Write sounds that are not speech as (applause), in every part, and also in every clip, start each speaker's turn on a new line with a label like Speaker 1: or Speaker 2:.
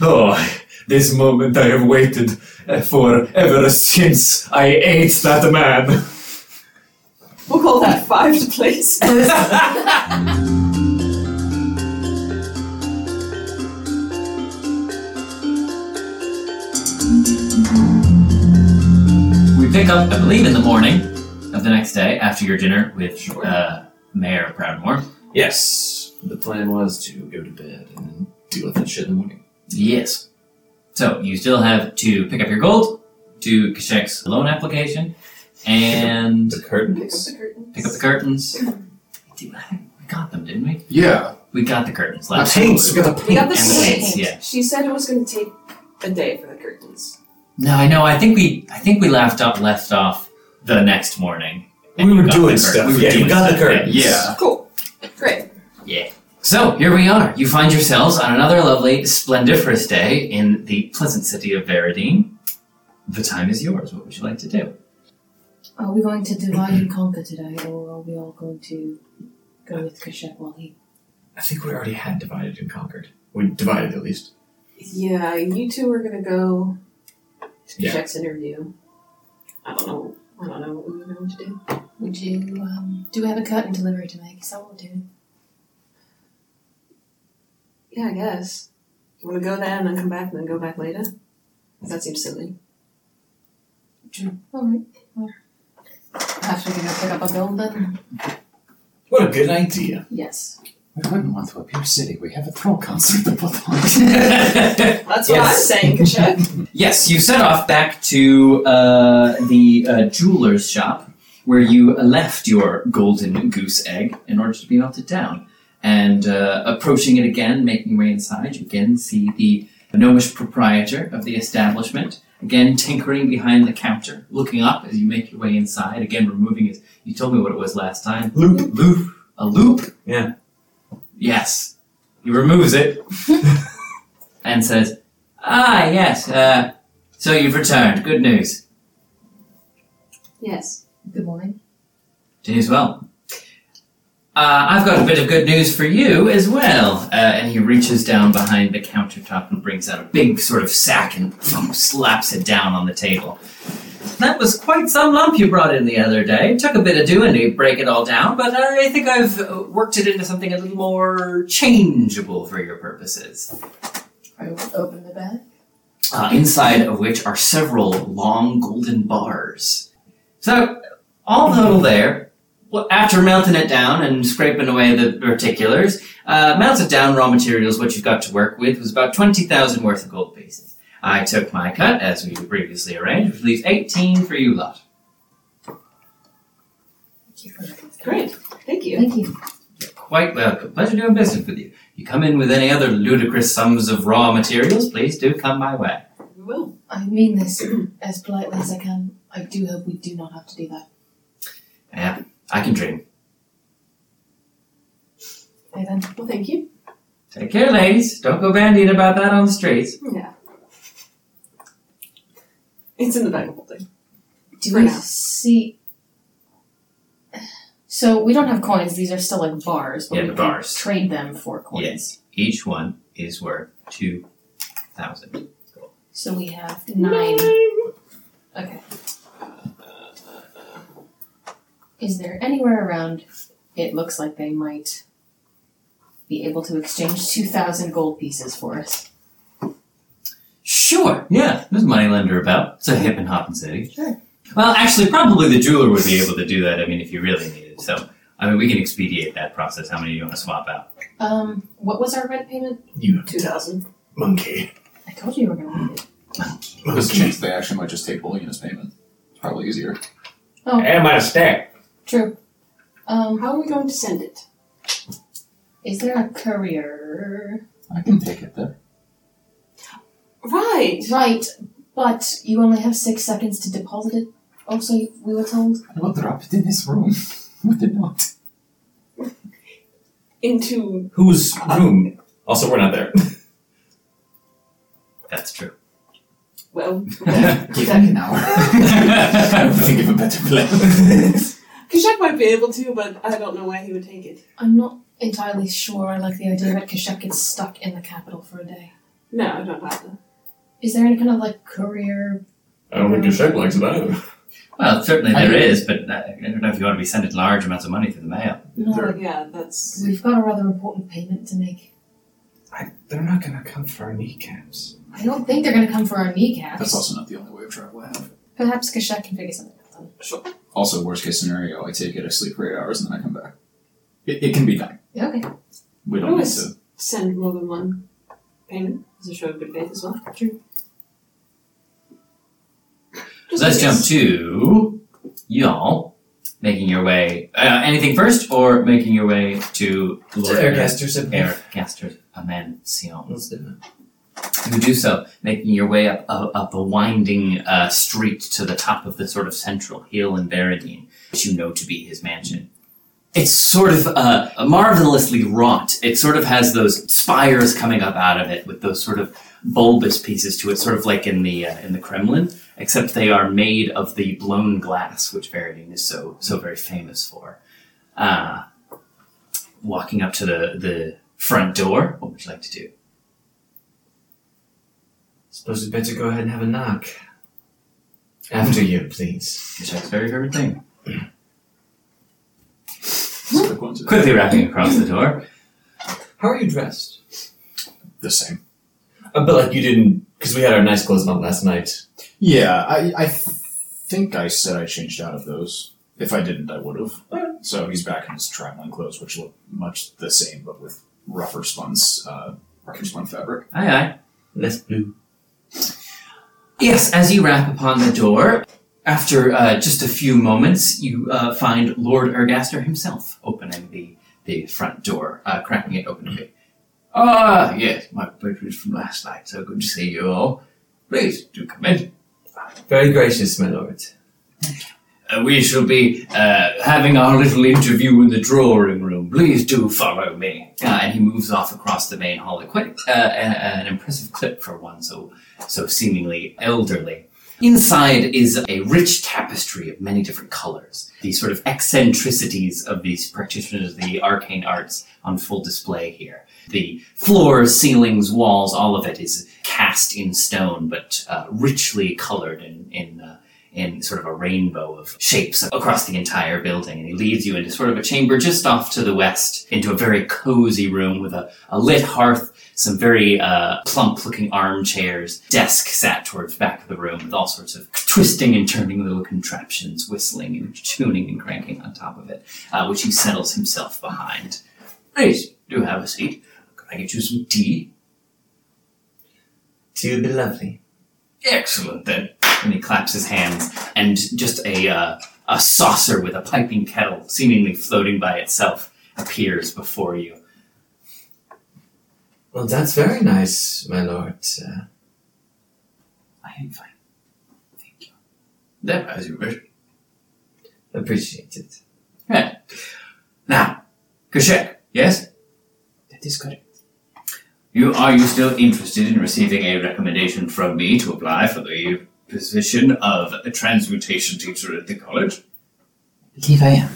Speaker 1: Oh, this moment I have waited uh, for ever since I ate that man.
Speaker 2: We'll call that five to place.
Speaker 3: We pick up, I believe, in the morning of the next day after your dinner with uh, Mayor Proudmore.
Speaker 4: Yes. The plan was to go to bed and then deal with that shit in the morning.
Speaker 3: Yes. So you still have to pick up your gold, do Kashek's loan application,
Speaker 4: (laughs)
Speaker 3: and
Speaker 4: The curtains.
Speaker 3: pick up the curtains. Dude, I think we got them, didn't we?
Speaker 5: Yeah.
Speaker 3: We got the curtains
Speaker 5: The
Speaker 3: last
Speaker 5: paints. We
Speaker 3: time.
Speaker 5: got the
Speaker 2: We got the
Speaker 3: And the
Speaker 2: paint.
Speaker 3: paint, yeah.
Speaker 2: She said it was going to take a day for the curtains.
Speaker 3: No, I know. I think we, I think we left off, left off the next morning.
Speaker 4: We were
Speaker 3: You got the
Speaker 4: doing
Speaker 3: curtains.
Speaker 4: stuff.
Speaker 3: We were
Speaker 4: yeah,
Speaker 3: doing
Speaker 4: you got the
Speaker 3: stuff, yeah.
Speaker 4: curtains.
Speaker 5: Yeah.
Speaker 2: Cool. Great.
Speaker 3: So here we are. You find yourselves on another lovely, splendiferous day in the pleasant city of Veradine. The time is yours. What would you like to do? (laughs)
Speaker 6: Are we going to divide and conquer today, or are we all going to go with Kashep while he?
Speaker 4: I think we already had divided and conquered. We divided at least.
Speaker 2: Yeah, you two are going to go to
Speaker 4: Yeah.
Speaker 2: Jack's interview. I don't know. I don't know what we were going to do.
Speaker 6: Would you? Um, do we have a curtain delivery to make? Is that what we're doing?
Speaker 2: Yeah, I guess. You want to go there and then come back and then go back later? That seems silly.
Speaker 6: True. All right. Well, perhaps we can go pick up a gold then.
Speaker 4: What a good idea.
Speaker 6: Yes.
Speaker 5: We wouldn't want to appear city. We have a throw concert to put on.
Speaker 2: That's
Speaker 3: what
Speaker 2: what
Speaker 3: I'm
Speaker 2: I'm
Speaker 3: Yes.
Speaker 2: saying, Kashuk.
Speaker 3: yes, you set off back to uh, the uh, jeweler's shop where you left your golden goose egg in order to be melted down. And uh, approaching it again, making your way inside, you again see the gnomish proprietor of the establishment, again tinkering behind the counter, looking up as you make your way inside, again removing his. You told me what it was last time.
Speaker 4: Loop, loop.
Speaker 3: A loop?
Speaker 4: Yeah.
Speaker 3: Yes. He removes it and says, Ah, yes, uh, so you've returned. Good news.
Speaker 2: Yes.
Speaker 6: Good morning.
Speaker 3: To you as well. Uh, I've got a bit of good news for you as well. Uh, and he reaches down behind the countertop and brings out a big sort of sack and (laughs) thump, slaps it down on the table. That was quite some lump you brought in the other day. Took a bit of doing to break it all down, but I think I've uh, worked it into something a little more changeable for your purposes.
Speaker 6: I will open the bag.
Speaker 3: uh, inside of which are several long golden bars. So, all total there, well, after melting it down and scraping away the particulars, uh, melted down raw materials, what you've got to work with, was about 20,000 worth of gold pieces. I took my cut, as we previously arranged, which leaves 18 for you lot.
Speaker 6: Thank you for that.
Speaker 2: Great. Thank you.
Speaker 6: Thank you.
Speaker 3: You're quite welcome. Pleasure doing business with you. You come in with any other ludicrous sums of raw materials, please do come my way.
Speaker 2: We will.
Speaker 6: I mean this (clears throat) as politely as I can. I do hope we do not have to do that.
Speaker 3: Yeah, I can dream.
Speaker 6: Okay then.
Speaker 2: Well, thank you.
Speaker 3: Take care, ladies. Don't go bandying about that on the streets.
Speaker 2: Yeah. It's in the bag of holding.
Speaker 6: Do
Speaker 2: For
Speaker 6: we
Speaker 2: now.
Speaker 6: see? (sighs) So we don't have coins. These are still like bars, but
Speaker 3: Yeah,
Speaker 6: we
Speaker 3: the
Speaker 6: can
Speaker 3: bars.
Speaker 6: trade them for coins.
Speaker 3: Yes. Each one is worth two thousand.
Speaker 6: So we have nine. Okay. Is there anywhere around it looks like they might be able to exchange 2,000 gold pieces for us?
Speaker 3: Sure. Yeah, there's a moneylender about. It's a hip and hopping city.
Speaker 6: Sure.
Speaker 3: Well, actually, probably the jeweler would be able to do that. I mean, if you really needed. So, I mean, we can expedite that process. How many do you want to swap out?
Speaker 6: Um, what was our rent payment?
Speaker 4: You
Speaker 2: 2000.
Speaker 4: (laughs) monkey.
Speaker 6: I told you you were going to need it.
Speaker 5: Because
Speaker 4: Monkey.
Speaker 5: they actually might just take bullion as payment. Probably easier.
Speaker 4: Am I a stack?
Speaker 6: True. Um,
Speaker 2: How are we going to send it?
Speaker 6: is there a courier?
Speaker 5: I can take it there.
Speaker 2: Right.
Speaker 6: Right, but you only have six seconds to deposit it. Also, we were told.
Speaker 5: I will drop it in this room. (laughs) With
Speaker 1: (laughs)
Speaker 5: the note.
Speaker 2: Into.
Speaker 4: Whose room? Also, we're not there.
Speaker 3: That's true.
Speaker 2: Well.
Speaker 5: Give me an hour. I don't think of a better plan.
Speaker 2: Kashak might be able to, but I don't know why he would take it.
Speaker 6: I'm not entirely sure I like the idea that Kashak gets stuck in the capital for a day.
Speaker 2: No, I don't have to.
Speaker 6: Is there any kind of like courier?
Speaker 4: I don't think Geshek likes it either.
Speaker 3: (laughs) Well, certainly
Speaker 5: I
Speaker 3: there
Speaker 5: mean-
Speaker 3: is, but uh, I don't know if you want to be sending large amounts of money through the mail.
Speaker 6: No,
Speaker 2: But yeah, that's.
Speaker 6: we've got a rather important payment to make.
Speaker 5: They're not gonna come for our kneecaps.
Speaker 6: I don't think they're going to come for our kneecaps.
Speaker 5: That's also not the only way of travel I have.
Speaker 6: Perhaps Kashak can figure something out. then.
Speaker 5: Also, worst case scenario, I take it, I sleep for eight hours, and then I come back. It, it can be done.
Speaker 6: Yeah, Okay.
Speaker 5: We
Speaker 2: Oh,
Speaker 5: don't need
Speaker 2: it's-
Speaker 5: to.
Speaker 2: Send more than one payment as a show of good faith as well.
Speaker 6: True.
Speaker 2: Just
Speaker 3: Let's
Speaker 2: in
Speaker 3: jump
Speaker 2: case.
Speaker 3: to y'all making your way. Uh, anything first, or making your way to Lord Aircaster's Amension?
Speaker 4: Let's do it.
Speaker 3: You do so, making your way up up, up a winding uh, street to the top of the sort of central hill in Veradine, which you know to be his mansion. It's sort of uh, marvelously wrought. It sort of has those spires coming up out of it with those sort of bulbous pieces to it, sort of like in the uh, in the Kremlin, except they are made of the blown glass, which Veradine is so so very famous for. Uh, walking up to the the front door, what would you like to do?
Speaker 4: Suppose we better go ahead and have a knock. After you, please.
Speaker 3: Check's very favorite thing.
Speaker 5: It's a quick one, too.
Speaker 3: quickly wrapping across the door.
Speaker 4: How are you dressed?
Speaker 5: The same.
Speaker 4: Uh, but like you didn't, because we had our nice clothes on last night.
Speaker 5: Yeah, I, I think I said I changed out of those. If I didn't, I would have. So he's back in his traveling clothes, which look much the same, but with rougher spun, uh, rougher spun fabric.
Speaker 3: Aye, aye.
Speaker 4: Less blue.
Speaker 3: Yes, as you rap upon the door, after uh, just a few moments, you uh, find Lord Ergaster himself opening the, the front door, uh, cracking it open a bit. Ah, yes, my patrons from last night, so good to see you all. Please do come in.
Speaker 4: Very gracious, my lord.
Speaker 3: Uh, we shall be uh, having our little interview in the drawing room. Please do follow me. Uh, and he moves off across the main hall. Quite uh, a- an impressive clip for one so so seemingly elderly. Inside is a rich tapestry of many different colors. The sort of eccentricities of these practitioners of the arcane arts on full display here. The floors, ceilings, walls, all of it is cast in stone, but uh, richly colored in, in uh, in sort of a rainbow of shapes across the entire building. And he leads you into sort of a chamber just off to the west, into a very cozy room with a, a lit hearth, some very uh, plump looking armchairs, desk sat towards back of the room with all sorts of twisting and turning little contraptions, whistling and tuning and cranking on top of it, uh, which he settles himself behind. Please do have a seat. Can I get you some tea?
Speaker 4: Tea would be lovely.
Speaker 3: Excellent then. And he claps his hands, and just a uh, a saucer with a piping kettle, seemingly floating by itself, appears before you.
Speaker 4: Well, that's very nice, my lord. Uh,
Speaker 3: I am fine, thank you. There, as you wish.
Speaker 4: appreciate it.
Speaker 3: Now, Kashek, yes,
Speaker 4: That is correct.
Speaker 3: you are you still interested in receiving a recommendation from me to apply for the position of a transmutation teacher at the college?
Speaker 4: I believe I am.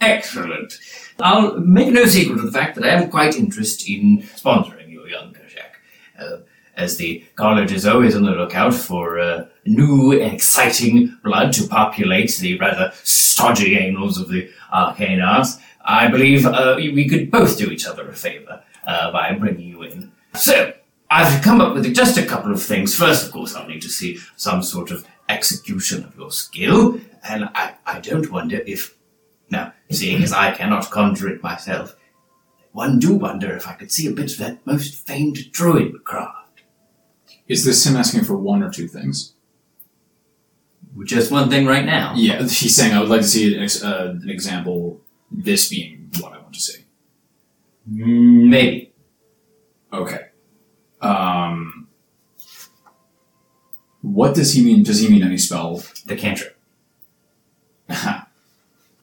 Speaker 3: Excellent. I'll make no secret of the fact that I am quite interested in sponsoring you, young Kershak, uh, as the college is always on the lookout for uh, new, exciting blood to populate the rather stodgy annals of the arcane arts. I believe uh, we could both do each other a favour uh, by bringing you in. So, I've come up with just a couple of things. First, of course, I'll need to see some sort of execution of your skill, and I, I don't wonder if now, seeing as I cannot conjure it myself, one do wonder if I could see a bit of that most famed druid craft.
Speaker 5: Is this him asking for one or two things?
Speaker 3: Just one thing right now.
Speaker 5: Yeah, (laughs) he's saying I would like to see an, ex- uh, an example. This being what I want to see.
Speaker 3: Mm, Maybe.
Speaker 5: Okay. Um, what does he mean? Does he mean any spell?
Speaker 3: The cantrip. (laughs)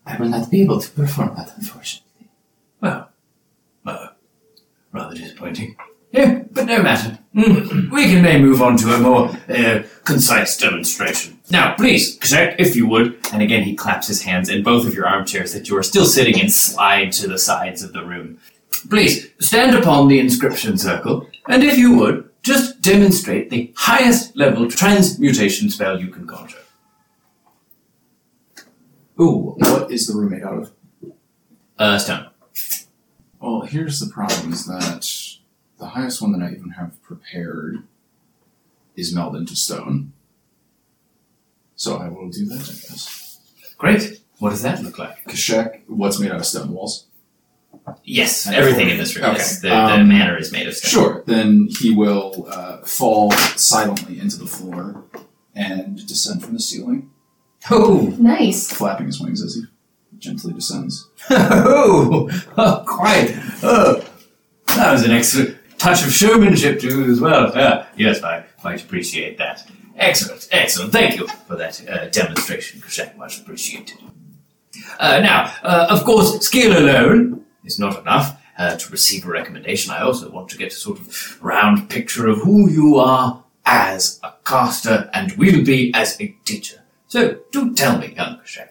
Speaker 4: I will not be able to perform that, unfortunately.
Speaker 3: uh, Rather disappointing. Yeah, but no matter. Mm, we can may move on to a more uh, concise demonstration. Now, please, Kashak, if you would. And again, he claps his hands, and both of your armchairs that you are still sitting in slide to the sides of the room. Please, stand upon the inscription circle, and if you would,
Speaker 1: Just demonstrate the highest level transmutation spell you can conjure.
Speaker 5: Ooh, what is the roommate out of?
Speaker 1: Uh, stone.
Speaker 5: Well, here's the problem is that the highest one that I even have prepared is meld into stone. So I will do that, I guess.
Speaker 1: Great. What does that look like?
Speaker 5: Kashak, what's made out of stone walls?
Speaker 1: Yes,
Speaker 5: I-
Speaker 1: everything in this room.
Speaker 5: Okay.
Speaker 1: Yes, the, the
Speaker 5: Um,
Speaker 1: manor is made of stone.
Speaker 5: Sure. Then he will uh, fall silently into the floor and descend from the ceiling,
Speaker 1: Oh,
Speaker 6: Nice. (laughs)
Speaker 5: flapping his wings as he gently descends.
Speaker 1: (laughs) oh, oh, quite. Oh, that was an excellent touch of showmanship too, as well. Ah, yes, I quite appreciate that. Excellent, excellent. Thank you for that uh, demonstration, Krishak. Much appreciated. Uh, now, uh, of course, skill alone is not enough. Uh, to receive a recommendation, I also want to get a sort of round picture of who you are as a caster and will be as a teacher. So, do tell me, young Krishak,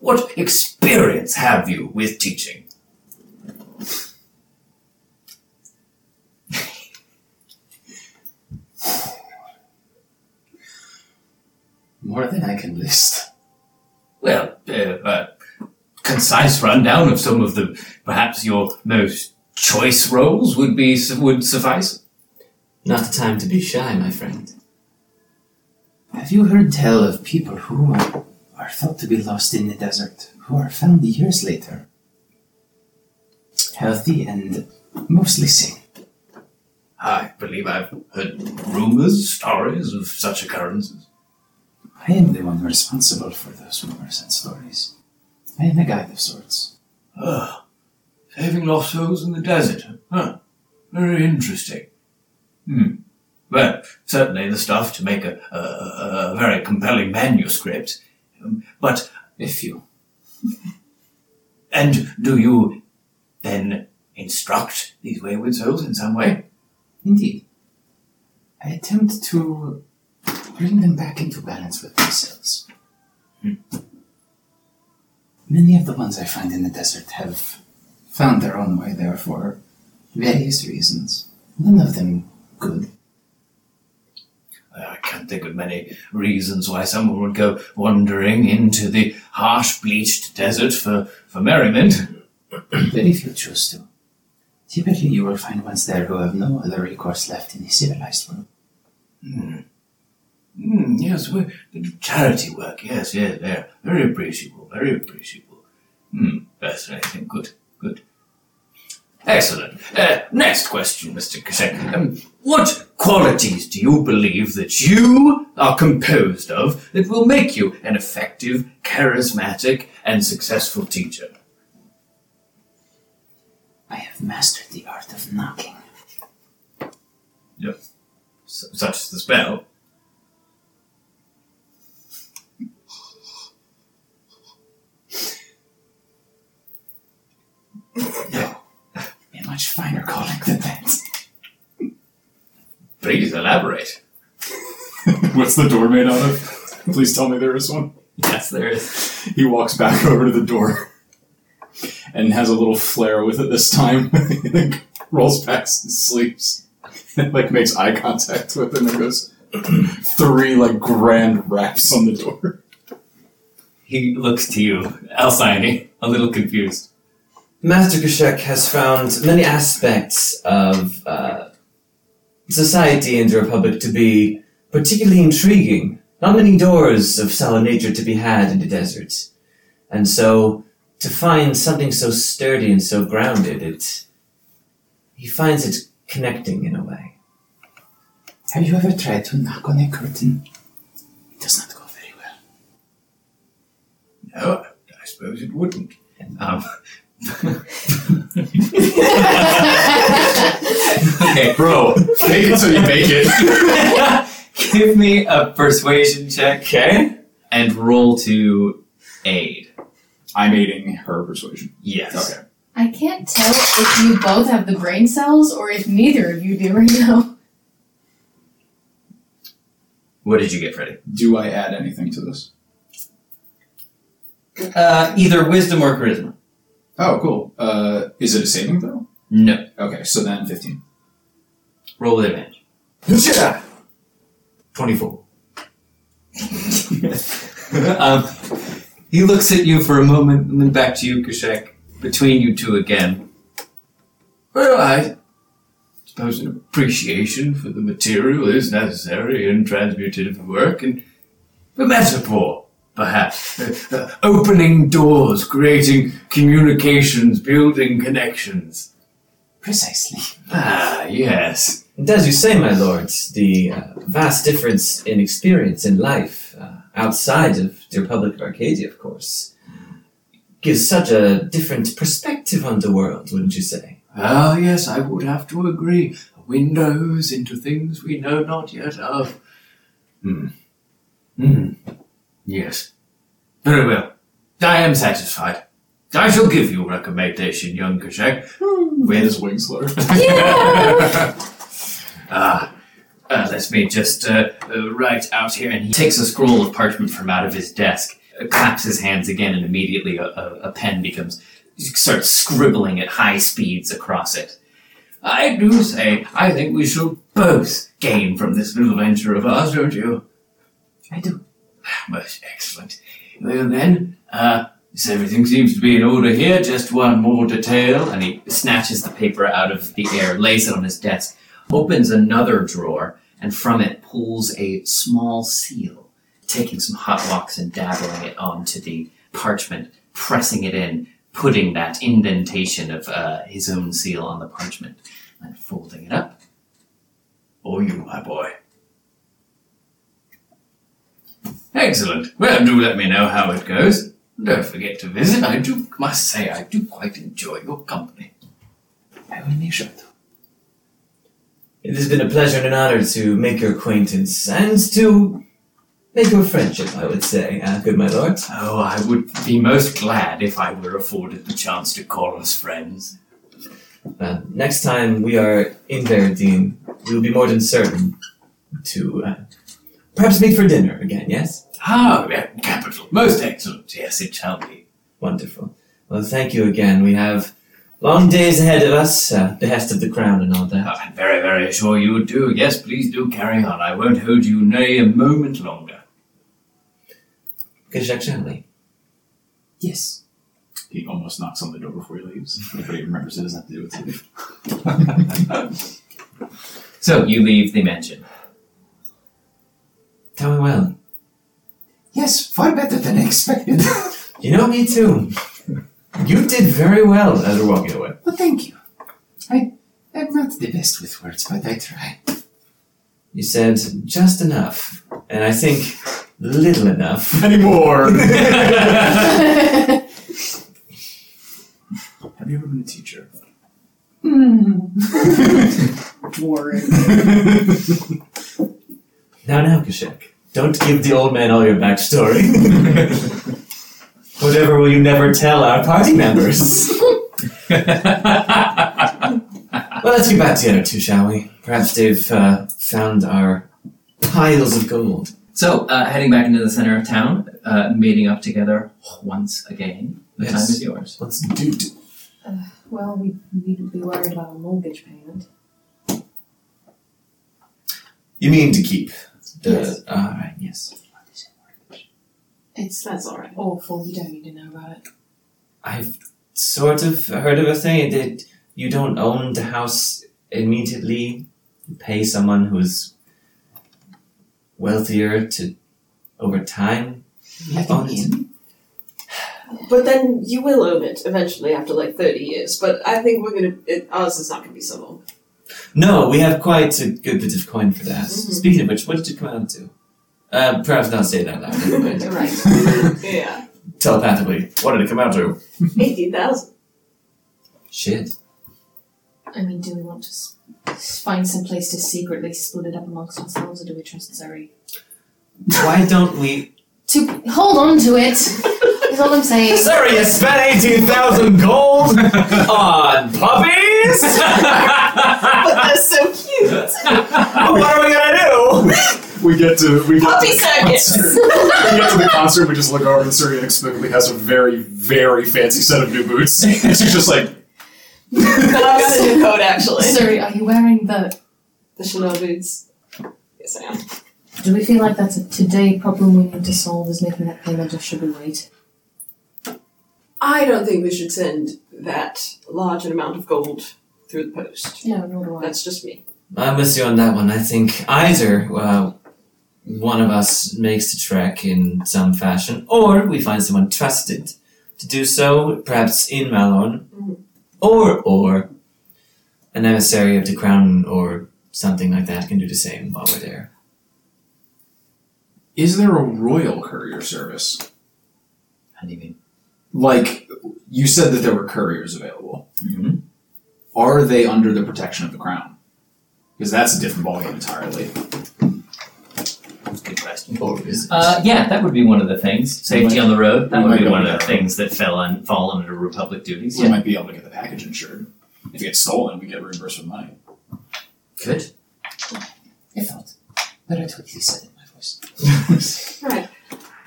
Speaker 1: what experience have you with teaching?
Speaker 7: More than I can list.
Speaker 1: Well, uh, a concise rundown of some of the perhaps your most choice roles would be would suffice.
Speaker 7: Not the time to be shy, my friend. Have you heard tell of people who are, are thought to be lost in the desert, who are found years later? Healthy and mostly sane.
Speaker 1: I believe I've heard rumors, stories of such occurrences.
Speaker 7: I am the one responsible for those rumors and stories. I am a guide of sorts.
Speaker 1: Ah, saving lost souls in the desert. Huh. Very interesting. Hmm. Well, certainly the stuff to make a, a, a- a very compelling manuscript. Um, but
Speaker 7: If you
Speaker 1: (laughs) And do you then instruct these wayward souls in some way?
Speaker 7: Indeed. I attempt to bring them back into balance with themselves. Many of the ones I find in the desert have found their own way there for various reasons. None of them good.
Speaker 1: I can't think of many reasons why someone would go wandering into the harsh, bleached desert for, for merriment.
Speaker 7: Very few choose to. Typically, you will find ones there who have no other recourse left in the civilized world.
Speaker 1: Hmm, yes, we we do charity work. Yes, yes, yeah. Very appreciable, very appreciable. Hmm, that's I think good, good. Excellent. Uh, next question, Mr. Kasek. Um, what qualities do you believe that you are composed of that will make you an effective, charismatic, and successful teacher?
Speaker 7: I have mastered the art of knocking.
Speaker 1: Yes. S- such as the spell.
Speaker 7: A much finer calling than that.
Speaker 1: Please elaborate.
Speaker 5: What's the door made out of? Please tell me there is one.
Speaker 1: Yes, there is.
Speaker 5: He walks back (laughs) over to the door and has a little flare with it this time. (laughs) rolls back and sleeps. (laughs) And, like makes eye contact with him and goes (clears throat) three like grand raps on the door.
Speaker 1: He looks to you, Alcyone, a little confused.
Speaker 8: Master Kushek has found many aspects of uh, society in the Republic to be particularly intriguing. Not many doors of solid nature to be had in the deserts. And so, to find something so sturdy and so grounded, it, he finds it connecting in a way. (laughs)
Speaker 7: Have you ever tried to knock on a curtain? It does not go very well.
Speaker 1: No, I suppose it wouldn't. Um, (laughs) okay,
Speaker 5: Bro, make it so you make (laughs) it.
Speaker 1: give me a persuasion check. Okay. And roll to aid.
Speaker 5: I'm aiding her persuasion.
Speaker 1: Yes.
Speaker 5: Okay.
Speaker 6: I can't tell if you both have the brain cells or if neither of you do right now.
Speaker 1: What did you get, Freddy?
Speaker 5: Do I add anything to this?
Speaker 1: Uh, either wisdom or charisma.
Speaker 5: Oh, cool. Uh, is it a saving throw?
Speaker 1: No.
Speaker 5: Okay, so then 15.
Speaker 1: Roll with advantage.
Speaker 5: Lucia! 24.
Speaker 1: um, he looks at you for a moment and then back to you, Kashak, between you two again. Well, I suppose an appreciation for the material is necessary in transmutative work, and the metaphor, perhaps. Uh, uh, opening doors, creating communications, building connections.
Speaker 9: Precisely.
Speaker 1: Ah, yes.
Speaker 8: And as you say, my lord, the uh, vast difference in experience in life uh, outside of the Republic of Arcadia, of course, gives such a different perspective on the world, wouldn't you say?
Speaker 1: Ah, yes, I would have to agree. Windows into things we know not yet of. Hmm. Hmm. Yes. Very well. I am satisfied. I shall give you recommendation, young Kashak.
Speaker 5: With
Speaker 1: With
Speaker 5: his wings slur.
Speaker 1: (laughs) Ah, uh, let me just uh, uh, write out here. And he takes a scroll of parchment from out of his desk, uh, claps his hands again, and immediately a, a, a pen becomes starts scribbling at high speeds across it. I do say, I think we shall both gain from this little venture of ours, don't you? Ah,
Speaker 9: I do.
Speaker 1: Most excellent. Well then, uh, so everything seems to be in order here. Just one more detail. And he snatches the paper out of the air, lays it on his desk, opens another drawer, and from it pulls a small seal, taking some hot wax and dabbling it onto the parchment, pressing it in, putting that indentation of uh, his own seal on the parchment, and folding it up. Oh, you, my boy. Excellent. Well, do let me know how it goes. Don't forget to visit. I do must say I do quite enjoy your company.
Speaker 9: I will make sure to.
Speaker 8: It has been a pleasure and an honor to make your acquaintance and to make your friendship, I would say, uh, good my lord.
Speaker 1: Oh, I would be most glad if I were afforded the chance to call us friends.
Speaker 8: Uh, next time we are in Veradine, we will be more than certain to uh, perhaps meet for dinner again, yes?
Speaker 1: Ah, yeah, capital. Most excellent. Yes, it shall be.
Speaker 8: Wonderful. Well, thank you again. We have long days ahead of us, uh, behest of the crown and all that.
Speaker 1: I'm very, very sure you do. Yes, please do carry on. I won't hold you nay a moment longer.
Speaker 8: Good Jacques Shelley.
Speaker 9: Yes.
Speaker 5: He almost knocks on the door before he leaves. But he remembers it doesn't have to do with it. (laughs)
Speaker 1: So you leave the mansion.
Speaker 8: Tell me well.
Speaker 9: Yes, far better than expected. (laughs)
Speaker 8: You know me too. You did very well as we're walking away.
Speaker 9: well, thank you. I, I'm not the best with words, but I try. (laughs)
Speaker 8: You said just enough, and I think little enough. (laughs)
Speaker 5: Anymore!
Speaker 6: Yes.
Speaker 5: have you ever been a teacher? (laughs)
Speaker 6: Dwarf.
Speaker 8: Now, now, Kashak, don't give the old man all your backstory. (laughs) Whatever will you never tell our party members? Well, let's get back to the other two, shall we? Perhaps they've uh, found our piles of gold.
Speaker 1: so uh, heading back into the center of town, uh, meeting up together once again. The
Speaker 8: Yes.
Speaker 1: time is yours.
Speaker 8: Let's
Speaker 5: Dude.
Speaker 6: Well, we needn't be worried about a mortgage payment.
Speaker 8: You mean to keep the?
Speaker 6: Yes.
Speaker 8: All right. Yes.
Speaker 2: It's that's all right.
Speaker 6: Awful. You don't need to know about it.
Speaker 8: I've sort of heard of a thing that you don't own the house immediately. You pay someone who's wealthier to over time. own it.
Speaker 2: But then you will own it eventually after like thirty years. But I think we're gonna. It, ours is not gonna be so long.
Speaker 8: No, we have quite a good bit of coin for that.
Speaker 2: Mhm.
Speaker 8: Speaking of which, what did it come out to? Uh, perhaps not say that loud,
Speaker 6: (laughs)
Speaker 8: but
Speaker 2: You're right. yeah,
Speaker 8: telepathically, what did it come out to?
Speaker 2: (laughs) eighteen thousand. (laughs)
Speaker 8: Shit.
Speaker 6: I mean, do we want to s- s- find some place to secretly split it up amongst ourselves, or do we trust Zuri?
Speaker 8: Why don't we
Speaker 6: To hold on to it is all I'm (laughs) saying.
Speaker 8: Sorry, you spent 18,000 gold (laughs) on puppies?
Speaker 2: But they're so cute.
Speaker 8: what are we gonna do?
Speaker 5: We get to we get
Speaker 2: Puppy
Speaker 5: to the
Speaker 2: circus.
Speaker 5: concert. we get to the concert. We just look over and Suri inexplicably has a very very fancy set of new boots. And she's just like
Speaker 2: But I got a new coat actually.
Speaker 6: Zuri, are you wearing the?
Speaker 2: The Chanel boots. this out.
Speaker 6: Do we feel like that's a today problem we need to solve is making that payment or should we wait?
Speaker 2: I don't think we should send that large an amount of gold through the post.
Speaker 6: No, nor do I.
Speaker 2: That's just me.
Speaker 8: I'm with you on that one. I think either uh, one of us makes the trek in some fashion, or we find someone trusted to do so, perhaps in Malorn,
Speaker 2: Mhm.
Speaker 8: or or an emissary of the crown or something like that can do the same while we're there.
Speaker 5: Is there a royal courier service?
Speaker 3: How do you mean?
Speaker 5: Like, you said that there were couriers available.
Speaker 3: Mhm.
Speaker 5: Are they under the protection of the crown? Because that's a different ballgame entirely.
Speaker 3: Good question.
Speaker 4: Or is it?
Speaker 3: Uh, yeah, that would be one of the things. Safety on the road. That
Speaker 5: we
Speaker 3: would
Speaker 5: might
Speaker 3: be
Speaker 5: go
Speaker 3: one of
Speaker 5: there.
Speaker 3: the things that fell on fall under Republic duties.
Speaker 5: We
Speaker 3: Yeah.
Speaker 5: might be able to get the package insured. If it gets stolen, we get reimbursed with money.
Speaker 3: Good.
Speaker 4: I thought that I totally said in my voice.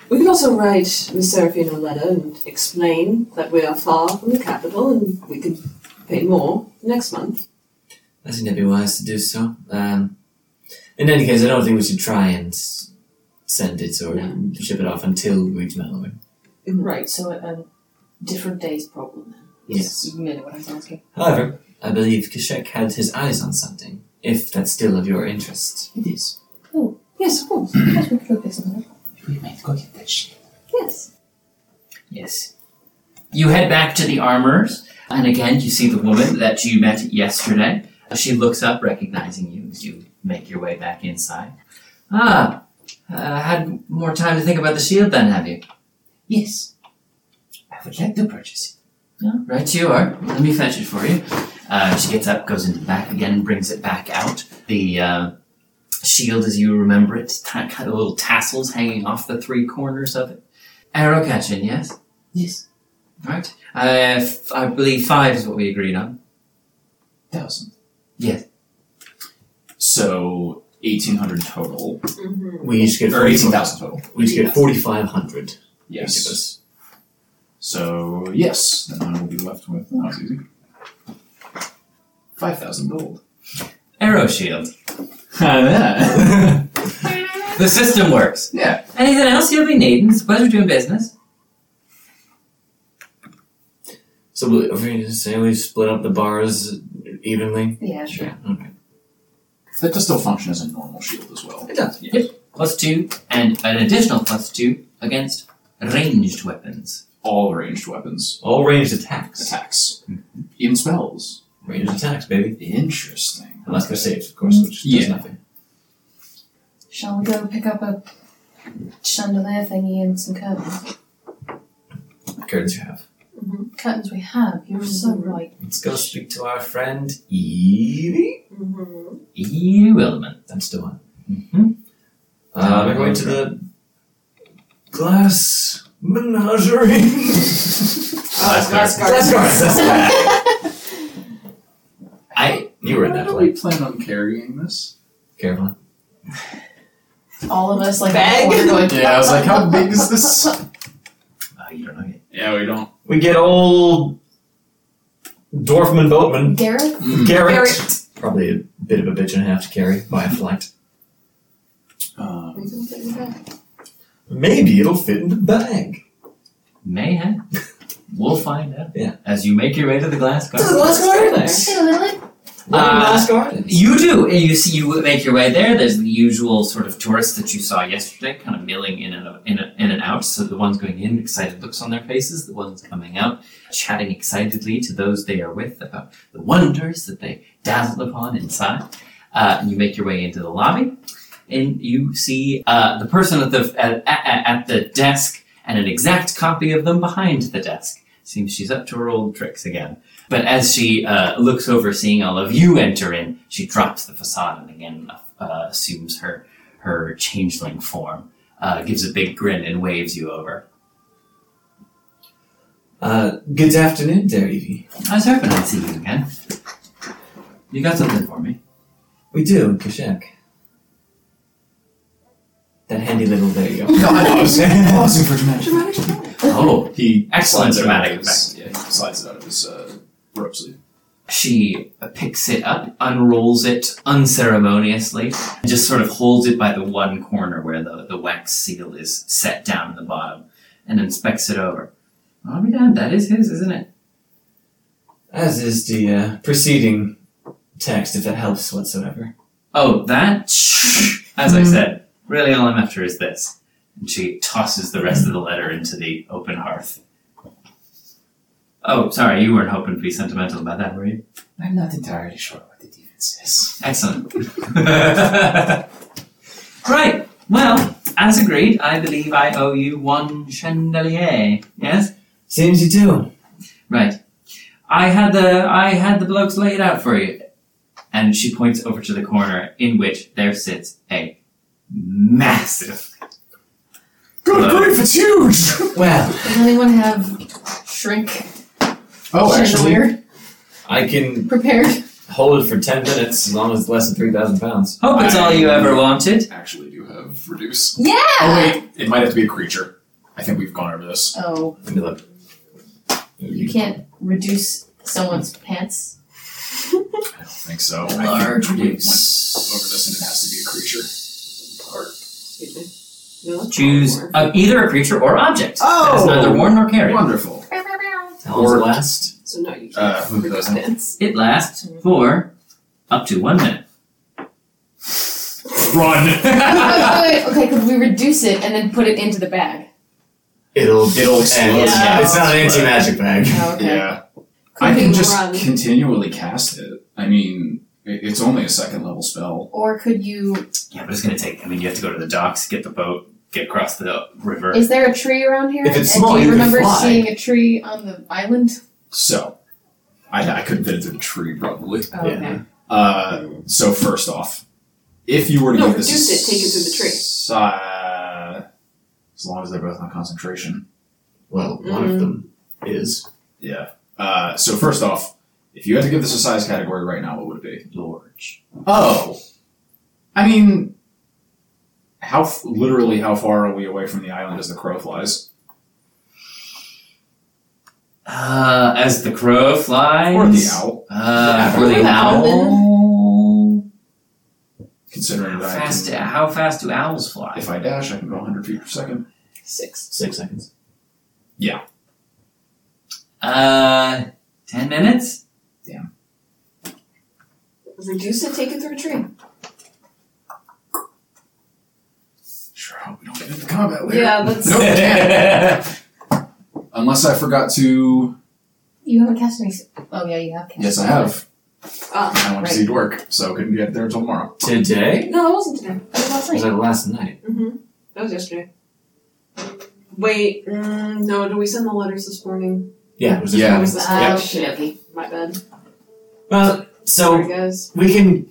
Speaker 2: We could also write Miss Seraphine a letter and explain that we are far from the capital and we can pay more next month.
Speaker 8: I think that'd be wise to do so. Um, in any case, I don't think we should try and s- send it or
Speaker 2: No.
Speaker 8: ship it off until we reach Malorn.
Speaker 6: Right, so a, a different day's problem then.
Speaker 8: Yes.
Speaker 6: You know what I was asking.
Speaker 8: However, I believe Kashek had his eyes on something, if that's still of your interest.
Speaker 4: It is.
Speaker 2: Yes, of course.
Speaker 6: Of course we could look at something.
Speaker 4: We might go get that shit.
Speaker 2: Yes.
Speaker 3: Yes. You head back to the armorers, and again you see the woman that you met yesterday. She looks up, recognizing you as you make your way back inside. Ah, uh, had more time to think about the shield then, have you?
Speaker 4: Yes. I would like to purchase
Speaker 3: Yeah, Ah, right you are. Let me fetch it for you. Uh, she gets up, goes into the back again, and brings it back out. The uh, shield, as you remember it, ta- kind of little tassels hanging off the three corners of it. Arrow catching, yes?
Speaker 4: it. Yes.
Speaker 3: Right. Uh, f- I believe five is what we agreed on.
Speaker 4: Thousand.
Speaker 5: So, 1,800 total.
Speaker 2: Mm-hmm.
Speaker 8: We each get
Speaker 5: Or 18,000 total.
Speaker 8: We each get forty five hundred. Each of
Speaker 5: Yes.
Speaker 8: us.
Speaker 5: So, yes, then I will be left with. Oh, that's easy. 5,000
Speaker 9: (laughs)
Speaker 1: (laughs)
Speaker 5: gold.
Speaker 3: Arrow shield.
Speaker 5: yeah.
Speaker 3: The system works. Anything else you'll be needing? It's a pleasure doing business.
Speaker 8: So we, are we just saying we split up the bars evenly?
Speaker 6: Yeah, sure.
Speaker 8: Okay.
Speaker 5: That does still function as a normal shield as well.
Speaker 3: It does. Plus two, and an additional plus two against ranged weapons.
Speaker 5: All ranged weapons,
Speaker 8: All ranged attacks.
Speaker 5: attacks, even spells.
Speaker 8: Ranged attacks, baby.
Speaker 5: Interesting.
Speaker 8: Unless they're saved, of course, which
Speaker 5: Yeah.
Speaker 8: does nothing.
Speaker 6: Shall we go pick up a chandelier thingy and some curtains?
Speaker 8: Curtains you have.
Speaker 6: Curtains we have, you're so
Speaker 2: Mhm.
Speaker 6: right.
Speaker 8: Let's go speak to our friend Evie.
Speaker 2: Mm-hmm.
Speaker 3: EU element.
Speaker 8: That's the one.
Speaker 3: Mhm.
Speaker 8: Uh, we're going to the glass menagerie.
Speaker 3: Glass
Speaker 2: glass
Speaker 3: guard.
Speaker 2: guards.
Speaker 3: I
Speaker 8: you were in that play.
Speaker 5: plan on carrying this?
Speaker 8: Careful.
Speaker 6: All of us like
Speaker 2: Bag?
Speaker 6: we're going to-
Speaker 5: Yeah, I was like, how big is (laughs) this?
Speaker 3: oh, you don't know yet.
Speaker 5: Yeah, we don't.
Speaker 8: We get old Dorfman
Speaker 6: (laughs)
Speaker 8: Boatman
Speaker 6: Gareth?
Speaker 8: Garrett. Mm. Probably a bit of a bitch and a half to carry by a flight.
Speaker 5: Um,
Speaker 8: Maybe it'll fit in the bag.
Speaker 3: May have.
Speaker 8: (laughs)
Speaker 3: We'll find out.
Speaker 8: Yeah.
Speaker 3: As you make your way to the glass
Speaker 2: To the
Speaker 3: garden.
Speaker 2: glass gardens.
Speaker 6: Hey, Lily.
Speaker 3: Uh,
Speaker 8: garden.
Speaker 3: you do. You see, you make your way there. There's the usual sort of tourists that you saw yesterday, kind of milling in and out, in, and- in and out. So the ones going in, excited looks on their faces. The ones coming out, chatting excitedly to those they are with about the wonders that they dazzled upon inside. Uh, and you make your way into the lobby, and you see uh, the person at the at, at, at the desk and an exact copy of them behind the desk. Seems she's up to her old tricks again. But as she uh, looks over, seeing all of you enter in, she drops the facade and again uh, assumes her her changeling form. Uh, gives a big grin and waves you over.
Speaker 8: Uh, good afternoon there, Evie.
Speaker 3: I was hoping I'd see you again. You got something for me?
Speaker 8: We do, Kashak. That handy little, there you go.
Speaker 5: no, I was pausing for dramatic.
Speaker 3: Oh,
Speaker 5: He
Speaker 3: Excellent
Speaker 5: slides it out of
Speaker 3: dramatic
Speaker 5: his- Yeah, he slides it out of his uh, rope sleeve.
Speaker 3: She picks it up, unrolls it unceremoniously, and just sort of holds it by the one corner where the, the wax seal is set down in the bottom and inspects it over. I'll be damned, that is his, isn't it?
Speaker 8: As is the uh, preceding text, if it helps whatsoever.
Speaker 3: Oh, that? As I said, really all I'm after is this. And she tosses the rest of the letter into the open hearth. Oh, sorry, you weren't hoping to be sentimental about that, were you?
Speaker 4: I'm not entirely sure what it even says.
Speaker 3: Excellent. right, well, as agreed, I believe I owe you one chandelier. Yes?
Speaker 8: Seems you do.
Speaker 3: Right. I had the I had the blokes laid out for you. And she points over to the corner in which there sits a massive
Speaker 5: Good
Speaker 3: Hello.
Speaker 5: grief, it's huge!
Speaker 8: Well,
Speaker 6: Does anyone have shrink
Speaker 5: Oh, actually,
Speaker 6: chandelier
Speaker 8: I can
Speaker 6: prepared?
Speaker 8: hold it for 10 minutes as long as it's less than 3,000 pounds.
Speaker 3: Hope it's all you ever wanted.
Speaker 5: actually do have reduce.
Speaker 6: Yeah.
Speaker 5: Oh wait, it might have to be a creature. I think we've gone over this.
Speaker 6: Oh,
Speaker 8: Let me look.
Speaker 6: you can't reduce someone's (laughs) pants.
Speaker 5: I don't think so. I
Speaker 3: Large
Speaker 5: think we went over
Speaker 3: use.
Speaker 5: this, and it has to be a creature. Or
Speaker 2: Excuse me. No, that's
Speaker 3: Choose
Speaker 2: more.
Speaker 3: uh, either a creature or object. That is
Speaker 5: Oh!
Speaker 3: neither worn nor carried.
Speaker 5: (laughs) Wonderful.
Speaker 8: How long's it
Speaker 5: Or-
Speaker 8: last?
Speaker 2: So no, you can't.
Speaker 5: Uh, who
Speaker 2: Reduce
Speaker 5: doesn't?
Speaker 2: pants.
Speaker 3: It lasts for up to one
Speaker 5: (laughs)
Speaker 3: minute.
Speaker 5: Run.
Speaker 6: Wait, wait, wait, okay, could we reduce it and then put it into the bag?
Speaker 8: It'll,
Speaker 5: It'll explode.
Speaker 6: Yeah.
Speaker 8: It's not an anti magic bag.
Speaker 6: Oh, okay.
Speaker 5: Yeah.
Speaker 2: Could
Speaker 5: I can
Speaker 2: we
Speaker 5: just
Speaker 2: run?
Speaker 5: continually cast it. I mean, it- it's only a second level spell.
Speaker 6: Or could you?
Speaker 3: Yeah, but it's gonna take I mean you have to go to the docks, get the boat, get across the river.
Speaker 6: Is there a tree around here?
Speaker 8: If it's
Speaker 6: And
Speaker 8: small,
Speaker 6: do
Speaker 8: you
Speaker 6: you
Speaker 8: can
Speaker 6: remember
Speaker 8: fly.
Speaker 6: seeing a tree on the island?
Speaker 5: So, I, I couldn't fit it through the tree probably.
Speaker 6: Oh, okay.
Speaker 5: Uh, so first off, if you were to
Speaker 2: No,
Speaker 5: give this
Speaker 2: reduce it, take it through the tree.
Speaker 5: s- uh, as long as they're both on concentration.
Speaker 8: Well, one of them is.
Speaker 5: Yeah. Uh, so first off, if you had to give this a size category right now, what would it be?
Speaker 3: Large.
Speaker 5: Oh, I mean, how f- literally how far are we away from the island as the crow flies,
Speaker 3: Uh, as the crow flies.
Speaker 5: or the owl?
Speaker 3: Uh,
Speaker 2: Yeah,
Speaker 3: or the
Speaker 2: or the
Speaker 3: owl.
Speaker 5: Considering
Speaker 3: How
Speaker 5: that
Speaker 3: fast,
Speaker 5: I can,
Speaker 3: how fast do owls fly?
Speaker 5: if I dash, I can go 100 feet per second.
Speaker 2: six.
Speaker 8: Six seconds.
Speaker 3: Uh, 10 minutes?
Speaker 2: Reduce it, take it through a tree.
Speaker 5: Sure, hope we don't get into combat later.
Speaker 2: (laughs) Yeah, that's.
Speaker 5: Nope,
Speaker 1: (laughs)
Speaker 5: can't. Unless I forgot to.
Speaker 6: You haven't cast any. s- Oh yeah, you have cast.
Speaker 5: Yes, I have.
Speaker 2: Ah,
Speaker 5: I went to
Speaker 6: Right.
Speaker 5: see to work, so couldn't get there until tomorrow.
Speaker 8: Today?
Speaker 2: no, that wasn't today.
Speaker 6: That was last
Speaker 8: Or was
Speaker 6: night.
Speaker 8: that last night?
Speaker 2: Mm-hmm. That was yesterday. Wait, mm, no, did we send the letters this morning?
Speaker 8: Yeah, it was this
Speaker 5: Yeah.
Speaker 2: That
Speaker 8: morning.
Speaker 2: was this morning.
Speaker 6: Ah,
Speaker 2: Shit,
Speaker 6: okey-dokey.
Speaker 2: My bad.
Speaker 8: Well,
Speaker 2: Sorry,
Speaker 8: so
Speaker 2: guys.
Speaker 8: we can.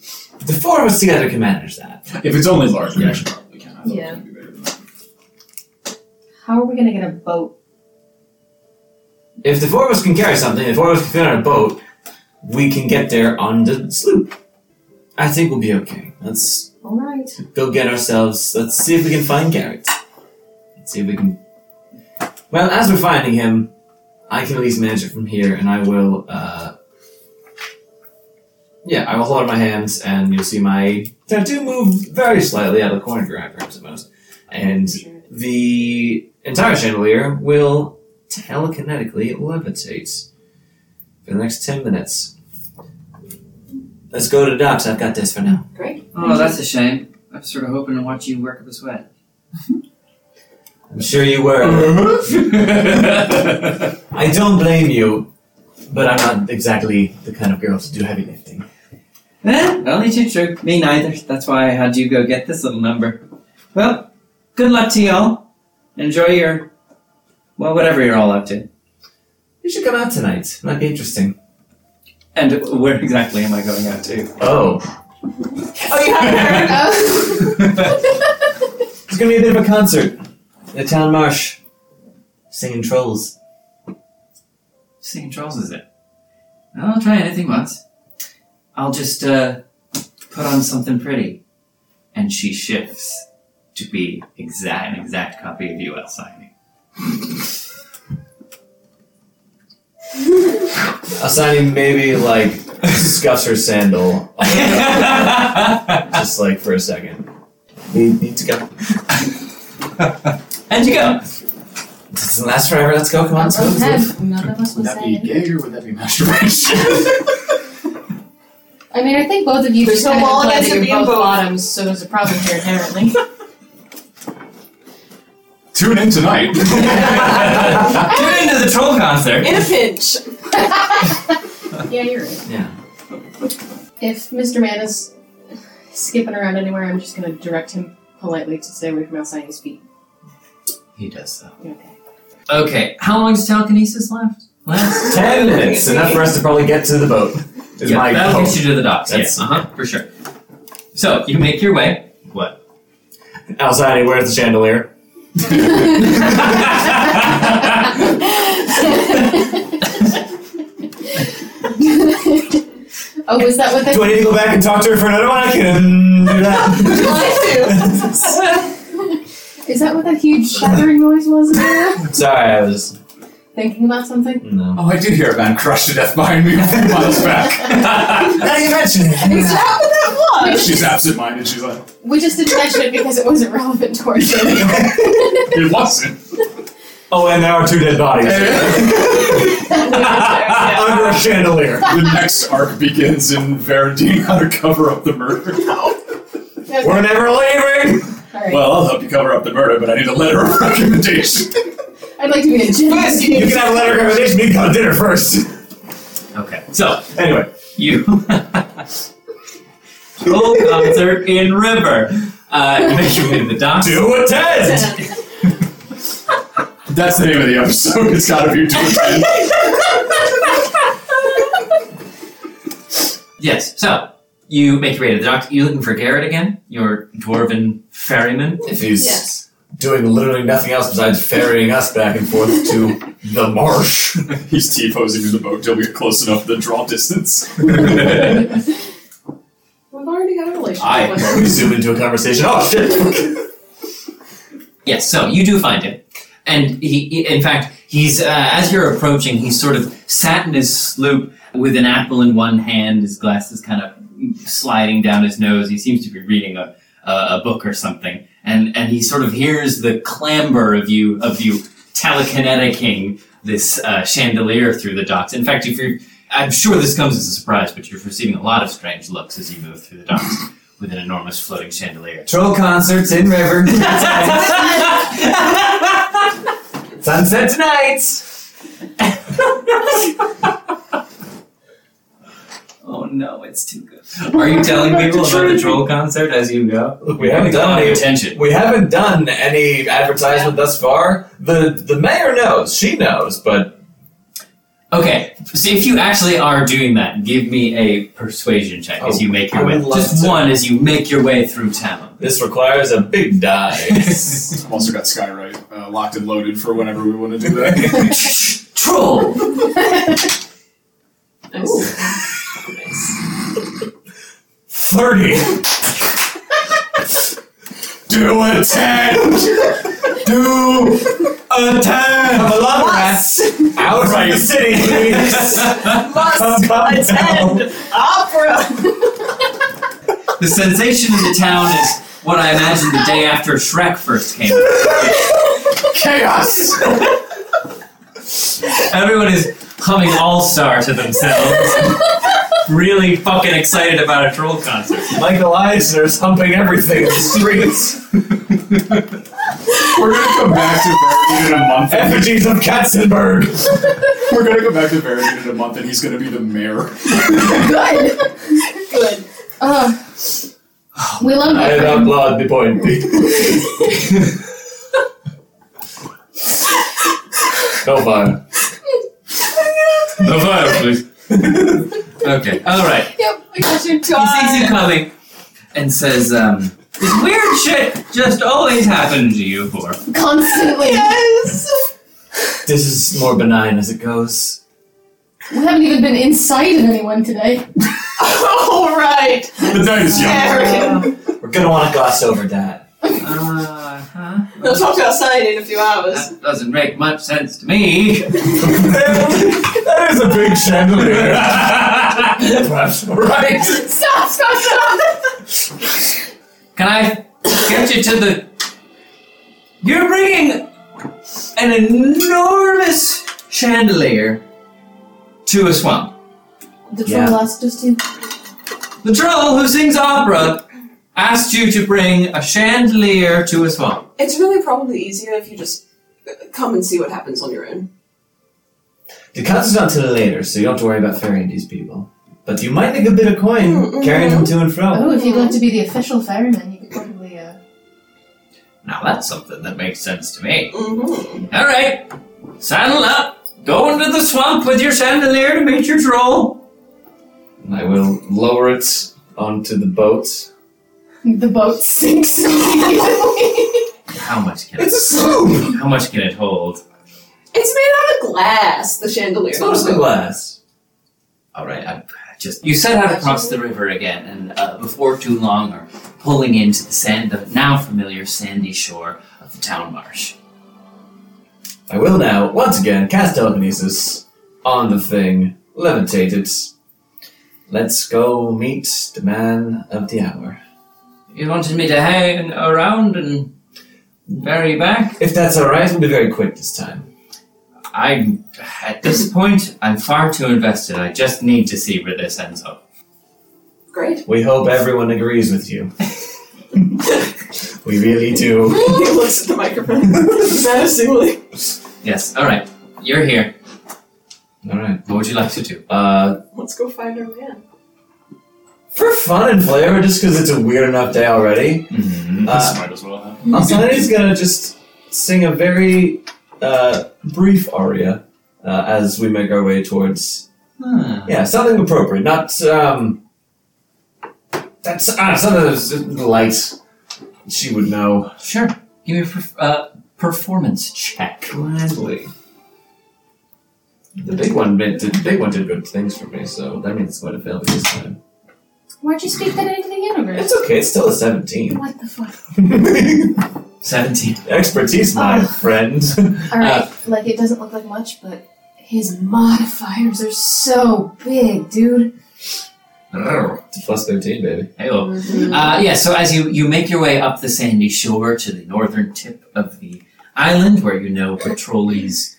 Speaker 8: The four of us together can manage that.
Speaker 5: If it's only large, we actually probably can. I thought it was
Speaker 6: Yeah.
Speaker 5: gonna be bigger than that.
Speaker 6: How are we gonna get a boat?
Speaker 8: If the four of us can carry something, the four of us can fit on a boat, we can get there on the sloop. I think we'll be okay. Let's
Speaker 6: All right.
Speaker 8: go get ourselves. Let's see if we can find Garrett. Let's see if we can. Well, as we're finding him, I can at least manage it from here, and I will. uh... Yeah, I will hold out my hands, and you'll see my tattoo move very slightly out of the corner of your eye, perhaps at most. And
Speaker 2: Sure.
Speaker 8: the entire chandelier will telekinetically levitate for the next 10 minutes. Let's go to the docks. I've got this for now.
Speaker 2: (laughs)
Speaker 3: Oh, that's a shame. I was sort of hoping to watch you work up a
Speaker 5: (laughs)
Speaker 3: sweat.
Speaker 8: I'm sure you were.
Speaker 2: (laughs)
Speaker 1: (laughs)
Speaker 8: I don't blame you, but I'm not exactly the kind of girl to do heavy lifting.
Speaker 3: Eh, only too true. Me neither. That's why I had you go get this little number. Well, good luck to y'all. Enjoy your, well, whatever you're all up to.
Speaker 8: You should come out tonight. Might be interesting.
Speaker 3: And where exactly am I going out to?
Speaker 8: Oh.
Speaker 6: Oh, you haven't heard? (laughs) Oh.
Speaker 8: It's gonna be a bit of a concert. in The town marsh. Singing trolls.
Speaker 3: St. Charles is it? I'll try anything once. I'll just uh, put on something pretty. And she shifts to be exact an exact copy of UL (laughs) signing.
Speaker 8: I'll sign you maybe like scuffs her
Speaker 3: (laughs)
Speaker 8: sandal,
Speaker 3: and
Speaker 8: just like for a second. We need to go.
Speaker 3: you go.
Speaker 8: Doesn't last forever. Let's go. Come on. Let's go.
Speaker 6: None of
Speaker 8: Let's go.
Speaker 6: us had- none of us
Speaker 5: Would
Speaker 6: was
Speaker 5: that be
Speaker 6: saying.
Speaker 5: gay or would that be masturbation? (laughs)
Speaker 6: I mean, I think both of you
Speaker 2: There's
Speaker 6: just
Speaker 2: no
Speaker 6: kind of
Speaker 2: wall
Speaker 6: implied that
Speaker 2: against
Speaker 6: you're
Speaker 2: it being
Speaker 6: both
Speaker 2: both.
Speaker 6: bottoms, so there's a problem here apparently.
Speaker 5: Tune in tonight. (laughs)
Speaker 3: Tune into the troll concert.
Speaker 2: In a (laughs) pinch.
Speaker 6: yeah, you're right.
Speaker 8: Yeah.
Speaker 6: If Mr. Man is skipping around anywhere, I'm just gonna direct him politely to stay away from outside his feet.
Speaker 3: He does so.
Speaker 6: Okay.
Speaker 3: Okay, how long does telekinesis left? Last?
Speaker 8: Ten minutes. Enough for us to probably get to the boat. Is
Speaker 3: yeah,
Speaker 8: my
Speaker 3: that'll
Speaker 8: hope.
Speaker 3: get you to the docks.
Speaker 8: That's-
Speaker 3: Yes, uh huh, for sure. So you make your way. What?
Speaker 8: Alzani, where's the chandelier?
Speaker 6: oh, was that what they?
Speaker 8: Do I need to go back and talk to her for another one? I can do that.
Speaker 6: Is that what that huge shattering noise was? in there?
Speaker 8: (laughs) Sorry, I was.
Speaker 6: Thinking about something?
Speaker 8: No.
Speaker 5: oh, I did hear a man crushed to death behind me a few miles back. (laughs)
Speaker 8: Now you mention it. Uh,
Speaker 6: We just-
Speaker 5: She's absent-minded. She's like,
Speaker 6: We just didn't mention it because it wasn't relevant to
Speaker 8: (laughs)
Speaker 6: our show. (laughs)
Speaker 5: it wasn't.
Speaker 8: Oh, and there are two dead bodies
Speaker 5: (laughs) the
Speaker 8: under a chandelier.
Speaker 5: next arc begins in Verandine how to cover up the murder.
Speaker 8: We're never leaving.
Speaker 6: All right.
Speaker 5: Well, I'll help you cover up the murder, but I need a letter of recommendation.
Speaker 6: I'd like to be a gymnast.
Speaker 8: You can have a letter of recommendation. You can go to dinner first.
Speaker 3: Okay, so
Speaker 8: Anyway, (laughs)
Speaker 3: you (laughs) troll concert in river. Uh, you make your way to the docks.
Speaker 8: do a
Speaker 6: (laughs)
Speaker 8: ten.
Speaker 5: That's the name of the episode. It's gotta be two ten.
Speaker 3: Yes. So you make your way to the docks. You looking for Garrett again? Your dwarven ferryman.
Speaker 8: If he's
Speaker 2: Yes.
Speaker 8: doing literally nothing else besides ferrying us back and forth to the marsh. (laughs)
Speaker 5: He's T-posing in the boat till we get close enough to draw distance. (laughs)
Speaker 2: We've already got a relationship
Speaker 5: I-
Speaker 2: with (laughs)
Speaker 8: we zoom into a conversation. Oh shit!
Speaker 3: Yes, so you do find him. And he, he- in fact, he's, uh, as you're approaching, he's sort of sat in his sloop with an apple in one hand, his glasses kind of sliding down his nose. He seems to be reading a, a, a book or something. And, and he sort of hears the clamber of you, of you telekineticing this uh, chandelier through the docks. In fact, if you're, I'm sure this comes as a surprise, but you're receiving a lot of strange looks as you move through the docks with an enormous floating
Speaker 8: (laughs)
Speaker 3: chandelier.
Speaker 8: Troll concerts in River. (laughs) Sunset tonight.
Speaker 3: Oh no, it's too good. Are you telling people about the troll concert as you go?
Speaker 8: Look, we haven't done
Speaker 3: Got
Speaker 8: any.
Speaker 3: attention.
Speaker 8: We haven't done any advertisement thus far. The the mayor knows. She knows, but
Speaker 3: Okay, so if you actually are doing that, give me a persuasion check as
Speaker 8: Oh,
Speaker 3: you make your
Speaker 8: I
Speaker 3: way.
Speaker 8: would love
Speaker 3: Just
Speaker 8: to.
Speaker 3: one as you make your way through town.
Speaker 8: this requires a big die.
Speaker 5: I've also got Skyrite uh, locked and loaded for whenever we want to do that. (laughs)
Speaker 3: Troll.
Speaker 2: Nice.
Speaker 8: (laughs) Thirty.
Speaker 5: do a ten.
Speaker 8: Do a ten. Come along, rats. Out (laughs) from
Speaker 5: Right.
Speaker 8: the city, please.
Speaker 10: Must
Speaker 8: Come
Speaker 10: attend opera.
Speaker 3: the sensation in the town is what I imagined the day after Shrek first came. out.
Speaker 5: Chaos.
Speaker 3: Everyone is humming All Star to themselves. really fucking excited about a troll concert.
Speaker 8: Michael Eisner's humping everything in the streets.
Speaker 5: We're gonna come back to Verandine in a month. and-
Speaker 8: Effigies of Katzenberg.
Speaker 5: We're gonna go back to Verandine in a month, and he's gonna be the mayor.
Speaker 6: Good. Good. Oh. We love
Speaker 8: I
Speaker 6: you.
Speaker 8: did
Speaker 6: friend.
Speaker 8: applaud the point. Go fire.
Speaker 3: The fire, please. okay. All right.
Speaker 6: Yep, I got your
Speaker 3: He
Speaker 6: dog.
Speaker 3: sees you coming and says, um, this weird shit just always happened to you for.
Speaker 6: Constantly.
Speaker 8: This is more benign as it goes.
Speaker 6: We haven't even been inside of anyone today.
Speaker 10: All right.
Speaker 5: The night is young.
Speaker 10: Aaron.
Speaker 8: We're gonna want to gloss over that.
Speaker 3: Uh huh.
Speaker 10: They'll talk to outside in a few hours.
Speaker 3: That doesn't make much sense to me.
Speaker 8: that is a big chandelier.
Speaker 1: Perhaps right.
Speaker 6: Stop, stop, stop!
Speaker 3: Can I get you to the? You're bringing an enormous chandelier to a swamp.
Speaker 6: The
Speaker 8: Yeah.
Speaker 6: troll asked us to.
Speaker 3: The troll who sings opera asked you to bring a chandelier to a swamp.
Speaker 2: It's really probably easier if you just uh, come and see what happens on your own.
Speaker 8: The count's not till later, so you don't have to worry about ferrying these people. But you might make a bit of coin
Speaker 2: Mm,
Speaker 8: carrying
Speaker 2: mhm.
Speaker 8: them to and fro.
Speaker 6: Oh, if you'd like to be the official ferryman, you could probably. Uh,
Speaker 3: Now that's something that makes sense to me.
Speaker 2: Mm-hmm.
Speaker 3: All right, saddle up, go into the swamp with your chandelier to meet your troll.
Speaker 8: And I will lower it onto the boat.
Speaker 6: the boat sinks (laughs) immediately.
Speaker 3: How much can
Speaker 1: It's a sloop.
Speaker 3: it, (laughs) how much can it hold?
Speaker 2: It's made out of glass, the chandelier.
Speaker 8: It's mostly glass.
Speaker 3: All right, I I just you set out across the river again, and uh, before too long are pulling into the sand, the now familiar sandy shore of the town marsh.
Speaker 8: I will now, once again, cast telekinesis on the thing, levitate it. Let's go meet the man of the hour.
Speaker 3: You wanted me to hang around and ferry back.
Speaker 8: If that's alright, we'll be very quick this time.
Speaker 3: I, at this point, I'm far too invested. I just need to see where this ends up.
Speaker 8: (laughs)
Speaker 2: Great.
Speaker 8: We hope everyone agrees with you. we really do.
Speaker 2: he looks at the (laughs) microphone menacingly.
Speaker 3: Yes. All right. You're here.
Speaker 8: Alright.
Speaker 3: What would you like to do?
Speaker 8: Uh,
Speaker 2: Let's go find our man.
Speaker 8: For fun and flavor, just because it's a weird enough day already,
Speaker 1: Mhm.
Speaker 3: Mm-hmm.
Speaker 8: (laughs) uh,
Speaker 5: might as well happen.
Speaker 8: Alcide's gonna just sing a very uh, brief aria uh, as we make our way towards. Yeah, something appropriate, not. Um, that's uh, something that's light. She would know.
Speaker 3: Sure. Give me a perf- uh, performance check.
Speaker 8: Gladly. The big one did, the big one did good things for me, so that means it's going to fail me this time.
Speaker 6: Why'd you speak that into the universe?
Speaker 8: It's okay, it's still a 17.
Speaker 6: What the fuck?
Speaker 3: Seventeen.
Speaker 8: (laughs) Expertise, my
Speaker 6: Ah.
Speaker 8: friend. (laughs)
Speaker 6: Alright, like it doesn't look like much, but his modifiers are so big, dude.
Speaker 8: Plus 13, baby.
Speaker 3: Hello. Uh, yeah, so as you, you make your way up the sandy shore to the northern tip of the island, where you know Petroli's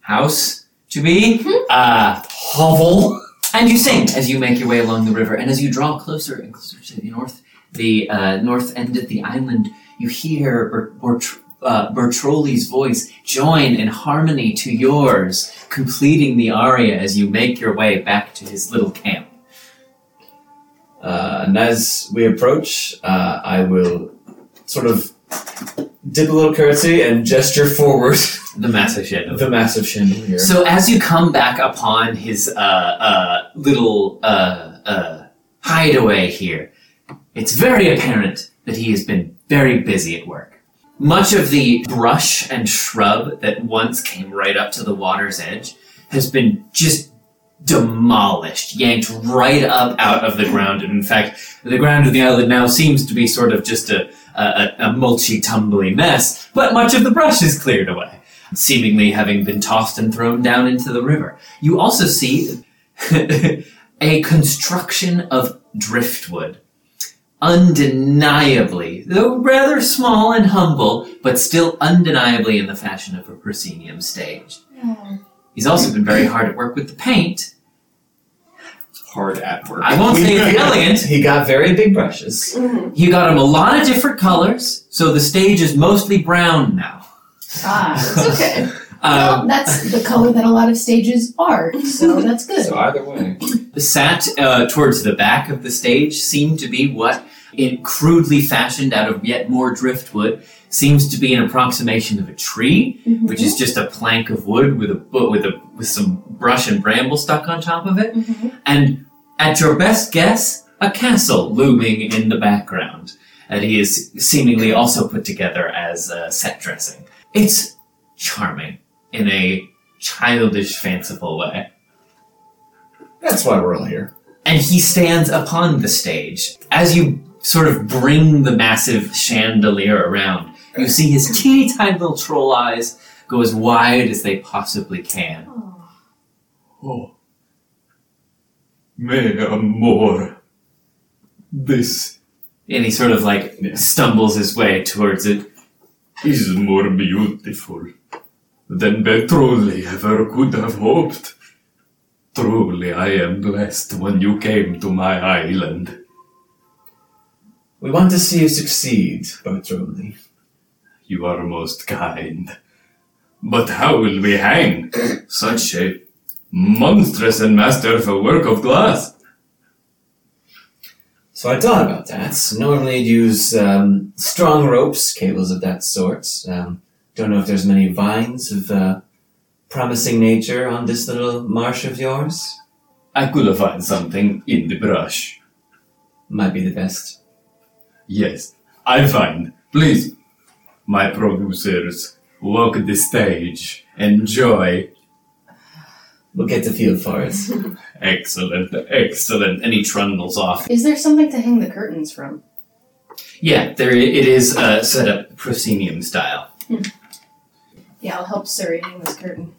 Speaker 3: house to be, uh, hovel, and you sing as you make your way along the river. And as you draw closer and closer to the north, the uh, north end of the island, you hear Bert- Bert- uh, Bertroli's voice join in harmony to yours, completing the aria as you make your way back to his little camp.
Speaker 8: Uh, and as we approach, uh, I will sort of dip a little curtsy and gesture forward (laughs)
Speaker 3: The massive shadow.
Speaker 8: the massive chandelier.
Speaker 3: So as you come back upon his uh, uh, little uh, uh, hideaway here, it's very apparent that he has been very busy at work. Much of the brush and shrub that once came right up to the water's edge has been just demolished, yanked right up out of the ground. And in fact, the ground of the island now seems to be sort of just a, a, a a mulchy, tumbly mess, but much of the brush is cleared away seemingly having been tossed and thrown down into the river. You also see (laughs) a construction of driftwood. Undeniably, though rather small and humble, but still undeniably in the fashion of a proscenium stage. He's also been very hard at work with the paint.
Speaker 5: Hard at work.
Speaker 3: I won't
Speaker 5: (laughs)
Speaker 3: say it's elegant,
Speaker 8: he got very big brushes.
Speaker 2: Mhm.
Speaker 3: he got him a lot of different colors, so the stage is mostly brown now.
Speaker 6: (laughs) Ah.
Speaker 2: It's okay.
Speaker 3: Um,
Speaker 6: well, that's the color that a lot of stages are,
Speaker 3: (laughs)
Speaker 6: so that's good.
Speaker 8: So either way,
Speaker 3: sat uh, towards the back of the stage seemed to be what, in crudely fashioned out of yet more driftwood, seems to be an approximation of a tree,
Speaker 6: Mhm.
Speaker 3: which is just a plank of wood with a bu- with a with some brush and bramble stuck on top of it,
Speaker 6: Mhm.
Speaker 3: and at your best guess, a castle looming in the background that he is seemingly also put together as uh, set dressing. It's charming in a childish, fanciful way.
Speaker 8: that's why we're all here.
Speaker 3: and he stands upon the stage. As you sort of bring the massive chandelier around, you see his teeny tiny little troll eyes go Oh. as wide as they possibly can.
Speaker 6: Oh,
Speaker 1: May amor. This
Speaker 3: And he sort of like stumbles his way towards it.
Speaker 1: is more beautiful than Betrulli ever could have hoped. Truly, I am blessed when you came to my island.
Speaker 8: We want to see you succeed, Bertroli.
Speaker 1: You are most kind. But how will we hang such a monstrous and masterful work of glass?
Speaker 8: So I thought about that. Normally you'd use um, strong ropes, cables of that sort. Um, don't know if there's many vines of uh, promising nature on this little marsh of yours.
Speaker 1: I could find something in the brush.
Speaker 8: Might be the best.
Speaker 1: Yes, I find. Please, my producers, walk the stage. Enjoy.
Speaker 8: We'll get the feel for it.
Speaker 1: Excellent, excellent.
Speaker 3: And he trundles off.
Speaker 6: Is there something to hang the curtains from?
Speaker 3: Yeah, there i- it is uh, set up proscenium style.
Speaker 6: Yeah, I'll help Suri hang this curtain.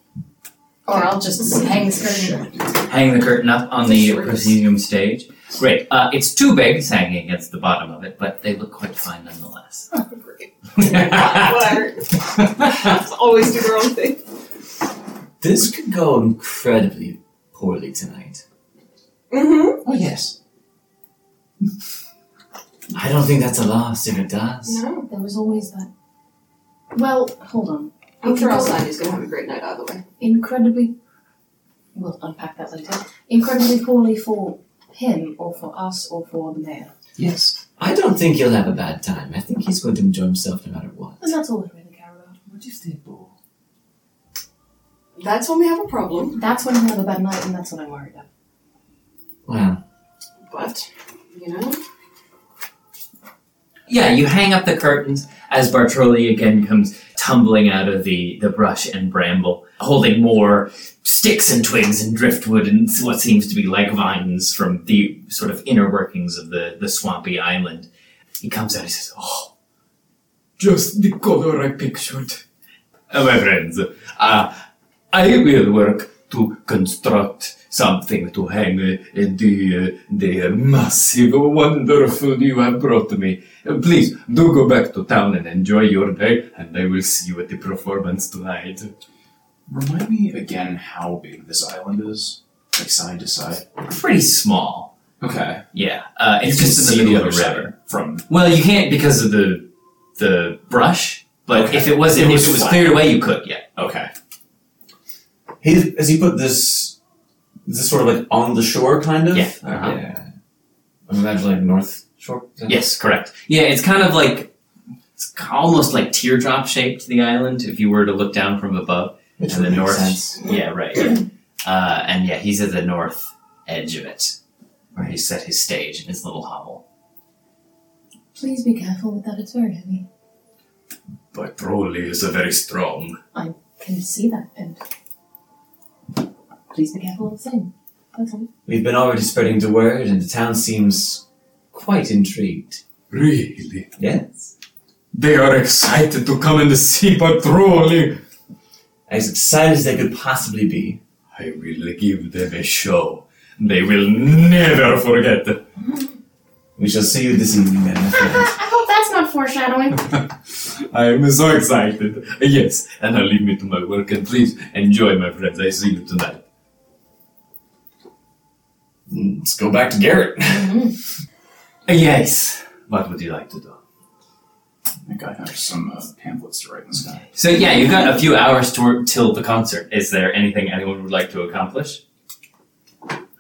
Speaker 6: Or I'll just hang this curtain.
Speaker 3: Hang the curtain up on the
Speaker 6: Sure.
Speaker 3: proscenium stage. Great. Uh, it's too big, it's hanging against the bottom of it, but they look quite fine nonetheless.
Speaker 10: Whatever. It's always do their own thing.
Speaker 8: This could go incredibly poorly tonight.
Speaker 10: Mm-hmm.
Speaker 4: Oh, yes.
Speaker 8: I don't think that's a loss if it does.
Speaker 10: No.
Speaker 6: There was always that. Well, hold on.
Speaker 2: I'm
Speaker 6: It
Speaker 2: sure
Speaker 6: could go
Speaker 2: Alcide's gonna have a great night either way.
Speaker 6: incredibly. We'll unpack that later. Incredibly poorly for him, or for us, or for the mayor.
Speaker 4: Yes.
Speaker 8: I don't think he'll have a bad time. I think he's going to enjoy himself no matter what.
Speaker 6: And that's all I really care about.
Speaker 4: What if they both?
Speaker 2: That's when we have a problem,
Speaker 6: That's when I have a bad night, and that's what I'm worried about.
Speaker 8: Well,
Speaker 2: but, you know,
Speaker 3: (laughs) Yeah, you hang up the curtains as Bartoli again comes tumbling out of the, the brush and bramble, holding more sticks and twigs and driftwood and what seems to be like vines from the sort of inner workings of the, the swampy island. He comes out and he says, Oh,
Speaker 1: Just the color I pictured. Uh, my friends, uh, I will work to construct something to hang uh, the, uh, the massive wonderful food you have brought me. Uh, Please, do go back to town and enjoy your day, and I will see you at the performance tonight.
Speaker 5: Remind me again how big this island is, like side to side.
Speaker 3: pretty small.
Speaker 5: Okay,
Speaker 3: Yeah, uh, it's
Speaker 5: you can
Speaker 3: just
Speaker 5: see
Speaker 3: in the middle
Speaker 5: other
Speaker 3: of a
Speaker 5: side
Speaker 3: river.
Speaker 5: from.
Speaker 3: Well, you can't because of the the brush. But
Speaker 5: Okay.
Speaker 3: if it wasn't,
Speaker 5: It was
Speaker 3: if it was
Speaker 5: flat.
Speaker 3: cleared away, you could. Yeah,
Speaker 5: Okay,
Speaker 8: he, has he put this, is this sort of like on the shore kind of?
Speaker 3: Yeah. Uh-huh.
Speaker 8: Yeah. I imagine like north shore.
Speaker 3: Yes, correct. Yeah, it's kind of like it's almost like teardrop shaped the island if you were to look down from above.
Speaker 8: Which
Speaker 3: and
Speaker 8: would
Speaker 3: the
Speaker 8: make
Speaker 3: north.
Speaker 8: sense.
Speaker 3: Yeah, right. yeah. (coughs) Uh, and yeah, he's at the north edge of it, where he set his stage in his little hovel.
Speaker 6: Please be careful with that, it's very heavy.
Speaker 1: But Broly is a very strong.
Speaker 6: Can you see that pin? Please be careful all the same. That's all.
Speaker 8: We've been already spreading the word, and the town seems quite intrigued.
Speaker 1: Really?
Speaker 8: Yes.
Speaker 1: They are excited to come and see Patroli.
Speaker 8: As excited as they could possibly be.
Speaker 1: I will give them a show. They will never forget.
Speaker 8: We shall see you this evening then, my friend.
Speaker 6: I hope that's not foreshadowing.
Speaker 1: I am so excited. Yes, and now leave me to my work and please enjoy, my friends. I see you tonight. Hmm,
Speaker 8: Let's go back to Garrett.
Speaker 3: Uh, Yes. What would you like to do?
Speaker 5: I think I have some uh, pamphlets to write in this guy.
Speaker 3: So yeah, you've got a few hours to, till the concert. Is there anything anyone would like to accomplish?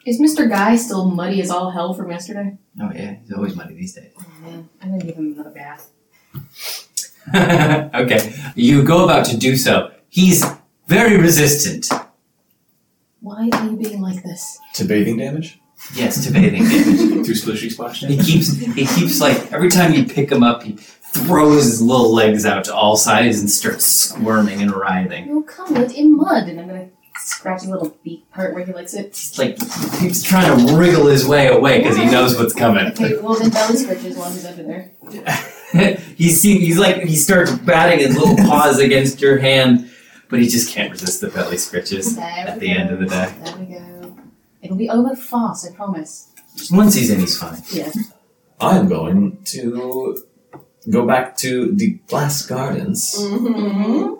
Speaker 6: Is Mr. Guy still muddy as all hell from yesterday?
Speaker 3: Oh yeah, he's always money these days.
Speaker 6: Oh man, I'm gonna give him another bath.
Speaker 3: (laughs) okay, you go about to do so. He's very resistant.
Speaker 6: Why are you being like this?
Speaker 8: to bathing damage?
Speaker 3: Yes, to bathing damage.
Speaker 5: Two splishy splash
Speaker 3: He keeps he keeps like every time you pick him up, he throws his little legs out to all sides and starts squirming and writhing.
Speaker 6: You'll come it in mud, and I'm gonna scratch the little beak part where he likes
Speaker 1: (laughs)
Speaker 6: it.
Speaker 3: It's like he's trying to wriggle his way away because he knows what's coming.
Speaker 6: Okay, well then belly scratches while he's under there.
Speaker 3: he see, he's like he starts batting his little paws against your hand, but he just can't resist the belly scratches.
Speaker 6: There
Speaker 3: At
Speaker 6: we
Speaker 3: the end
Speaker 6: go.
Speaker 3: of the day.
Speaker 6: There we go. It'll be over fast, I promise.
Speaker 3: Once he's in, he's fine.
Speaker 6: Yeah.
Speaker 8: I'm going to go back to the glass gardens
Speaker 2: (laughs)
Speaker 10: Mm-hmm.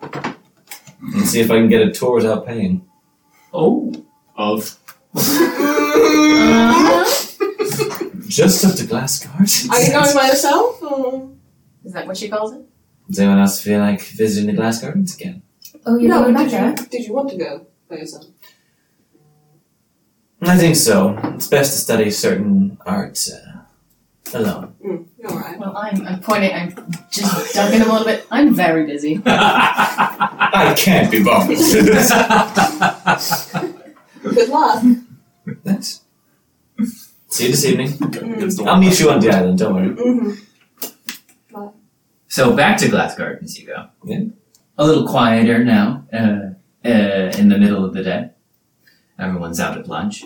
Speaker 8: and see if I can get a tour without paying.
Speaker 3: Oh. (laughs)
Speaker 5: Of
Speaker 8: Just up to glass gardens.
Speaker 10: Are you going by yourself? Or?
Speaker 6: Oh, Is that what she calls it?
Speaker 8: (laughs) Does anyone else feel like visiting the glass gardens again?
Speaker 6: Oh, you're
Speaker 2: no,
Speaker 6: going
Speaker 2: did
Speaker 6: back there?
Speaker 2: you, did you want to go by yourself?
Speaker 8: I think so. It's best to study certain art uh, alone.
Speaker 2: Mm, you're all right.
Speaker 6: Well, I'm, I'm pointing, I'm just dunking him a little bit. I'm very busy.
Speaker 8: I can't be bothered.
Speaker 2: Good luck.
Speaker 8: Thanks. See you this evening.
Speaker 5: against the
Speaker 8: I'll meet you on the island, don't worry.
Speaker 2: Mm-hmm.
Speaker 3: So back to Glass Gardens you go.
Speaker 8: Yeah.
Speaker 3: A little quieter now, uh, uh, in the middle of the day. Everyone's out at lunch.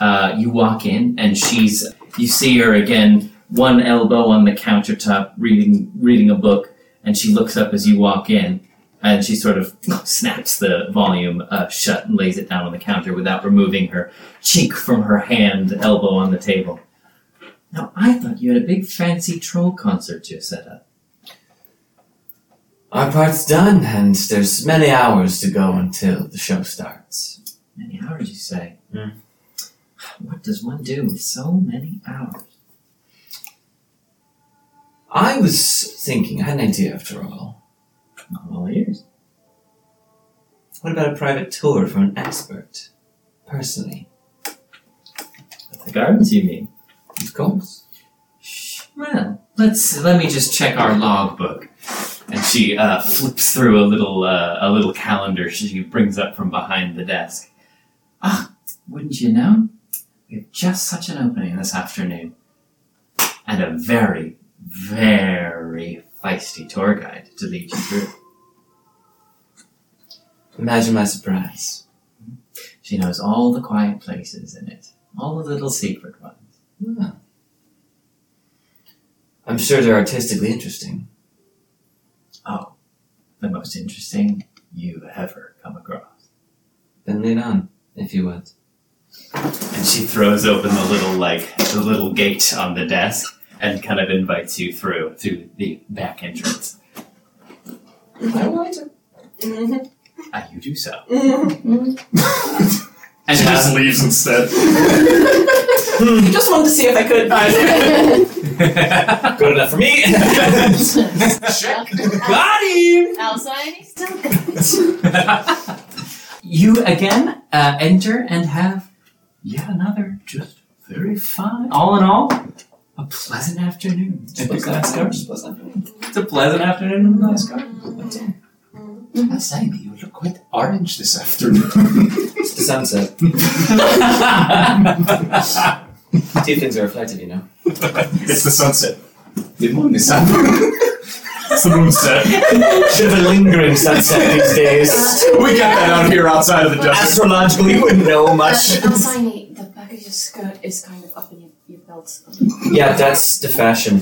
Speaker 3: Uh, you walk in, and she's. You see her again, one elbow on the countertop, reading reading a book, and she looks up as you walk in, and she sort of (laughs) snaps the volume uh, shut and lays it down on the counter without removing her cheek from her hand, elbow on the table. Now I thought you had a big fancy troll concert you set up.
Speaker 8: Our part's done, and there's many hours to go until the show starts.
Speaker 3: Many hours, you say?
Speaker 8: Hmm.
Speaker 3: What does one do with so many hours?
Speaker 8: I was thinking, I had an idea after all.
Speaker 3: Not all ears.
Speaker 8: What about a private tour from an expert? Personally.
Speaker 3: The gardens, you mean?
Speaker 8: Of course.
Speaker 3: Well, let's let me just check our logbook. And she uh, flips through a little uh, a little calendar she brings up from behind the desk. Ah, wouldn't you know? We have just such an opening this afternoon, and a very, very feisty tour guide to lead you through.
Speaker 8: Imagine my surprise.
Speaker 3: She knows all the quiet places in it, all the little secret ones. Ah,
Speaker 8: Yeah. I'm sure they're artistically interesting.
Speaker 3: the most interesting you ever come across.
Speaker 8: Then lead on, if you would.
Speaker 3: (laughs) And she throws open the little like the little gate on the desk and kind of invites you through through the back entrance.
Speaker 5: I want to.
Speaker 2: Mm-hmm.
Speaker 3: Ah, you
Speaker 1: (laughs)
Speaker 3: do so.
Speaker 2: Mm-hmm.
Speaker 3: And
Speaker 5: she just
Speaker 3: uh,
Speaker 5: leaves instead.
Speaker 2: (laughs)
Speaker 5: Hmm.
Speaker 10: (laughs) Just wanted to see if I could.
Speaker 8: Good enough for me!
Speaker 1: (laughs)
Speaker 6: Outside, still
Speaker 3: you again uh, enter and have yet another just very fine. All in all, a pleasant afternoon. at the Glass Gardens. It's a pleasant afternoon in the Glass Gardens.
Speaker 5: I'm saying that you look quite orange this afternoon.
Speaker 8: it's the sunset. (laughs) Two things are reflected, you know.
Speaker 5: it's the sunset. (laughs) The moon is up. it's the moonset.
Speaker 8: Should have a lingering sunset these days.
Speaker 5: We got that out here outside of the desert.
Speaker 8: Astrologically, you wouldn't know
Speaker 6: Uh, Alcyone, the back of your skirt is kind of up in your, your belt.
Speaker 8: Yeah, that's the fashion.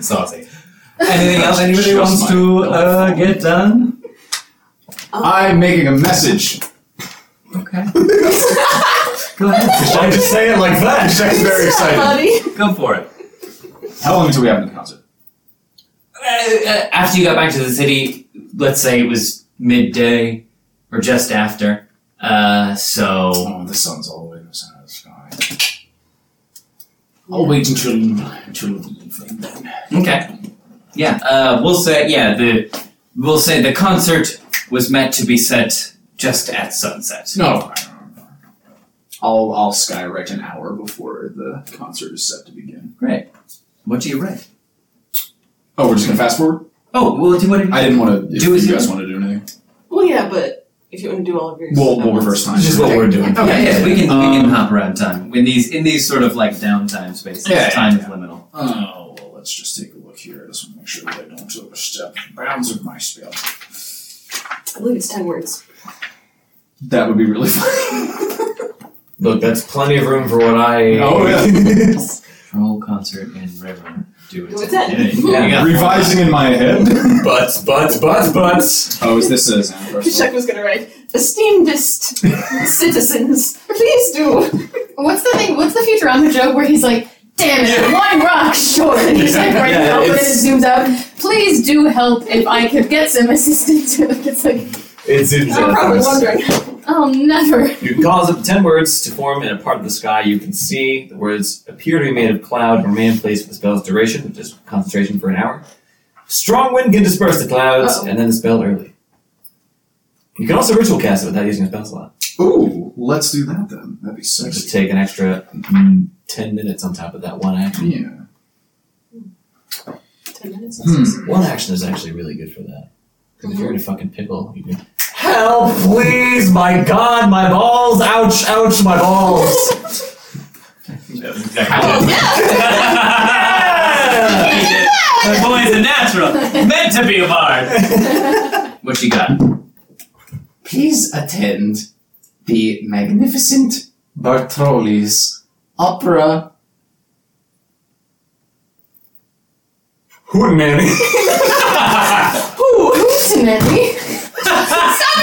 Speaker 5: Saucy.
Speaker 3: (laughs) Anything else anybody
Speaker 5: Just
Speaker 3: wants
Speaker 5: my
Speaker 3: to
Speaker 5: belt.
Speaker 3: uh, get done?
Speaker 10: Oh.
Speaker 5: I'm making a message.
Speaker 3: Okay. Uh, Go ahead.
Speaker 8: Why'd you say it like that?
Speaker 5: Jack's very
Speaker 10: (laughs)
Speaker 5: excited.
Speaker 3: Go for it.
Speaker 5: How long until we have the concert?
Speaker 3: uh, after you got back to the city, let's say it was midday or just after. Uh, so
Speaker 5: Oh, the sun's all the way in the center of the sky. I'll wait until until the evening then.
Speaker 3: okay, yeah. Uh, we'll say yeah. The we'll say the concert was meant to be set just at sunset.
Speaker 5: No. I'll I'll skywrite an hour before the concert is set to begin.
Speaker 3: What do you write?
Speaker 5: Oh, we're just gonna fast forward.
Speaker 3: Oh, well, do you want to?
Speaker 5: I didn't want to. If
Speaker 3: Do as
Speaker 5: you
Speaker 3: you-
Speaker 5: guys want to do anything,
Speaker 2: Well, yeah, but if you want to do all of yours,
Speaker 5: we'll we'll
Speaker 2: at
Speaker 5: reverse time.
Speaker 8: This is what we're doing.
Speaker 5: Okay.
Speaker 3: yeah, yeah, we can we can
Speaker 5: Um,
Speaker 3: hop around time in these in these sort of like downtime spaces.
Speaker 5: Yeah, yeah,
Speaker 3: time
Speaker 5: yeah.
Speaker 3: is liminal.
Speaker 5: Oh, well, let's just take a look here. I just want to make sure that I don't overstep the bounds of my spell.
Speaker 2: once. I believe it's ten
Speaker 5: (laughs)
Speaker 2: words.
Speaker 5: That would be really (laughs) funny. Oh,
Speaker 8: Look, that's plenty of room for what I.
Speaker 5: yeah.
Speaker 3: troll concert in River. Do it.
Speaker 10: Do it then.
Speaker 3: Yeah, you got-
Speaker 5: Revising in my head.
Speaker 8: Butts, butts, butts, butts.
Speaker 5: (laughs) oh, is this a sound
Speaker 10: Chuck was gonna write, esteemedest citizens, please do.
Speaker 6: What's the thing? What's the Futurama joke where he's like, "Damn it, one rock short," and he's like right
Speaker 8: Yeah,
Speaker 6: now, and it
Speaker 8: it's-
Speaker 6: zooms out. Please do help if I could get some assistance. (laughs) it's like,
Speaker 8: It's in
Speaker 10: I'm probably wondering.
Speaker 6: I'll never.
Speaker 8: You can cause up to ten words to form in a part of the sky you can see. The words appear to be made of cloud, remain in place for the spell's duration, which is concentration for an hour. Strong wind can disperse the clouds,
Speaker 6: Uh-oh.
Speaker 8: and then the spell early. You can also ritual cast it without using a spell slot.
Speaker 5: Ooh, let's do that then. That'd be
Speaker 8: Just
Speaker 5: sexy.
Speaker 8: take an extra mm, ten minutes on top of that one action.
Speaker 5: Yeah.
Speaker 2: Ten minutes.
Speaker 5: Hmm.
Speaker 8: One action is actually really good for that. 'Cause if you're in a fucking pickle, you can Help, please, my god, my balls, ouch, ouch, my balls.
Speaker 3: That's exactly it. That boy's a natural. Meant to be a bard. What you got?
Speaker 4: Please attend the magnificent Bartoli's opera.
Speaker 8: Hoot Manny.
Speaker 6: Who? Who's to Mandy?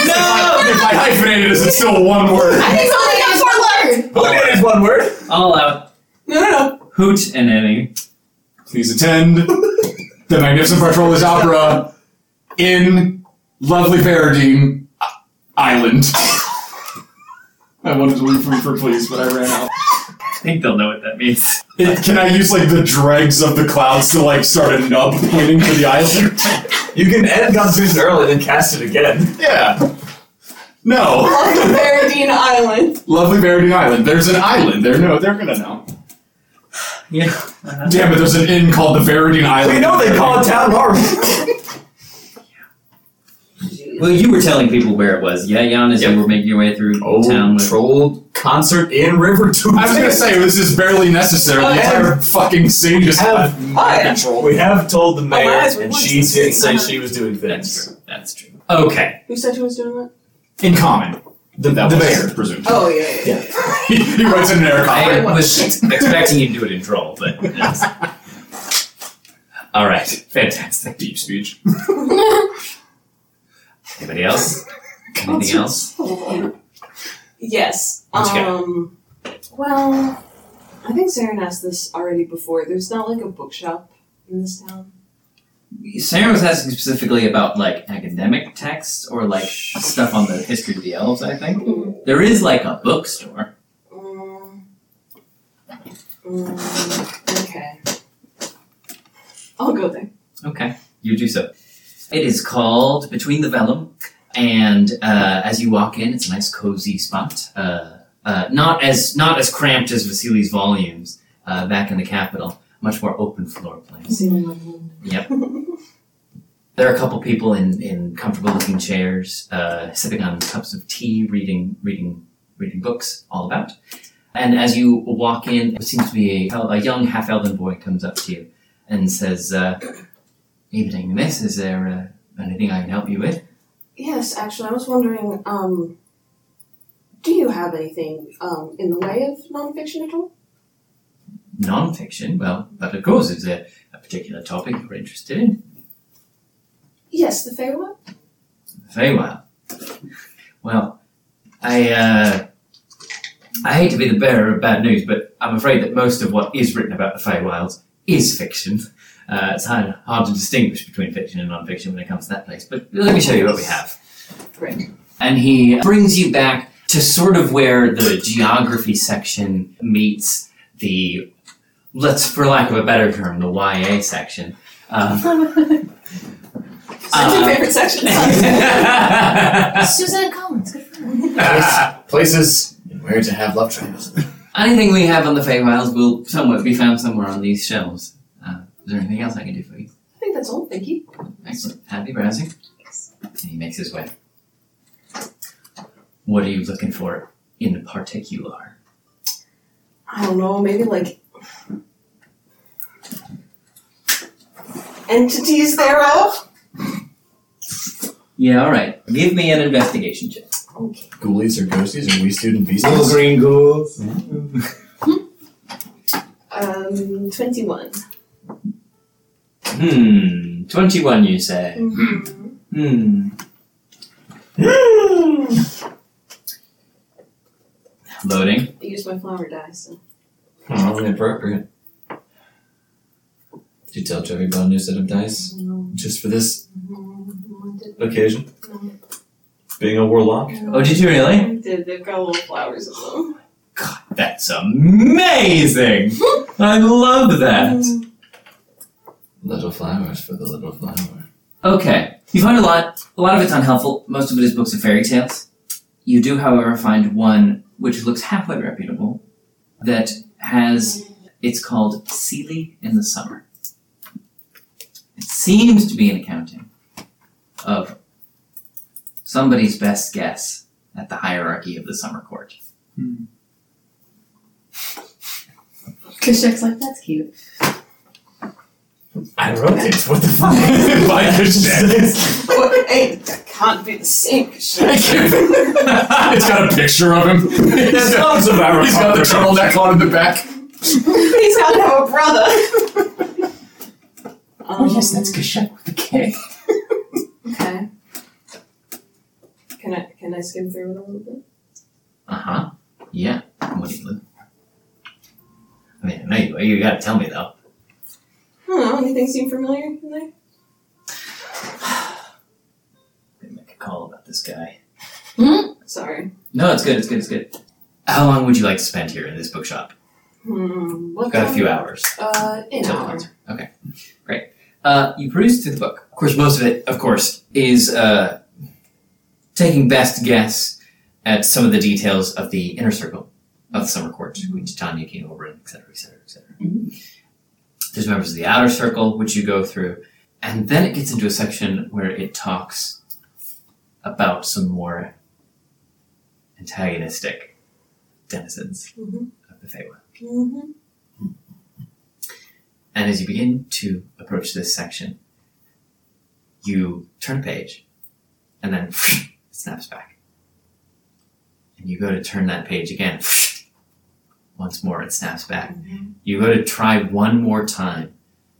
Speaker 3: No!
Speaker 5: If I hyphenated it, it's still one word. (laughs)
Speaker 6: I think it's only got four
Speaker 8: Hoot is one word.
Speaker 3: (laughs) All out.
Speaker 10: No,
Speaker 5: (laughs)
Speaker 10: no, no.
Speaker 3: Hoot and Annie.
Speaker 5: Please attend the Magnificent Petrola's opera in lovely Paradine Island. I wanted to leave room for please, but I ran out.
Speaker 3: I think they'll know what that means.
Speaker 5: It, can I use like the dregs of the clouds to like start a nub pointing to the island?
Speaker 8: You can end Gunzoon early, then cast it again.
Speaker 5: Yeah. No.
Speaker 10: Welcome to Paradine Island.
Speaker 5: Lovely Paradine Island. There's an island. They're no. They're gonna know.
Speaker 3: Yeah.
Speaker 5: Damn it! There's an inn called the Veridine Island.
Speaker 8: We know they call it Town Harbor.
Speaker 3: Well, you were telling people where it was. Yeah, Jan, as you were making your way through
Speaker 1: Oh,
Speaker 3: town with
Speaker 8: troll concert in River Tube.
Speaker 5: I was gonna say this is barely necessary. The
Speaker 10: Oh, yeah.
Speaker 5: entire fucking scene just
Speaker 8: Uh, Have-
Speaker 5: had
Speaker 10: Oh, yeah.
Speaker 8: we have told the
Speaker 3: Oh,
Speaker 8: mayor,
Speaker 10: eyes were
Speaker 8: and
Speaker 10: moist
Speaker 8: she
Speaker 10: and
Speaker 8: did say
Speaker 10: sticky.
Speaker 8: she was doing
Speaker 3: That's
Speaker 8: things.
Speaker 3: true. That's true. Okay.
Speaker 2: Who said who was doing what?
Speaker 5: in common.
Speaker 8: The,
Speaker 5: That
Speaker 8: the
Speaker 5: was (laughs)
Speaker 8: (laughs) mayor.
Speaker 5: presumed.
Speaker 10: Oh, yeah, yeah, yeah.
Speaker 5: he, he writes in an air
Speaker 3: I
Speaker 5: comment.
Speaker 3: was expecting you to do it in troll,
Speaker 8: (laughs)
Speaker 3: but. yes. All right. Fantastic.
Speaker 5: Deep speech.
Speaker 3: Anybody else? Anything else?
Speaker 2: (laughs) Yes.
Speaker 3: What you got?
Speaker 2: um. Well, I think Saren asked this already before. There's not like a bookshop in this town.
Speaker 3: Sarah was asking specifically about like academic texts or like stuff on the history of the elves. I think there is like a bookstore.
Speaker 2: Mm. Mm, okay. I'll go there.
Speaker 3: Okay, you do so. It is called Between the Vellum, and uh, as you walk in, it's a nice cozy spot. Uh, uh, not as not as cramped as Vasili's volumes uh, back in the capital. Much more open floor plan.
Speaker 2: See you in London.
Speaker 3: (laughs) There are a couple people in, in comfortable looking chairs, uh, sipping on cups of tea, reading reading reading books all about. And as you walk in, it seems to be a, hel- a young half elven boy comes up to you and says, uh, "Evening, miss. Is there uh, anything I can help you with?"
Speaker 2: Yes, actually, I was wondering. Um, do you have anything um, in the way of nonfiction at all?
Speaker 3: Nonfiction. Well, but of course, is there a particular topic you're interested in?
Speaker 2: Yes, the farewell.
Speaker 3: Very well. Well, I uh, I hate to be the bearer of bad news, but I'm afraid that most of what is written about the Feywilds is fiction. Uh, it's hard, hard to distinguish between fiction and non-fiction when it comes to that place. But let me show you what we have.
Speaker 2: Great.
Speaker 3: And he brings you back to sort of where the geography section meets the let's, for lack of a better term, the YA section. Um,
Speaker 10: It's my two
Speaker 3: Uh,
Speaker 10: favorite sections.
Speaker 6: Suzanne Collins, good for her.
Speaker 8: Places where to have love triangles.
Speaker 3: (laughs) Anything we have on the Feywild will somewhat be found somewhere on these shelves. Uh, is there anything else I can do for you?
Speaker 2: I think that's all. Thank you.
Speaker 3: Excellent. Happy browsing. And he makes his way. What are you looking for in particular?
Speaker 2: I don't know. Maybe like
Speaker 10: Entities thereof.
Speaker 3: Yeah, all right. Give me an investigation check.
Speaker 8: Ghoulies or ghosties or we student beasties?
Speaker 1: green ghouls.
Speaker 2: uh, Um, 21.
Speaker 3: Hmm. 21, you say?
Speaker 5: Mm-hmm.
Speaker 3: Hmm. (gasps) Loading.
Speaker 2: I used my flower die, so.
Speaker 8: (laughs) Oh, inappropriate. Did you tell Joey about a new set of dice?
Speaker 2: No,
Speaker 8: Just for this
Speaker 2: no, no, I did-
Speaker 8: occasion?
Speaker 2: No.
Speaker 8: Being a warlock?
Speaker 3: Oh, did Oh, you really?
Speaker 2: I did. They've got little flowers in them.
Speaker 3: God, that's amazing! I love that.
Speaker 8: Little flowers for the little flower.
Speaker 3: Okay, you find a lot. A lot of it's unhelpful. Most of it is books of fairy tales. You do, however, find one which looks halfway reputable that has. It's called Seely in the Summer. It seems to be an accounting of somebody's best guess at the hierarchy of the summer court.
Speaker 6: Kashek's like, that's cute.
Speaker 8: I wrote it. What the fuck? (laughs) Why could
Speaker 10: Oh, hey, that can't be the same Kashek.
Speaker 3: (laughs)
Speaker 5: (laughs) it's got a picture of him. He's got,
Speaker 8: sounds about
Speaker 5: he's got the turtleneck on in the back.
Speaker 10: He's got to have a brother.
Speaker 5: Oh,
Speaker 2: Um,
Speaker 5: Kashak with the K.
Speaker 2: Okay. Can I can I skim through it a little bit?
Speaker 3: Uh huh. Yeah. What do you look? I mean, I know you. You gotta tell me though.
Speaker 2: I don't know. Anything seem familiar in there?
Speaker 3: Gonna make a call about this guy.
Speaker 6: Hmm?
Speaker 2: Sorry.
Speaker 3: No, it's good. It's good. It's good. How long would you like to spend here in this bookshop?
Speaker 2: Hmm. What
Speaker 3: Got a
Speaker 2: time-
Speaker 3: few hours
Speaker 2: Uh, an
Speaker 3: till the
Speaker 2: hour.
Speaker 3: concert. Okay. Great. Uh, you peruse through the book. Of course, most of it, of course, is uh, taking best guess at some of the details of the inner circle of the summer court, Queen Titania, King Oberyn, etc., etc., etc. There's members of the outer circle, which you go through, and then it gets into a section where it talks about some more antagonistic denizens
Speaker 2: Mhm.
Speaker 3: of the Feywild.
Speaker 2: Mm-hmm.
Speaker 3: And as you begin to approach this section, you turn a page, and then (laughs) it snaps back. And you go to turn that page again. (laughs) Once more, it snaps back. You go to try one more time.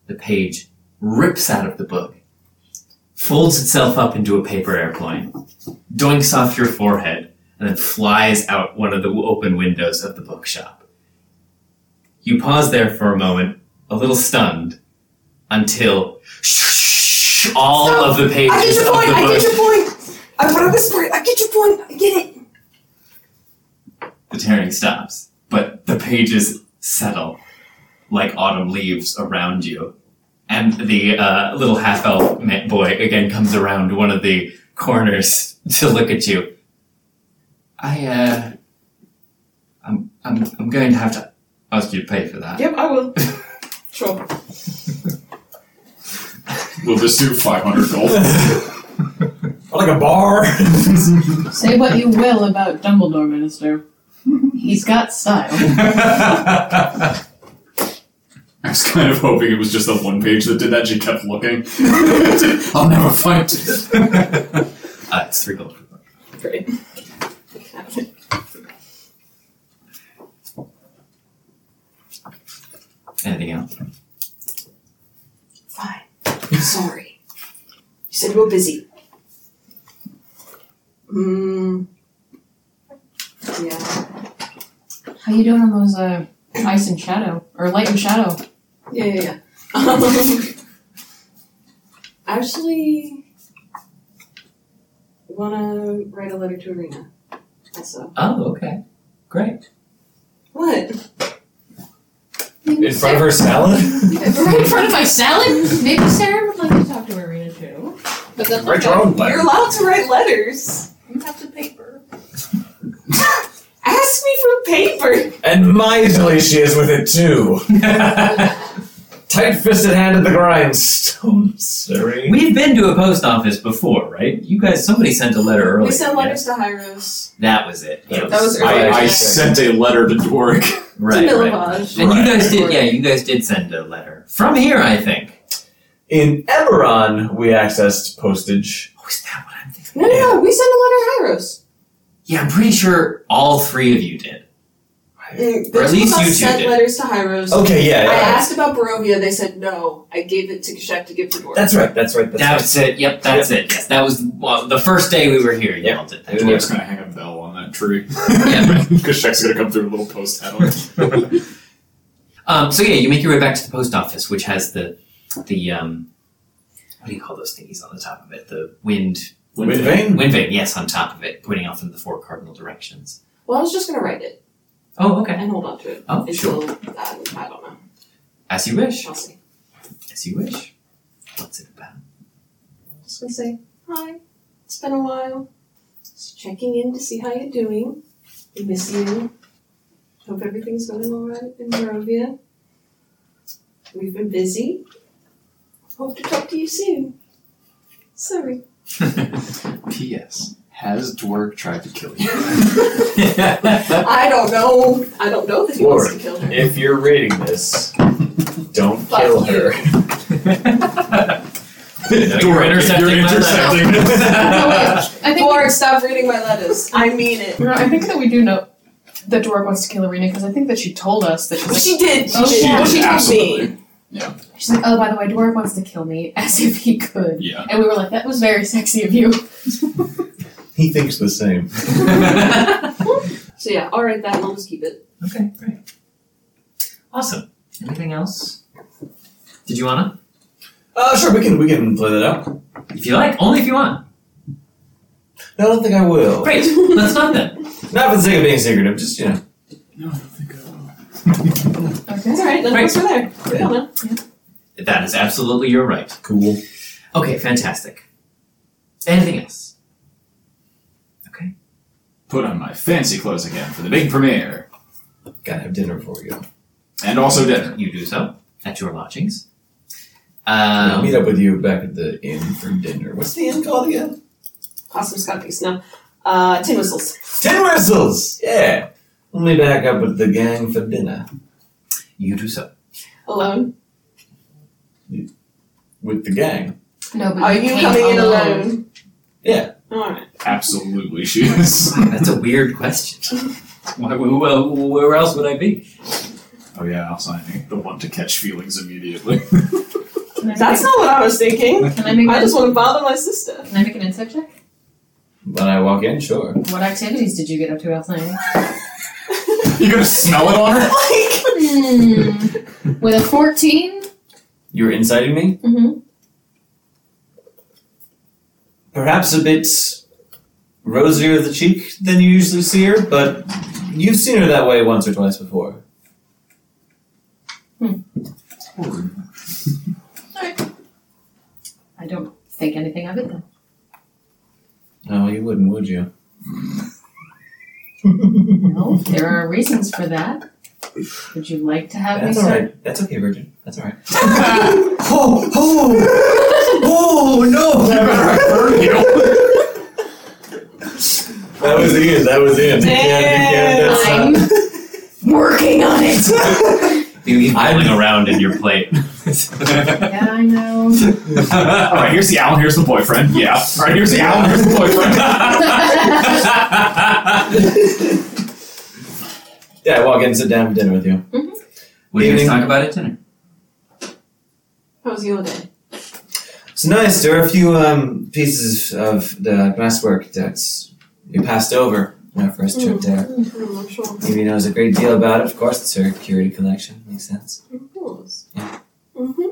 Speaker 3: The page rips out of the book, folds itself up into a paper airplane, doinks off your forehead, and then flies out one of the open windows of the bookshop. You pause there for a moment a little stunned until all
Speaker 10: Stop.
Speaker 3: of the pages
Speaker 10: I get your
Speaker 3: of
Speaker 10: point.
Speaker 3: the
Speaker 10: I
Speaker 3: book.
Speaker 10: get your point. I want to whisper it. I get your point. I get it.
Speaker 3: The tearing stops, but the pages settle like autumn leaves around you. And the uh, little half elf boy again comes around one of the corners to look at you. I, uh, I'm, I'm, I'm going to have to ask you to pay for that.
Speaker 10: Yep, I will. Sure.
Speaker 5: Will this do
Speaker 8: (laughs)
Speaker 5: 500 gold?
Speaker 8: Like a bar?
Speaker 6: Say what you will about Dumbledore, Minister. He's got style.
Speaker 5: I was kind of hoping it was just the one page that did that. She kept looking. (laughs) I'll never fight.
Speaker 3: (laughs) Uh, it's three gold.
Speaker 2: Great.
Speaker 3: Anything else?
Speaker 10: Fine. Sorry. You said you were busy. Mm.
Speaker 2: Hmm. Yeah.
Speaker 6: How you doing on those uh, ice and shadow or light and shadow?
Speaker 2: Yeah, yeah, yeah. Um, actually, wanna write a letter to Arena. Also,
Speaker 3: Oh, okay. Great.
Speaker 2: what?
Speaker 8: In front of her salad?
Speaker 6: right in front of my salad. Maybe Sarah would like to talk to Irina too.
Speaker 10: But that's
Speaker 8: Write your own letter.
Speaker 10: You're allowed to write letters.
Speaker 6: You have the paper.
Speaker 10: Ask me for paper.
Speaker 8: And miserly she is with it too. Tight fisted hand at the grindstone, sorry.
Speaker 3: We've been to a post office before, right? You guys, somebody sent a letter earlier.
Speaker 2: We sent
Speaker 3: yeah?
Speaker 2: letters to Hyros,
Speaker 3: That was it. Yeah.
Speaker 10: That was
Speaker 5: I,
Speaker 10: earlier.
Speaker 5: I sent a letter to Doric.
Speaker 3: right,
Speaker 2: to
Speaker 3: right.
Speaker 2: Milivage.
Speaker 3: And you guys
Speaker 2: Right.
Speaker 3: did, yeah, you guys did send a letter from here, I think.
Speaker 8: In Eberron, we accessed postage.
Speaker 3: Oh, is that what I'm thinking?
Speaker 2: No, no, no. We sent a letter to Hyros.
Speaker 3: Yeah, I'm pretty sure all three of you did.
Speaker 2: Mm,
Speaker 3: Or at least
Speaker 2: Those of
Speaker 3: you
Speaker 2: us
Speaker 3: two
Speaker 2: sent
Speaker 3: did.
Speaker 2: letters to Hyros.
Speaker 8: Okay, yeah,
Speaker 2: I
Speaker 8: yeah.
Speaker 2: asked about Barovia. They said no. I gave it to Kashak to give to Dwarf.
Speaker 8: That's right. That's right. That's right.
Speaker 3: That's it. Yep, that's it. Yes, that was well, the first day we were here. You yep. did that.
Speaker 5: Dwarf's gonna hang a bell on that tree.
Speaker 3: Yeah,
Speaker 5: (laughs)
Speaker 3: right.
Speaker 5: Because Shaq's gonna come through a little post hat on it.
Speaker 3: Um, so yeah, you make your way back to the post office, which has the the um, what do you call those thingies on the top of it? The wind
Speaker 8: Wind vane.
Speaker 3: wind vane, yes, on top of it, pointing off in the four cardinal directions.
Speaker 2: Well, I was just gonna write it
Speaker 3: Oh, okay.
Speaker 2: and hold on to it
Speaker 3: Oh, sure.
Speaker 2: until um, I don't know.
Speaker 3: As you wish.
Speaker 2: I'll see.
Speaker 3: As you wish. What's it about? (laughs)
Speaker 2: I'm just gonna say hi. It's been a while. Just checking in to see how you're doing. We miss you. Hope everything's going all right in Barovia. We've been busy. Hope to talk to you soon. Sorry.
Speaker 5: P.S. Has Dwerg tried to kill you?
Speaker 2: I don't know. I don't know that he wants to
Speaker 8: Lord.
Speaker 2: kill her.
Speaker 8: If you're reading this, don't
Speaker 2: Fuck
Speaker 8: kill her.
Speaker 3: (laughs) you're intercepting my
Speaker 6: No,
Speaker 3: letter. (laughs)
Speaker 6: wait. I think
Speaker 2: Borg, stop reading my letters. I mean it.
Speaker 6: No, I think that we do know that Dora wants to kill Arena because I think that she told us that she's like,
Speaker 2: She did. She
Speaker 6: Oh,
Speaker 2: did.
Speaker 6: yeah.
Speaker 2: Well, she told
Speaker 5: Absolutely.
Speaker 2: me.
Speaker 6: she's like, oh, by the way, Dora wants to kill me (laughs) as if he could.
Speaker 5: Yeah.
Speaker 6: And we were like, that was very sexy of you.
Speaker 8: He thinks the same.
Speaker 2: So yeah, all right, that. I'll just keep it.
Speaker 3: okay, great. Awesome. Anything else? Did you wanna?
Speaker 8: Uh, sure, we can we can play that out.
Speaker 3: If you like, only if you want.
Speaker 8: No, I don't think I will.
Speaker 3: Great. Let's not then.
Speaker 8: Not for the sake of being secretive, just you know.
Speaker 5: No, I don't think I will.
Speaker 6: Okay.
Speaker 2: It's all right. None of
Speaker 3: Right.
Speaker 2: us are there. We're
Speaker 8: Yeah.
Speaker 2: coming.
Speaker 3: That is absolutely your right.
Speaker 8: Cool.
Speaker 3: Okay, fantastic. Anything else? Okay.
Speaker 5: Put on my fancy clothes again for the big premiere.
Speaker 8: Gotta have dinner before we go.
Speaker 5: And also dinner.
Speaker 3: You do so at your lodgings.
Speaker 8: I'll meet
Speaker 3: Um,
Speaker 8: up with you back at the inn for dinner. What's the inn called again?
Speaker 2: Awesome Scotties. No. Uh, tin whistles.
Speaker 8: Tin Whistles! Yeah. We'll meet back up with the gang for dinner.
Speaker 3: you do so.
Speaker 2: Alone.
Speaker 8: With the gang.
Speaker 6: No, but
Speaker 2: Are
Speaker 6: you
Speaker 2: you
Speaker 6: came
Speaker 2: coming in
Speaker 6: alone.
Speaker 2: alone?
Speaker 8: Yeah.
Speaker 2: All right.
Speaker 5: Absolutely, she is.
Speaker 3: That's a weird question. (laughs) Why, wh- well, where else would I be?
Speaker 5: (laughs) Oh yeah, also I think the one to catch feelings immediately. (laughs)
Speaker 6: Can I make
Speaker 2: That's
Speaker 6: an-
Speaker 2: not what I was thinking.
Speaker 6: Can I make
Speaker 2: I
Speaker 6: an-
Speaker 2: just want to bother my sister. (laughs)
Speaker 6: Can I make an insight check?
Speaker 8: When I walk in, sure.
Speaker 6: What activities did you get up to last night?
Speaker 5: you gonna smell it on her?
Speaker 2: Like,
Speaker 6: Hmm. With a 14?
Speaker 8: You were inciting me?
Speaker 6: Mm-hmm.
Speaker 8: Perhaps a bit rosier of the cheek than you usually see her, but you've seen her that way once or twice before.
Speaker 6: I don't think anything of it, though.
Speaker 8: No, you wouldn't, would you?
Speaker 6: No, there are reasons for that. Would you like to have
Speaker 8: That's
Speaker 6: me start?
Speaker 8: alright. That's okay, Virgin. That's alright. (laughs) oh, oh, oh, no! That was in. That was in.
Speaker 2: Damn.
Speaker 8: uh,
Speaker 6: I'm working on it!
Speaker 3: You keep
Speaker 8: I'm-
Speaker 3: rolling around in your
Speaker 5: (laughs)
Speaker 3: plate.
Speaker 6: Yeah, I know. (laughs)
Speaker 5: All right, here's the owl. Here's the boyfriend. Yeah. All right, here's the owl. Here's the (laughs) boyfriend.
Speaker 8: (laughs) yeah, walk in, sit down for dinner with you.
Speaker 3: What do you guys
Speaker 8: Evening.
Speaker 3: talk about at dinner?
Speaker 2: How was your day?
Speaker 8: It's nice. There are a few um, pieces of the glasswork that we passed over on our first trip there.
Speaker 2: Mm, I'm sure.
Speaker 8: Evie knows a great deal about it. Of course, it's her curated collection. Makes sense.
Speaker 2: Of course.
Speaker 8: Yeah.
Speaker 2: Mm-hmm.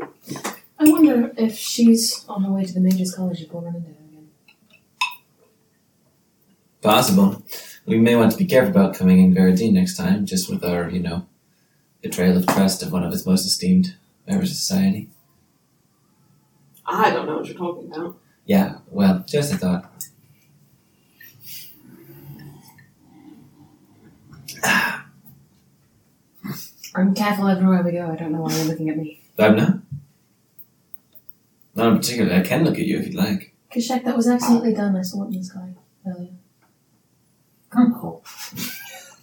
Speaker 6: I wonder if she's on her way to the Major's College if we'll run into her again.
Speaker 8: Possible. We may want to be careful about coming in Veradine next time, just with our, you know, betrayal of trust of one of its most esteemed members of society.
Speaker 2: I don't know what you're talking about.
Speaker 8: Yeah, well, just a thought.
Speaker 6: I'm careful everywhere we go. I don't know why you're looking at me.
Speaker 8: I'm not. Not in particular. I can look at you if you'd like.
Speaker 6: Kashak, that was absolutely done. I saw it in the sky earlier.
Speaker 3: Oh,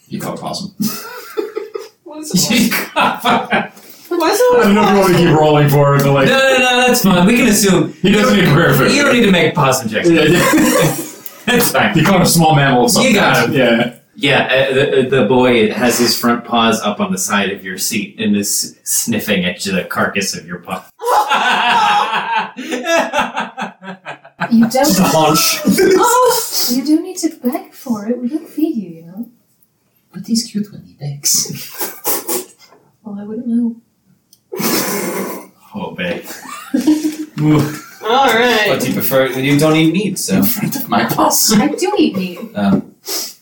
Speaker 5: you caught a possum.
Speaker 2: What is
Speaker 8: (laughs)
Speaker 2: it?
Speaker 3: (laughs) no,
Speaker 2: Why is it
Speaker 5: don't know if you
Speaker 2: (laughs)
Speaker 5: want to keep rolling for it, but
Speaker 3: no, no, that's fine. We can
Speaker 5: (laughs)
Speaker 3: assume.
Speaker 5: He doesn't
Speaker 3: you don't-
Speaker 5: need perfect.
Speaker 3: You don't need to make possum checks.
Speaker 5: yeah.
Speaker 3: (laughs) That's fine.
Speaker 5: He caught a small mammal. Of some
Speaker 3: You got
Speaker 5: kind. Yeah.
Speaker 3: Yeah, uh, the, the boy has his front paws up on the side of your seat and is sniffing at the carcass of your paw.
Speaker 2: Oh.
Speaker 6: You don't.
Speaker 4: The haunch.
Speaker 6: You do need to beg for it. We don't feed you, you know.
Speaker 3: but he's cute when he begs. (laughs)
Speaker 6: Well, I wouldn't know.
Speaker 3: Oh, babe.
Speaker 10: All right.
Speaker 8: But you prefer you don't eat meat, so
Speaker 5: (laughs)
Speaker 4: My boss.
Speaker 6: I do eat meat.
Speaker 8: um,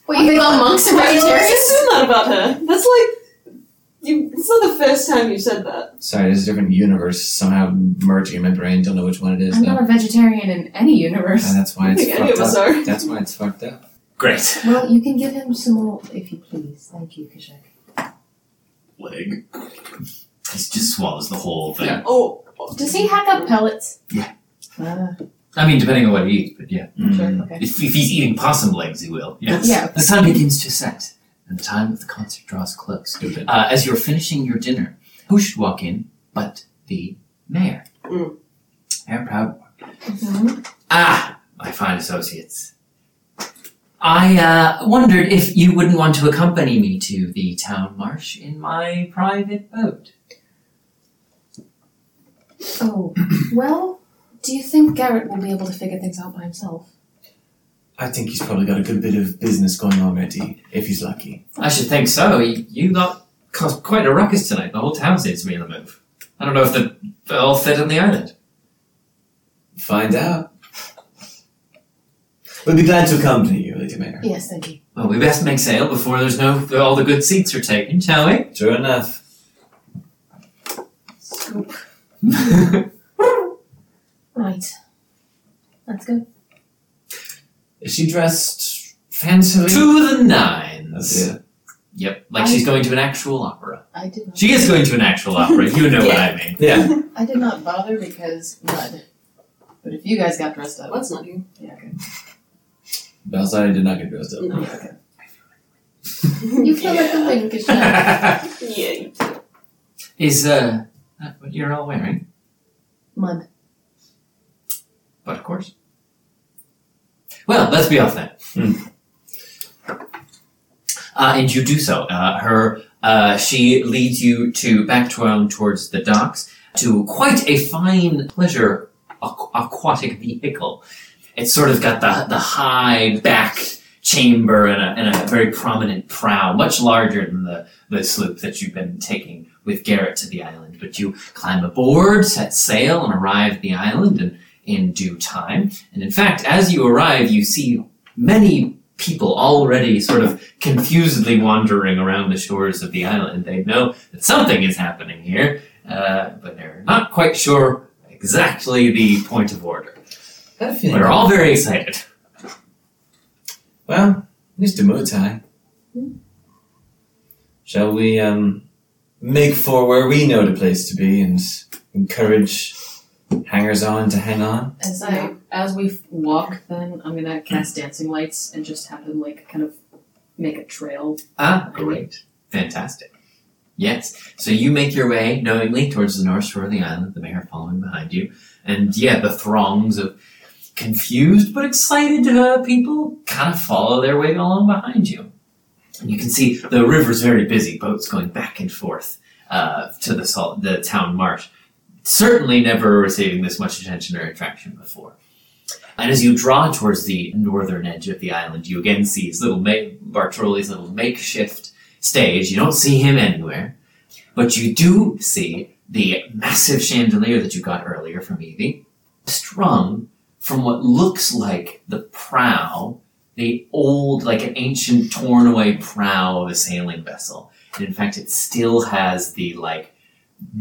Speaker 6: Wait, you think all monks are
Speaker 10: I always
Speaker 6: vegetarians?
Speaker 10: assume that about her. That's like, you, it's not the first time you said that.
Speaker 8: sorry, there's a different universe somehow merging in my brain. Don't know which one it is
Speaker 6: I'm
Speaker 8: though.
Speaker 6: not a vegetarian in any
Speaker 8: And
Speaker 6: universe.
Speaker 8: that's why
Speaker 10: I
Speaker 8: it's
Speaker 10: think any of
Speaker 8: fucked
Speaker 10: us
Speaker 8: up.
Speaker 10: are.
Speaker 8: That's why it's fucked up.
Speaker 3: Great.
Speaker 6: (laughs) Well, you can give him some more if you please. Thank you, Kashak.
Speaker 1: Leg.
Speaker 3: He just swallows the whole thing.
Speaker 1: Yeah.
Speaker 10: Oh,
Speaker 6: Does he hack up pellets?
Speaker 1: Yeah.
Speaker 6: Ah,
Speaker 3: I mean, depending on what he eats, but yeah.
Speaker 6: sure, okay.
Speaker 3: If, if he's eating possum legs, he will. Yes.
Speaker 6: Yeah.
Speaker 3: The sun begins to set, and the time of the concert draws close.
Speaker 4: Stupid.
Speaker 3: Uh, as you're finishing your dinner, who should walk in but the mayor?
Speaker 10: Mm.
Speaker 3: Mayor Proud.
Speaker 6: Mhm.
Speaker 3: Ah, my fine associates. I uh, wondered if you wouldn't want to accompany me to the town marsh in my private boat.
Speaker 6: Oh, well, do you think Garrett will be able to figure things out by himself?
Speaker 8: I think he's probably got a good bit of business going on already, if he's lucky.
Speaker 3: I should think so. You, you lot caused quite a ruckus tonight. The whole town seems to be on the move. I don't know if the- they all fit on the island.
Speaker 8: Find out. We'll be glad to accompany you, Lady Mayor.
Speaker 6: Yes, thank you.
Speaker 3: Well, we best make sail before there's no all the good seats are taken, shall we? (laughs)
Speaker 8: True enough.
Speaker 6: Scoop. Right. Let's go.
Speaker 8: Is she dressed fancily? Oh,
Speaker 3: to the nines.
Speaker 8: Yeah.
Speaker 3: Yep, like she's going to an actual opera.
Speaker 6: I did not.
Speaker 3: She is going to an actual opera. You know what I mean. (laughs)
Speaker 8: Yeah.
Speaker 6: I did not bother because mud. But if you guys got dressed up,
Speaker 10: that's not you.
Speaker 6: yeah, okay.
Speaker 8: Balsari did not get dressed up.
Speaker 10: No. (laughs)
Speaker 6: You (laughs) feel like a wing, Kashak.
Speaker 10: Yeah, you
Speaker 3: is uh that what you're all wearing?
Speaker 6: Mud.
Speaker 3: But of course. Well, let's be off then.
Speaker 8: Hmm.
Speaker 3: Uh, and you do so. Uh, her uh, she leads you to back around towards the docks to quite a fine pleasure aqu- aquatic vehicle. It's sort of got the the high back chamber and a, and a very prominent prow, much larger than the, the sloop that you've been taking with Garrett to the island. But you climb aboard, set sail, and arrive at the island in, in due time. And in fact, as you arrive, you see many people already sort of confusedly wandering around the shores of the island. They know that something is happening here, uh, but they're not quite sure exactly the point of order.
Speaker 8: I had a feeling.
Speaker 3: They're all very excited.
Speaker 8: Well, at least a Muay Thai.
Speaker 6: Hmm.
Speaker 8: Shall we um, make for where we know the place to be and encourage hangers on to hang on?
Speaker 6: As I as we f- walk, then I'm gonna cast dancing lights and just have them like kind of make a trail.
Speaker 3: Ah, great. Fantastic. Yes. So you make your way knowingly towards the north shore of the island, the mayor following behind you. And yeah, the throngs of confused but excited uh, people kind of follow their way along behind you. And you can see the river's very busy, boats going back and forth uh, to the, salt, the town marsh. Certainly never receiving this much attention or attraction before. And as you draw towards the northern edge of the island, you again see his little ma- Bartoli's little makeshift stage. You don't see him anywhere, but you do see the massive chandelier that you got earlier from Evie, strung from what looks like the prow, the old, like an ancient, torn away prow of a sailing vessel. And in fact, it still has the like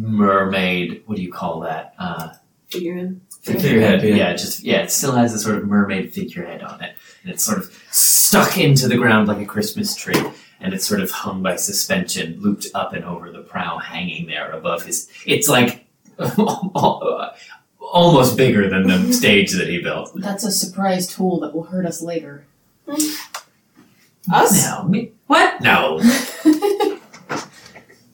Speaker 3: mermaid. What do you call that? Uh,
Speaker 10: figure in.
Speaker 8: Figurehead, yeah.
Speaker 3: yeah. just yeah, it still has a sort of mermaid figurehead on it, and it's sort of stuck into the ground like a Christmas tree, and it's sort of hung by suspension, looped up and over the prow, hanging there above his. It's like (laughs) almost bigger than the stage that he built.
Speaker 6: That's a surprise tool that will hurt us (laughs) later.
Speaker 10: Us?
Speaker 3: No, me- what? No,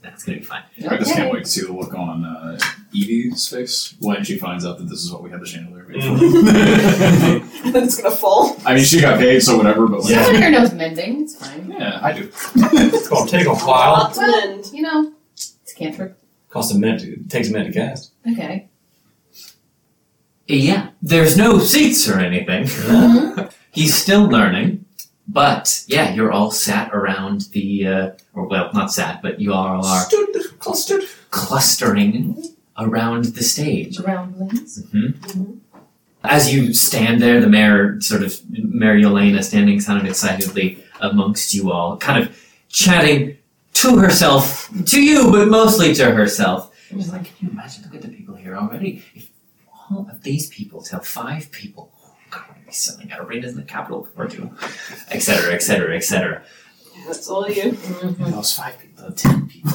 Speaker 3: that's gonna be fine.
Speaker 5: I just can't
Speaker 6: Okay.
Speaker 5: wait to see the look on uh, Evie's face when she finds out that this is what we had the chandelier made for.
Speaker 3: Mm.
Speaker 5: (laughs)
Speaker 10: and then (laughs) it's gonna fall.
Speaker 5: I mean, she got paid, so whatever. But like,
Speaker 6: Someone here knows mending. It's fine.
Speaker 5: Yeah, I do.
Speaker 4: It's gonna take a while.
Speaker 10: Lots of end.
Speaker 6: You know, it's a cantrip.
Speaker 8: Costs a minute. To, it takes a minute to cast.
Speaker 6: Okay.
Speaker 3: Yeah, there's no seats or anything. Mm-hmm. (laughs) He's still learning, but yeah, you're all sat around the, uh, or well, not sat, but you all are
Speaker 4: Stood, clustered.
Speaker 3: clustering around the stage.
Speaker 6: Roundlings.
Speaker 3: As you stand there, the mayor, sort of Mary Elena, standing kind of excitedly amongst you all, kind of chatting to herself, to you, but mostly to herself. She's like, can you imagine? Look at the people here already. If all of these people tell five people, oh, God, we're gonna be selling out arenas in the capital before you, et cetera, et cetera, et cetera.
Speaker 10: That's all you.
Speaker 4: Those five people, ten people.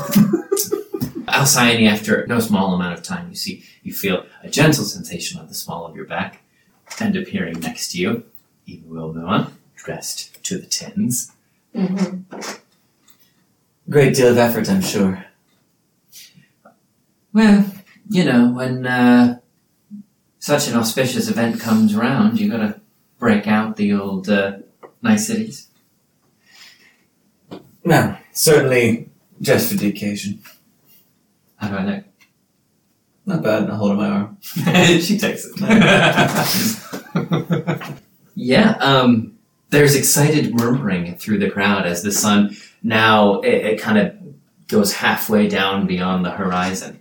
Speaker 3: Alcyone, after no small amount of time, you see, you feel a gentle sensation on the small of your back, and appearing next to you, even Will Noah, dressed to the tens.
Speaker 6: Mm-hmm.
Speaker 8: Great deal of effort, I'm sure.
Speaker 3: Well, you know, when uh, such an auspicious event comes around, you gotta break out the old uh, niceties.
Speaker 8: No, certainly just for the occasion.
Speaker 3: How do I know?
Speaker 8: Not bad. And I hold on my arm.
Speaker 3: (laughs) she takes
Speaker 1: (laughs)
Speaker 3: it. yeah, um, there's excited murmuring through the crowd as the sun now it, it kind of goes halfway down beyond the horizon.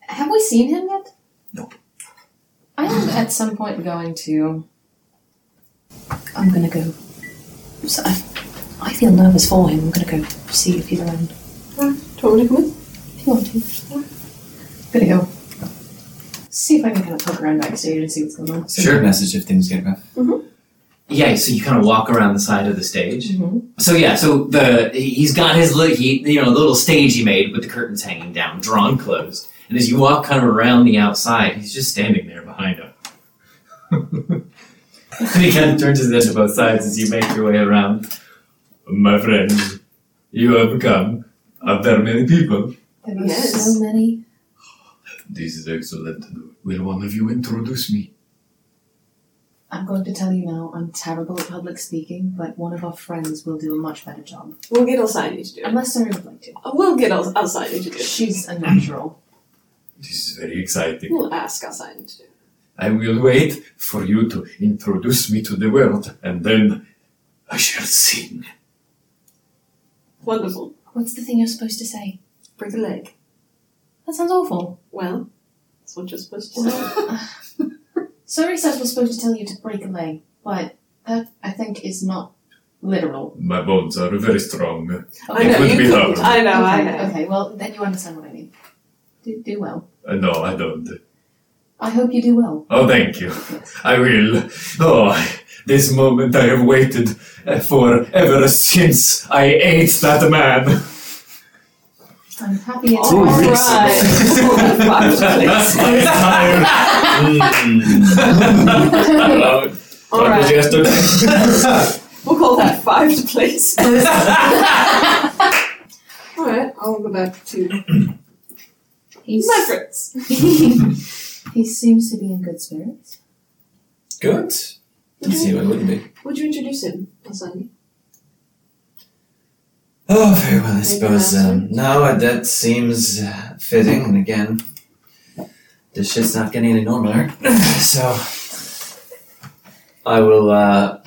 Speaker 6: Have we seen him yet?
Speaker 3: Nope.
Speaker 6: I am at some point going to. I'm gonna go. So I, I feel nervous for him. I'm gonna go see if he's around.
Speaker 10: Totally good.
Speaker 6: If you want to. Gonna go. See if I can kind of poke around backstage and see what's going on.
Speaker 3: Sure.
Speaker 8: Message if things get rough.
Speaker 3: Yeah, so you kind of walk around the side of the stage.
Speaker 6: Mhm.
Speaker 3: So yeah, so the he- he's got his li- he, you know little stage he made with the curtains hanging down, drawn closed. And as you walk kind of around the outside, he's just standing there behind him. (laughs) and he kind of turns his head to both sides as you make your way around. (laughs) My friend, you have come after many people.
Speaker 6: There were
Speaker 10: Yes.
Speaker 6: so many.
Speaker 1: This is excellent. Will one of you introduce me?
Speaker 6: I'm going to tell you now, I'm terrible at public speaking, but one of our friends will do a much better job.
Speaker 10: We'll get Alcyone to do it. Uh,
Speaker 6: Unless Sarah would like to.
Speaker 10: We'll get Al- Alcyone to do it.
Speaker 6: She's a natural.
Speaker 1: This is very exciting.
Speaker 10: We'll ask Alcyone to do it.
Speaker 1: I will wait for you to introduce me to the world, and then I shall sing.
Speaker 10: Wonderful.
Speaker 6: What's the thing you're supposed to say?
Speaker 10: Break a leg.
Speaker 6: That sounds
Speaker 10: (laughs)
Speaker 6: awful.
Speaker 10: Well, that's what you're supposed to
Speaker 6: (laughs)
Speaker 10: say.
Speaker 6: Sorry says we're supposed to tell you to break a leg, but that I think is not literal.
Speaker 1: My bones are very strong.
Speaker 10: I
Speaker 1: It
Speaker 10: know,
Speaker 1: would
Speaker 10: you
Speaker 1: be hard.
Speaker 10: couldn't. I know, I
Speaker 6: okay,
Speaker 10: know.
Speaker 6: okay, well then you understand what I mean. Do, do well.
Speaker 1: Uh, No, I don't.
Speaker 6: I hope you do well.
Speaker 1: Oh, thank you.
Speaker 6: Yes.
Speaker 1: I will. Oh, this moment I have waited uh, for ever since I ate that man.
Speaker 6: I'm happy it's
Speaker 10: All
Speaker 6: over.
Speaker 1: I'm tired.
Speaker 8: Mm. (laughs)
Speaker 10: All right.
Speaker 1: yesterday.
Speaker 10: We'll call that five to place. (laughs) All right, I'll go back to
Speaker 6: He's-
Speaker 10: my friends.
Speaker 6: (laughs) he seems to be in good spirits.
Speaker 8: Good. Didn't see why it wouldn't be.
Speaker 10: Would you introduce him, Asani?
Speaker 8: Oh, very well, I
Speaker 10: Maybe
Speaker 8: suppose.
Speaker 10: last
Speaker 8: Um, no, uh, that seems uh, fitting. And again, this shit's not getting any normaler. (sighs) so, I will uh,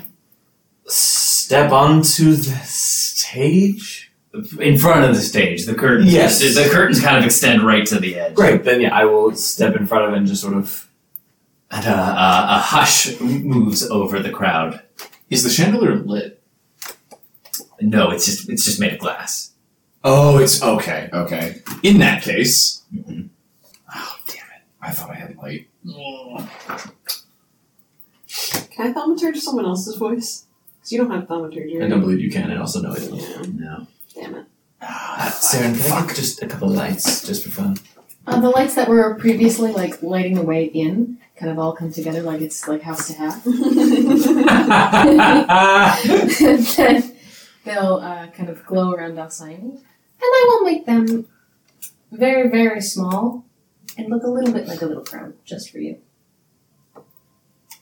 Speaker 8: step onto the stage.
Speaker 3: (laughs) in front of the stage. The curtains,
Speaker 8: Yes.
Speaker 3: the, the curtains kind of extend right to the edge.
Speaker 8: Great, then yeah, I will step in front of it and just sort of.
Speaker 3: And a, a, a hush moves over the crowd.
Speaker 5: Is the chandelier lit?
Speaker 3: No, it's just it's just made of glass.
Speaker 5: Oh, it's okay. Okay. In that case. Oh damn it! I thought I had light.
Speaker 10: Can I thaumaturge someone else's voice? Because you don't have thaumaturge.
Speaker 8: I
Speaker 10: right?
Speaker 8: don't believe you can. I also know it.
Speaker 10: Yeah,
Speaker 3: No.
Speaker 10: damn it.
Speaker 8: Uh, Saren, can I get just a couple of lights, just for fun?
Speaker 6: Uh, the lights that were previously like lighting the way in kind of all come together like it's like house to house.
Speaker 1: (laughs)
Speaker 6: (laughs)
Speaker 10: (laughs)
Speaker 6: and then they'll uh, kind of glow around Alcyone. And I will make them very, very small and look a little bit like a little crown just for you.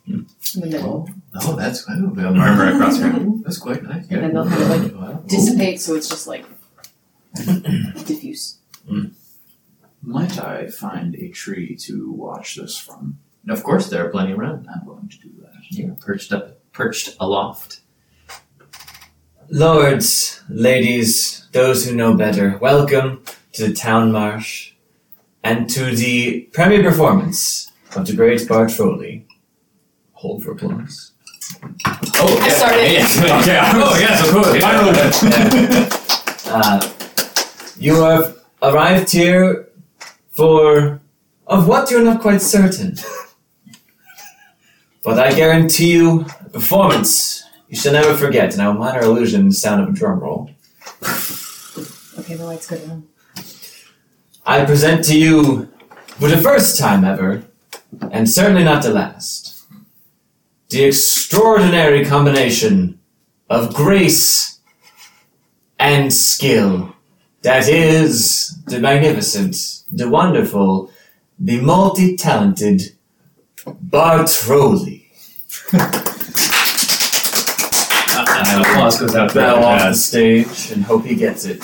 Speaker 6: in the middle.
Speaker 1: Oh, that's I don't know, murmur across her. That's quite nice.
Speaker 6: And then
Speaker 1: yeah.
Speaker 6: they'll kind of, like,
Speaker 1: Wow.
Speaker 6: Dissipate, so it's just like diffuse.
Speaker 5: Might I find a tree to watch this from?
Speaker 3: And of course, there are plenty around.
Speaker 5: I'm willing to do that.
Speaker 3: Yeah, perched up, perched aloft.
Speaker 8: Lords, ladies, those who know better, welcome to the town marsh and to the premier performance of the great Bart Foley. Hold for applause.
Speaker 1: Oh,
Speaker 6: I
Speaker 1: yeah.
Speaker 6: started.
Speaker 1: (laughs) Yeah. yeah. Oh, yes, of course.
Speaker 8: Yeah. Uh, you have arrived here for of what you're not quite certain. (laughs) But I guarantee you a performance you shall never forget, and I will minor illusion the sound of a drum roll.
Speaker 6: Okay, the light's good now.
Speaker 8: I present to you, for the first time ever, and certainly not the last, the extraordinary combination of grace and skill that is the magnificent, the wonderful, the multi talented Bartroli.
Speaker 1: Uh, applause goes out to
Speaker 8: Bow off the
Speaker 1: Jazz.
Speaker 8: stage and hope he gets it.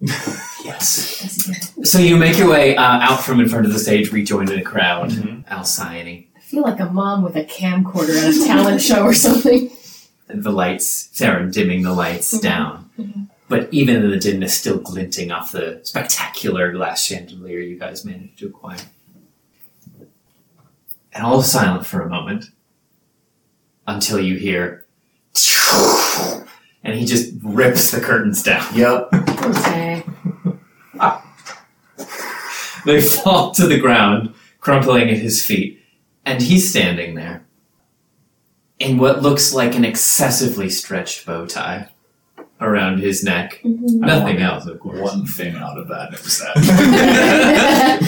Speaker 8: (laughs)
Speaker 3: Yes.
Speaker 6: That's good.
Speaker 3: So you make your way uh, out from in front of the stage, rejoin the crowd.
Speaker 1: Mm-hmm.
Speaker 3: Alcyone.
Speaker 6: I feel like a mom with a camcorder at a talent show or something.
Speaker 3: The lights, Theron dimming the lights down. But even in the dimness, still glinting off the spectacular glass chandelier you guys managed to acquire. And all is silent for a moment until you hear. And he just rips the curtains down.
Speaker 8: Yep.
Speaker 6: Okay.
Speaker 3: They fall to the ground, crumpling at his feet, and he's standing there in what looks like an excessively stretched bow tie around his neck.
Speaker 6: Mhm.
Speaker 3: Nothing else, of course.
Speaker 5: One thing out of that, and it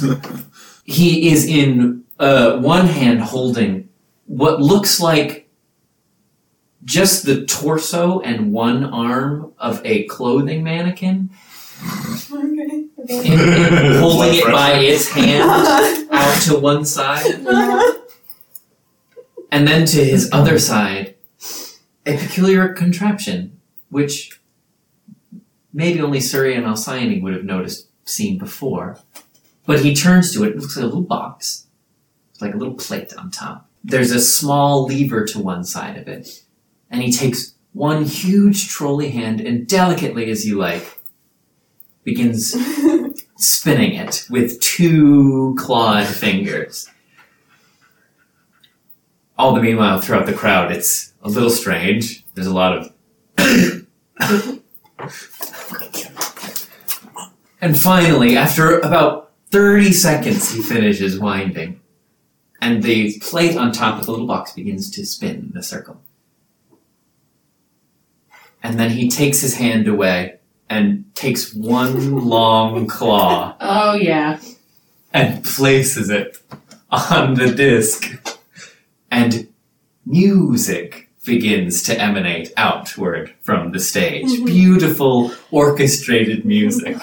Speaker 3: (laughs)
Speaker 5: that.
Speaker 3: He is in uh, one hand holding what looks like just the torso and one arm of a clothing mannequin,
Speaker 10: Okay.
Speaker 6: Okay.
Speaker 3: and, and holding it by its hand
Speaker 10: Uh,
Speaker 3: out to one side. And then to his other side, a peculiar contraption, which maybe only Surrey and Alcyone would have noticed, seen before. But he turns to it, it looks like a little box, with like a little plate on top. There's a small lever to one side of it, and he takes one huge trolley hand and delicately as you like, begins spinning it with two clawed fingers. All the meanwhile, throughout the crowd, it's a little strange. There's a lot of. (coughs) and finally, after about 30 seconds, he finishes winding. And the plate on top of the little box begins to spin in a circle. And then he takes his hand away and takes one long claw
Speaker 6: (laughs) Oh yeah.
Speaker 3: and places it on the disc. And music begins to emanate outward from the stage. Beautiful orchestrated music.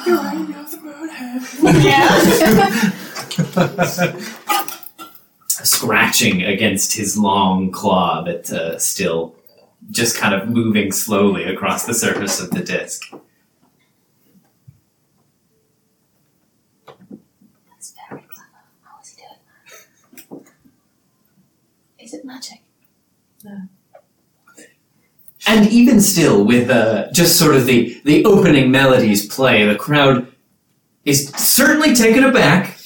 Speaker 3: Scratching against his long claw that uh, still just kind of moving slowly across the surface of the disc.
Speaker 6: That's very clever. How is he doing that? Is it magic?
Speaker 3: And even still, with uh, just sort of the, the opening melodies play, the crowd is certainly taken aback.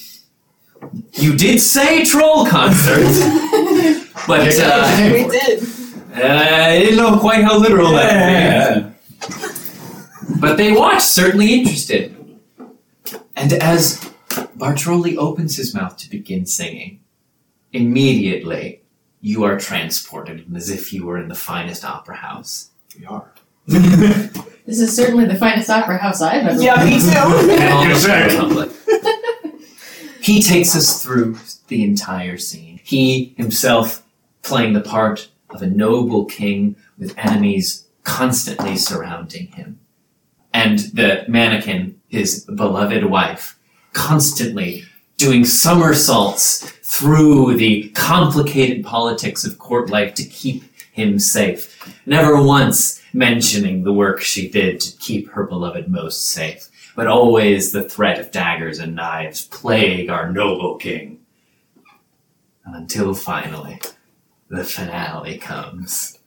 Speaker 3: You did say troll
Speaker 5: (laughs)
Speaker 3: concert, but uh,
Speaker 10: we did.
Speaker 3: uh, I didn't know quite how literal that was. But they watched, certainly interested. And as Bartoli opens his mouth to begin singing, immediately you are transported as if you were in the finest opera house.
Speaker 5: we are.
Speaker 6: This is certainly the finest opera house I've ever.
Speaker 10: Yeah, me too.
Speaker 3: And all
Speaker 5: Yes,
Speaker 3: the
Speaker 5: sir.
Speaker 3: public. he takes us through the entire scene. He himself playing the part of a noble king with enemies constantly surrounding him. And the mannequin, his beloved wife, constantly doing somersaults through the complicated politics of court life to keep him safe, never once mentioning the work she did to keep her beloved most safe, but always the threat of daggers and knives plague our noble king. And until finally, the finale comes.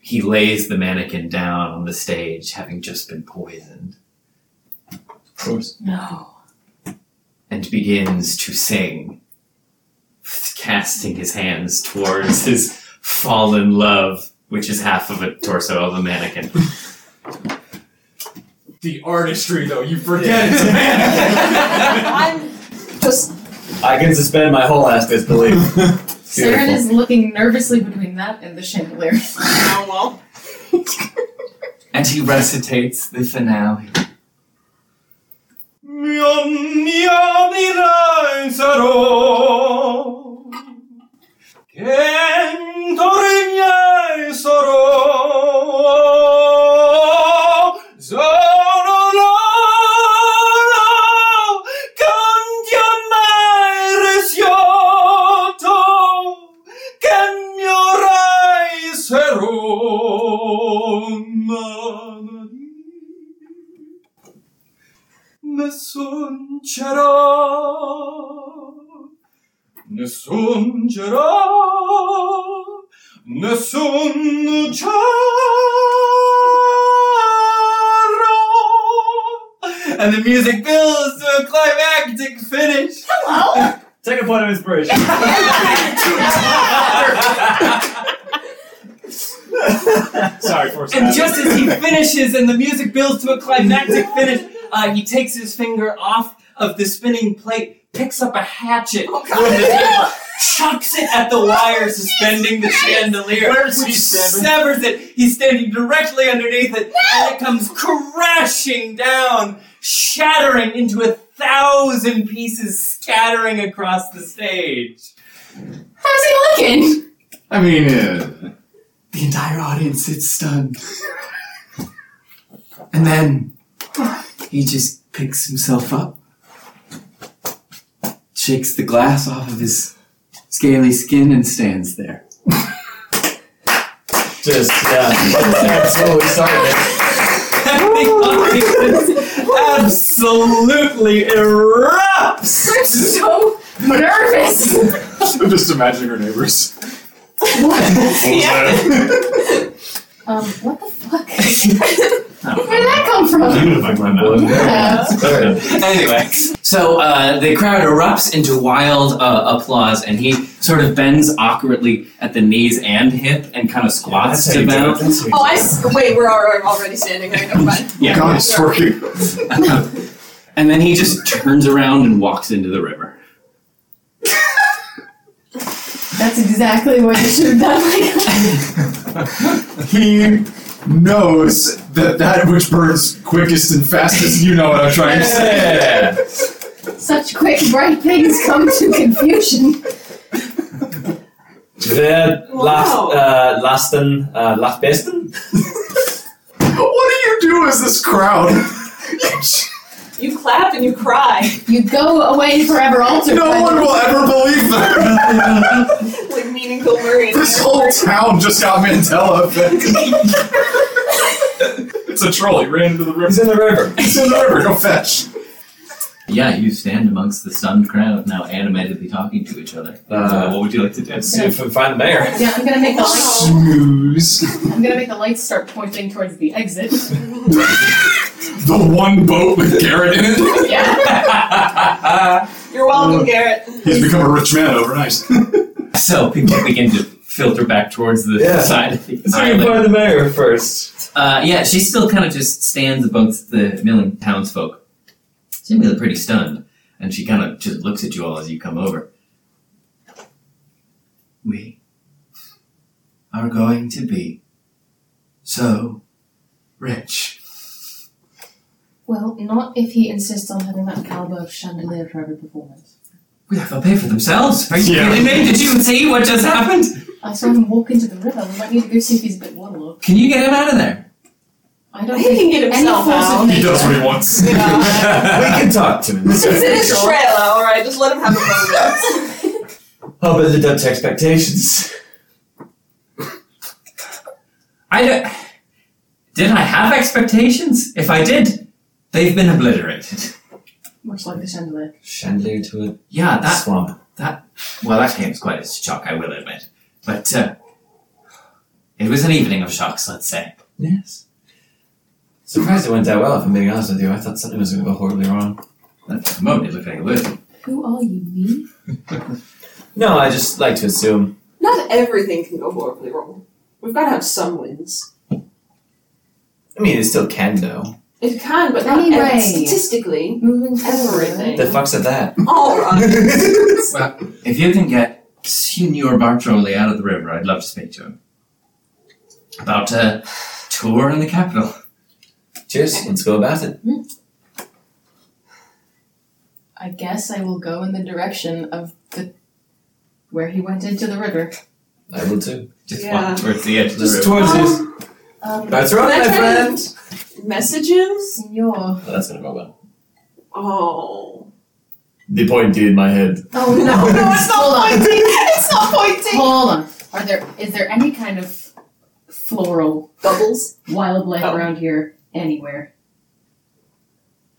Speaker 3: He lays the mannequin down on the stage, having just been poisoned. Of course
Speaker 6: No.
Speaker 3: and begins to sing, casting his hands towards his fallen love, which is half of a torso of a mannequin.
Speaker 1: The artistry, though, you forget it's a man.
Speaker 10: (laughs)
Speaker 1: (laughs)
Speaker 10: I'm
Speaker 6: Just
Speaker 8: I can suspend my whole ass disbelief.
Speaker 6: Saren
Speaker 8: Beautiful.
Speaker 6: is looking nervously between that and the chandelier.
Speaker 10: oh well.
Speaker 3: And he recitates the finale.
Speaker 1: Nessun c'era, nessun c'era, nessun c'era. And the music builds to a climactic finish.
Speaker 8: Take a point of inspiration.
Speaker 5: Sorry, for
Speaker 1: And just as he finishes and the music builds to a climactic finish, uh, he takes his finger off of the spinning plate, picks up a hatchet from the table, chucks it at the wire suspending the chandelier, which severs it. He's standing directly underneath it, and it comes crashing down, shattering into a thousand pieces, scattering across the stage.
Speaker 6: How's he looking?
Speaker 5: (laughs) I mean, uh,
Speaker 1: The entire audience sits stunned. and then he just picks himself up, shakes the glass off of his scaly skin, and stands there.
Speaker 8: Just, yeah. That's what we started.
Speaker 1: the audience absolutely erupts!
Speaker 6: I'm so nervous.
Speaker 5: I'm just imagining her neighbors.
Speaker 6: (laughs)
Speaker 5: (laughs)
Speaker 6: Um, what the fuck? (laughs) Where did that come from? Yeah.
Speaker 3: (laughs) Anyway, so uh, the crowd erupts into wild uh, applause, and he sort of bends awkwardly at the knees and hip, and kind of squats
Speaker 8: That's how
Speaker 3: to
Speaker 8: you do
Speaker 3: bow.
Speaker 8: it. That's how you
Speaker 10: Oh,
Speaker 8: do
Speaker 10: I s- wait. We're already, already standing right. Never mind.
Speaker 3: Yeah.
Speaker 5: God, it's working.
Speaker 3: And then he just turns around and walks into the river.
Speaker 6: That's exactly what you should have done. (laughs)
Speaker 5: He knows that that which burns quickest and fastest. You know what I'm trying to say.
Speaker 6: Such quick, bright things come to confusion.
Speaker 8: it. The last,
Speaker 10: Wow.
Speaker 8: uh, lasten, uh, last besten?
Speaker 5: What do you do as this crowd?
Speaker 10: You clap and you cry.
Speaker 6: You go away forever altered. by
Speaker 5: no
Speaker 6: the-
Speaker 5: one will ever believe
Speaker 6: (laughs)
Speaker 5: that.
Speaker 10: like meaning Bill Murray. in the
Speaker 5: This
Speaker 10: airport.
Speaker 5: whole town just got Mandela effect. it's a troll. He ran into the river.
Speaker 8: He's in the river.
Speaker 5: He's in the river. Go fetch.
Speaker 3: Yeah, you stand amongst the stunned crowd, now animatedly talking to each other.
Speaker 8: Uh,
Speaker 3: what would you like to do?
Speaker 8: Let's see if we find the mayor.
Speaker 6: Yeah, I'm gonna make
Speaker 5: Oh,
Speaker 6: the lights.
Speaker 5: Snooze.
Speaker 6: I'm gonna make the lights start pointing towards the exit.
Speaker 5: The one boat with Garrett in it.
Speaker 6: Yeah.
Speaker 10: You're welcome, Garrett.
Speaker 5: He's become a rich man overnight. (laughs)
Speaker 3: So people begin to filter back towards the
Speaker 8: Yeah.
Speaker 3: side of the
Speaker 8: Let's see if we
Speaker 3: island.
Speaker 8: find the mayor first.
Speaker 3: Uh, yeah, she still kind of just stands amongst the milling townsfolk, seemingly pretty stunned, and she kind of just looks at you all as you come over. We are going to be so rich.
Speaker 6: Well, not if he insists on having that caliber of chandelier for every performance.
Speaker 3: Yeah, they'll pay for themselves. Are you
Speaker 5: Yeah.
Speaker 3: kidding me? Did you see what just happened?
Speaker 6: I saw him walk into the river. We might need to go see if he's a bit warlock.
Speaker 3: Can you get him out of there?
Speaker 6: I don't
Speaker 10: He
Speaker 6: think
Speaker 10: can get
Speaker 6: any
Speaker 10: himself
Speaker 6: force
Speaker 10: out.
Speaker 6: Of
Speaker 5: He does what
Speaker 6: nature-
Speaker 5: he (laughs) wants.
Speaker 8: we
Speaker 10: Yeah.
Speaker 8: can talk to him.
Speaker 10: He's in his trailer, alright, just let him have a moment.
Speaker 8: Hope it lived up to expectations.
Speaker 3: I don't. Did I have expectations? If I did, they've been obliterated.
Speaker 6: Much like the chandelier.
Speaker 8: Chandelier to
Speaker 3: Yeah,
Speaker 8: a
Speaker 3: that
Speaker 8: swamp.
Speaker 3: Well, that came as quite as a shock, I will admit. But uh, it was an evening of shocks, let's say.
Speaker 8: Yes. Surprised it went that well, if I'm being honest with you. I thought something was going to go horribly wrong.
Speaker 3: At the moment, it looked like a lizard.
Speaker 6: Who are you, me?
Speaker 8: No, I just like to assume.
Speaker 2: Not everything can go horribly wrong. We've got to have some wins.
Speaker 8: I mean, it still can, though.
Speaker 2: It can, but not
Speaker 6: Anyway.
Speaker 2: ev- statistically.
Speaker 6: Moving
Speaker 2: Everything.
Speaker 8: The fuck's at that?
Speaker 2: All right.
Speaker 3: If you can get Signor Bartoli out of the river, I'd love to speak to him. About a tour in the capital.
Speaker 8: Cheers, let's go about it.
Speaker 6: I guess I will go in the direction of the where he went into the river.
Speaker 8: I will too.
Speaker 3: Just
Speaker 2: Yeah.
Speaker 3: walk towards the edge of the
Speaker 8: Just
Speaker 3: river.
Speaker 8: towards his.
Speaker 2: Um,
Speaker 6: Um,
Speaker 8: That's right, my friend!
Speaker 2: message him?
Speaker 6: Senor.
Speaker 8: Oh, that's gonna go well.
Speaker 10: (laughs)
Speaker 2: Oh.
Speaker 8: The point in my head.
Speaker 6: Oh no!
Speaker 2: No, it's
Speaker 6: (laughs) Hold
Speaker 2: not
Speaker 6: on.
Speaker 2: pointing! It's not pointing!
Speaker 6: Hold on. Are there is there any kind of floral
Speaker 2: Bubbles.
Speaker 6: wildlife
Speaker 2: Oh.
Speaker 6: around here anywhere?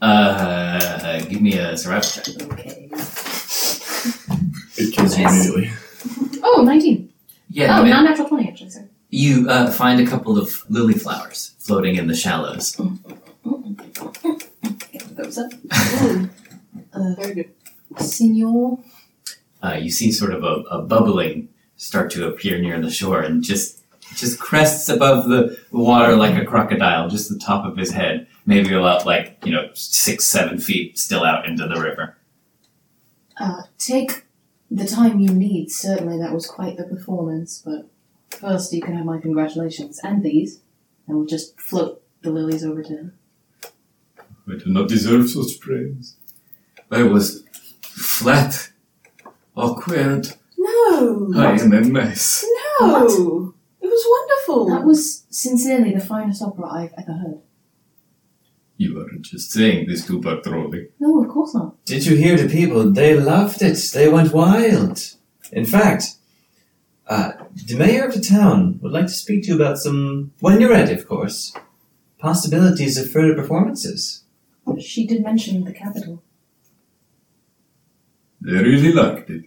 Speaker 3: Uh, give me a survival check.
Speaker 6: Okay.
Speaker 5: It kills
Speaker 6: Nice.
Speaker 5: immediately.
Speaker 6: Oh, 19.
Speaker 3: Yeah,
Speaker 6: oh,
Speaker 3: you,
Speaker 6: non natural 20, actually. Sorry.
Speaker 3: you uh, find a couple of lily flowers floating in the shallows.
Speaker 6: Get those up.
Speaker 2: Mm,
Speaker 6: Uh,
Speaker 2: very good.
Speaker 6: senor.
Speaker 3: uh, you see sort of a, a bubbling start to appear near the shore and just just crests above the water like a crocodile, just the top of his head, maybe about like, you know, six, seven feet still out into the river.
Speaker 6: Uh, take the time you need. Certainly, that was quite the performance. But first, you can have my congratulations and these, and we'll just float the lilies over to him.
Speaker 10: I do not deserve such praise.
Speaker 3: I was flat, awkward.
Speaker 2: No.
Speaker 10: am a mess.
Speaker 2: No. It was wonderful.
Speaker 6: That was sincerely the finest opera I've ever heard.
Speaker 10: You are just saying this to Bartoli.
Speaker 6: No, of course not.
Speaker 8: Did you hear the people? They loved it. They went wild. In fact, uh, the mayor of the town would like to speak to you about some, when you're ready, of course, possibilities of further performances.
Speaker 6: She did mention the capital.
Speaker 10: They really liked it.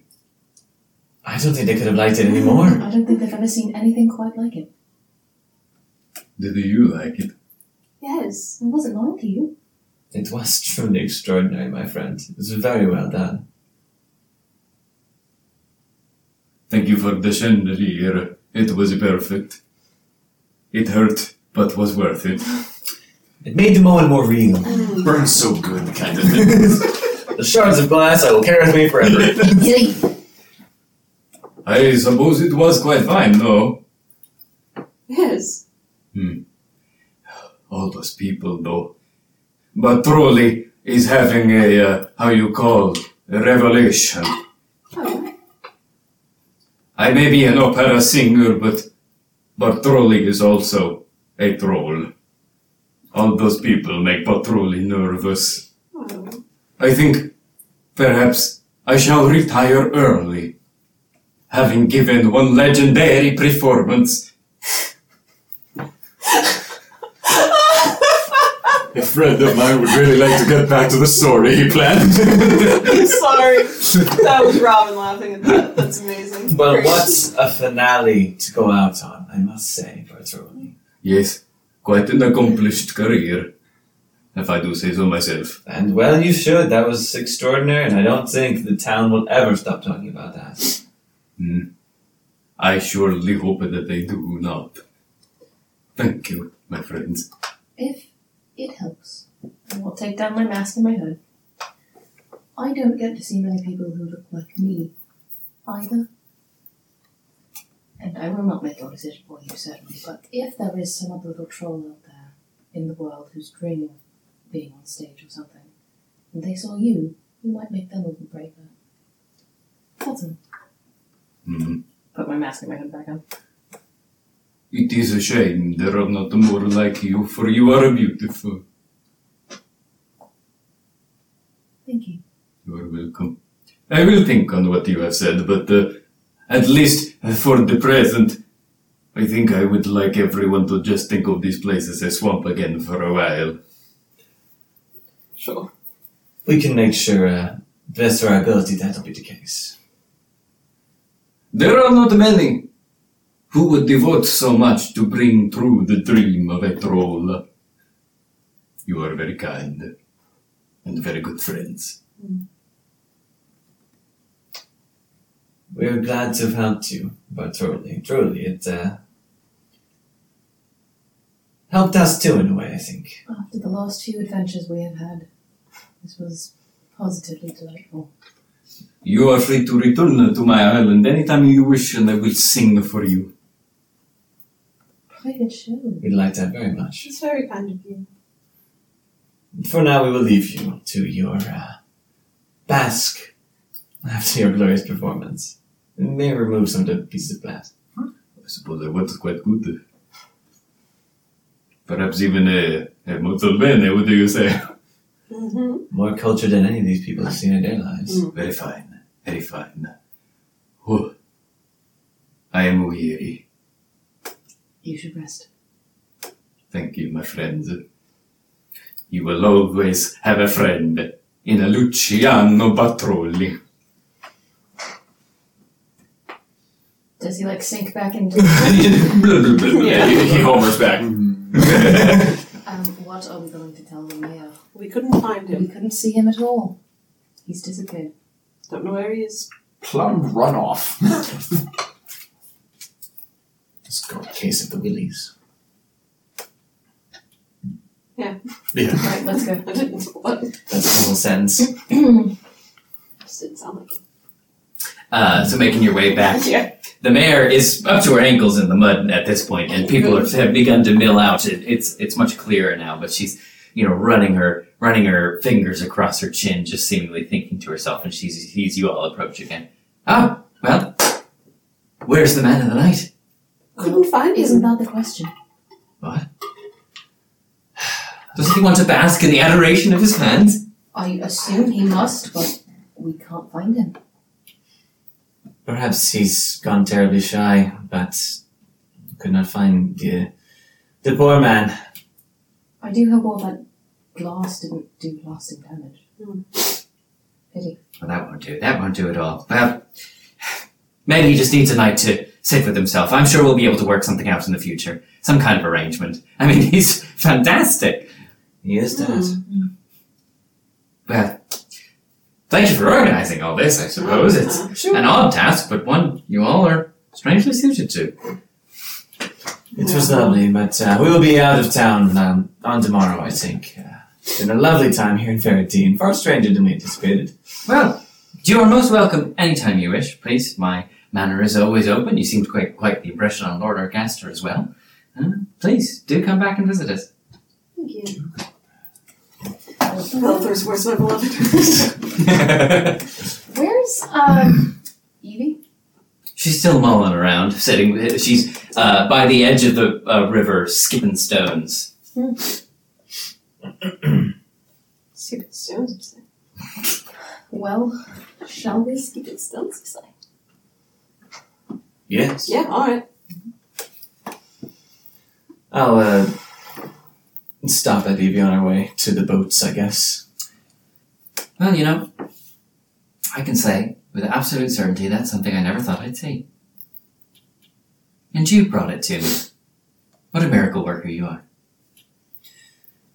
Speaker 8: I don't think they could have liked it anymore.
Speaker 6: I don't think they've ever seen anything quite like it.
Speaker 10: Did you like it?
Speaker 2: yes.
Speaker 6: I wasn't lying to you.
Speaker 8: It was truly extraordinary, my friend. It was very well done.
Speaker 10: Thank you for the chandelier. It was perfect. It hurt, but was worth it.
Speaker 8: It made the moment more real.
Speaker 5: Burns so good, kind of (laughs) thing.
Speaker 8: The shards of glass I will carry with me forever.
Speaker 10: I suppose it was quite fine, though.
Speaker 2: Yes.
Speaker 10: All those people, though. Bartoli is having a, uh, how you call, a revelation.
Speaker 2: Oh.
Speaker 10: I may be an opera singer, but Bartoli is also a troll. All those people make Bartoli nervous.
Speaker 2: oh.
Speaker 10: I think perhaps I shall retire early, having given one legendary performance.
Speaker 5: a friend of mine would really like to get back to the story he (laughs) planned.
Speaker 2: I'm sorry. That was Robin laughing at that. That's amazing.
Speaker 8: Well,
Speaker 2: Great.
Speaker 8: what a finale to go out on, I must say, Bertroni.
Speaker 10: Yes, quite an accomplished career, if I do say so myself.
Speaker 8: And well, you should. That was extraordinary, and I don't think the town will ever stop talking about that.
Speaker 10: I surely hope that they do not. Thank you, my friends.
Speaker 6: If it helps, I will take down my mask and my hood. I don't get to see many people who look like me either. And I will not make your decision for you, certainly, but if there is some other little troll out there in the world who's dreaming of being on stage or something, and they saw you, you might make them a little braver. That's all.
Speaker 10: Hmm.
Speaker 6: Put my mask and my hood back on.
Speaker 10: It is a shame there are not more like you, for you are beautiful.
Speaker 6: Thank you.
Speaker 10: You are welcome. I will think on what you have said, but uh, at least for the present. I think I would like everyone to just think of this place as a swamp again for a while.
Speaker 11: Sure.
Speaker 8: We can make sure, uh, best of our ability, that'll be the case.
Speaker 10: There are not many who would devote so much to bring true the dream of a troll. You are very kind and very good friends.
Speaker 8: We're glad to have helped you, but truly, truly, it uh, helped us too in a way, I think.
Speaker 6: After the last few adventures we have had, this was positively delightful.
Speaker 10: You are free to return to my island anytime you wish, and I will sing for you.
Speaker 6: Private show.
Speaker 8: We liked that very much.
Speaker 2: It's very kind of you.
Speaker 8: For now, we will leave you to your uh, basque after your glorious performance. We may remove some of the pieces of glass.
Speaker 10: I suppose I was quite good. Perhaps even a, a molto bene, what do you say? (laughs)
Speaker 2: Mm-hmm.
Speaker 8: More culture than any of these people have seen in their lives.
Speaker 10: Very fine, very fine. Oh, I am weary.
Speaker 6: You should rest.
Speaker 10: Thank you, my friend. You will always have a friend in a Luciano Batrulli.
Speaker 6: Does he like sink back into?
Speaker 5: (laughs)
Speaker 10: yeah, he, he homers back.
Speaker 6: um, what are we going to tell the mayor?
Speaker 2: We couldn't find
Speaker 6: We
Speaker 2: him.
Speaker 6: couldn't see him at all. He's disappeared.
Speaker 2: Don't know where he is.
Speaker 12: Plum runoff.
Speaker 13: Let's go case of the willies.
Speaker 6: Right, let's (clears throat) go.
Speaker 2: I didn't. What?
Speaker 8: That's the whole sentence.
Speaker 2: Just didn't sound like him.
Speaker 1: Uh, so making your way back.
Speaker 11: Yeah.
Speaker 1: The mayor is up to her ankles in the mud at this point, and people are, have begun to mill out. It, it's it's much clearer now, but she's you know running her running her fingers across her chin, just seemingly thinking to herself. And she sees you all approach again. Ah, well, where's the man of the night?
Speaker 2: Couldn't find him.
Speaker 6: Isn't that the question?
Speaker 1: Doesn't he want to bask in the adoration of his hands?
Speaker 6: I assume he must, but we can't find him.
Speaker 8: Perhaps he's gone terribly shy, but could not find the, the poor man.
Speaker 6: I do hope all that glass didn't do lasting damage.
Speaker 2: Hmm.
Speaker 6: Pity.
Speaker 1: Well, that won't do. That won't do at all. Well, maybe he just needs a night to sit with himself. I'm sure we'll be able to work something out in the future. Some kind of arrangement. I mean, (laughs) he's fantastic.
Speaker 8: He is dead.
Speaker 1: Well, thank you for organizing all this, I suppose. It's an odd task, but one you all are strangely suited to.
Speaker 8: It was lovely, but uh, we will be out of town um, on tomorrow, I think. Uh, it's been a lovely time here in Ferretine, far stranger than we anticipated.
Speaker 1: Well, you are most welcome anytime you wish, please. My manor is always open. You seemed quite, quite the impression on Lord Argaster as well. Uh, please, do come back and visit us.
Speaker 2: Thank you.
Speaker 6: Where's
Speaker 2: Helpers, where's my beloved?
Speaker 6: um Evie?
Speaker 1: She's still mulling around, sitting. She's uh, by the edge of the uh, river, skipping stones.
Speaker 2: See what the stones are saying.
Speaker 6: Well, shall
Speaker 2: Shall
Speaker 6: we?
Speaker 2: we skip it stones? it's like-
Speaker 8: Yes.
Speaker 2: Yeah, alright.
Speaker 8: I'll uh, stop at Evie on our way to the boats, I guess.
Speaker 1: Well, you know, I can say with absolute certainty that's something I never thought I'd see. And you brought it to me. What a miracle worker you are.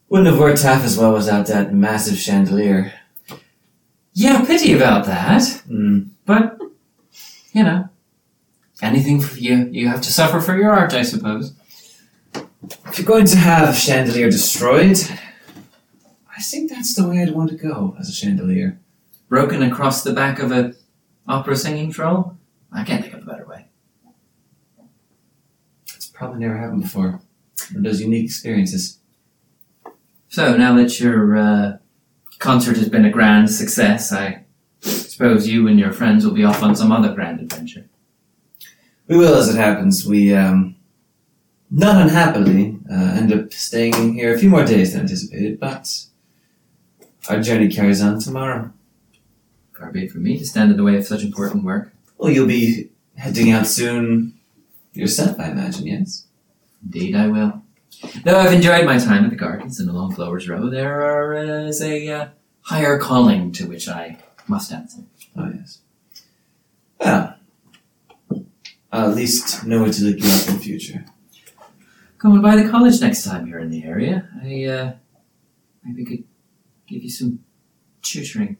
Speaker 8: Wouldn't have worked half as well without that massive chandelier.
Speaker 1: Yeah, pity about that,
Speaker 8: Mm.
Speaker 1: but, you know, anything for you, you have to suffer for your art, I suppose.
Speaker 8: If you're going to have a chandelier destroyed, I think that's the way I'd want to go as a chandelier.
Speaker 1: Broken across the back of a opera singing troll? I can't think of a better way.
Speaker 8: It's probably never happened before. One of those unique experiences.
Speaker 1: So now that your uh, concert has been a grand success, I suppose you and your friends will be off on some other grand adventure.
Speaker 8: We will, as it happens. We, um, not unhappily, uh, end up staying here a few more days than anticipated, but our journey carries on tomorrow.
Speaker 1: Far be it from me to stand in the way of such important work.
Speaker 8: Well, you'll be heading out soon yourself, I imagine, yes?
Speaker 3: Indeed, I will. Though I've enjoyed my time at the gardens and along Flowers Row, there are, uh, is a uh, higher calling to which I must answer.
Speaker 8: Oh, yes. Well, at least know where to look you up in future.
Speaker 3: Come on by the college next time you're in the area. I uh, maybe could give you some tutoring.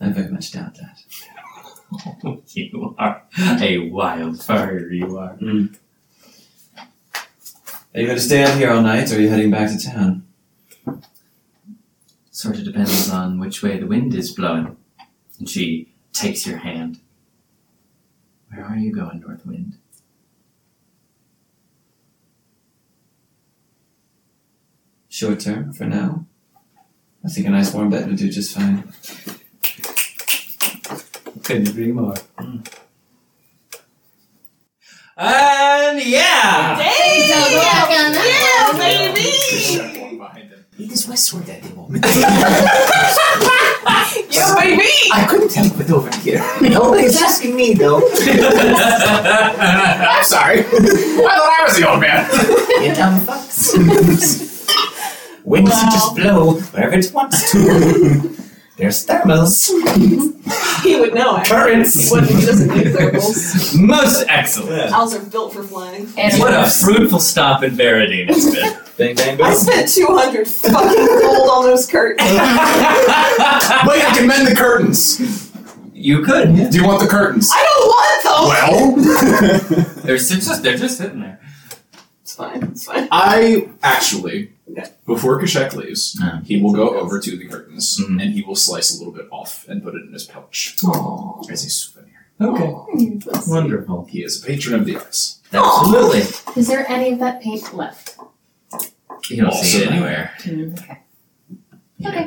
Speaker 8: I very much doubt that.
Speaker 3: (laughs) you are a wildfire, you are.
Speaker 8: Are you going to stay out here all night, or are you heading back to town?
Speaker 3: Sort of depends on which way the wind is blowing. And she takes your hand. Where are you going, North Wind?
Speaker 8: Short term, for now. I think a nice warm bed would do just fine.
Speaker 3: Couldn't agree more. And yeah!
Speaker 10: Yeah, baby!
Speaker 5: That one behind him.
Speaker 4: It is westward at the moment.
Speaker 10: Yeah, baby!
Speaker 4: I couldn't help it over here. (laughs) Nobody's asking me
Speaker 10: (laughs)
Speaker 4: though.
Speaker 5: I'm
Speaker 3: (laughs)
Speaker 5: sorry. I thought I was the old man.
Speaker 4: (laughs) you dumb
Speaker 3: (laughs)
Speaker 4: fucks. Wind does it just blow wherever it wants
Speaker 3: (laughs)
Speaker 4: to. There's thermals,
Speaker 10: He would know it. He
Speaker 4: currents.
Speaker 10: wouldn't, he doesn't do thermals.
Speaker 3: Most excellent.
Speaker 10: Owls are built for flying.
Speaker 6: And
Speaker 3: What a fruitful stop in Veradine it's been.
Speaker 8: Bang, bang,
Speaker 10: I
Speaker 8: bang.
Speaker 10: spent 200 fucking gold on those curtains.
Speaker 5: (laughs) Wait, I can mend the curtains.
Speaker 3: you could.
Speaker 5: Do you want the curtains?
Speaker 10: I don't want them!
Speaker 5: (laughs) Well,
Speaker 3: They're just they're just sitting there.
Speaker 10: It's fine, it's fine.
Speaker 5: I actually, before Kashek leaves,
Speaker 3: Oh.
Speaker 5: (laughs) he will go over to the curtains
Speaker 3: Mhm.
Speaker 5: and he will slice a little bit off and put it in his pouch as a souvenir.
Speaker 3: Okay.
Speaker 10: Let's see.
Speaker 3: (laughs) Wonderful.
Speaker 5: He is a patron of the arts.
Speaker 3: Absolutely.
Speaker 6: is there any of that paint left?
Speaker 3: You don't see it
Speaker 5: Awesome.
Speaker 3: anywhere.
Speaker 6: okay.
Speaker 3: Yeah.
Speaker 6: Okay.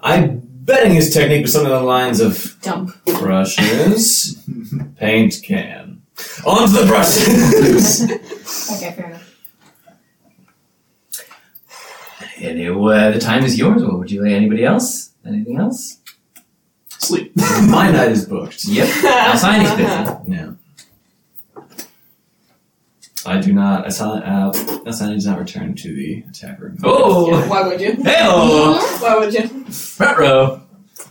Speaker 8: I'm betting his technique was something along the lines of
Speaker 6: Dump.
Speaker 8: brushes, paint can. On to the brushes!
Speaker 6: Okay, fair enough.
Speaker 3: Anyway, the time is yours. What would you like? Anybody else? Anything else?
Speaker 5: Sleep.
Speaker 8: My night is booked.
Speaker 3: Yep. Outside is busy.
Speaker 8: Yeah. I do not. Asana, uh, Asana does not return to the attack room. (laughs)
Speaker 3: Oh!
Speaker 10: (laughs) Why would you?
Speaker 2: Uh-huh.
Speaker 3: Hey!
Speaker 10: Why would you?
Speaker 3: Front row!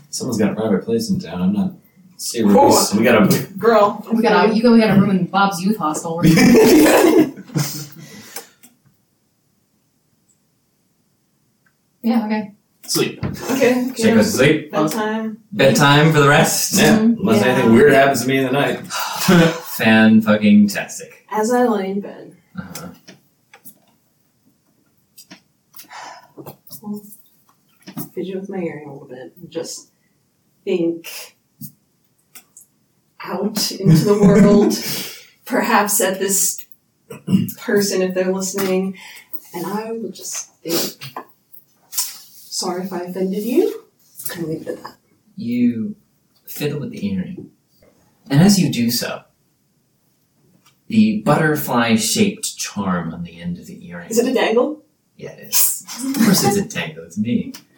Speaker 8: Someone's got Robert Place in town. I'm not. See, we
Speaker 10: Oh.
Speaker 8: we gotta. (laughs)
Speaker 10: Girl.
Speaker 6: We got a, you go. We got a room in Bob's youth hostel. We're yeah. Okay.
Speaker 5: Sleep.
Speaker 10: (laughs) Okay,
Speaker 3: She
Speaker 10: okay.
Speaker 3: goes to sleep.
Speaker 10: That time.
Speaker 3: Bedtime for the rest.
Speaker 8: Yeah, unless
Speaker 10: Yeah.
Speaker 8: anything weird happens to me in the night.
Speaker 3: (laughs) Fan fucking tastic.
Speaker 2: As I lay in bed,
Speaker 3: Uh-huh.
Speaker 2: fidget with my earring a little bit, and just think out into the world,
Speaker 3: (laughs)
Speaker 2: perhaps at this person if they're listening, and I will just think, sorry if I offended you, and leave it at that.
Speaker 3: you fiddle with the earring. And as you do so, the butterfly shaped charm on the end of the earring.
Speaker 10: Is it
Speaker 2: (laughs)
Speaker 10: a dangle?
Speaker 3: yeah, it is. Of course, it's a tangle. It's
Speaker 10: (laughs)
Speaker 3: me. Once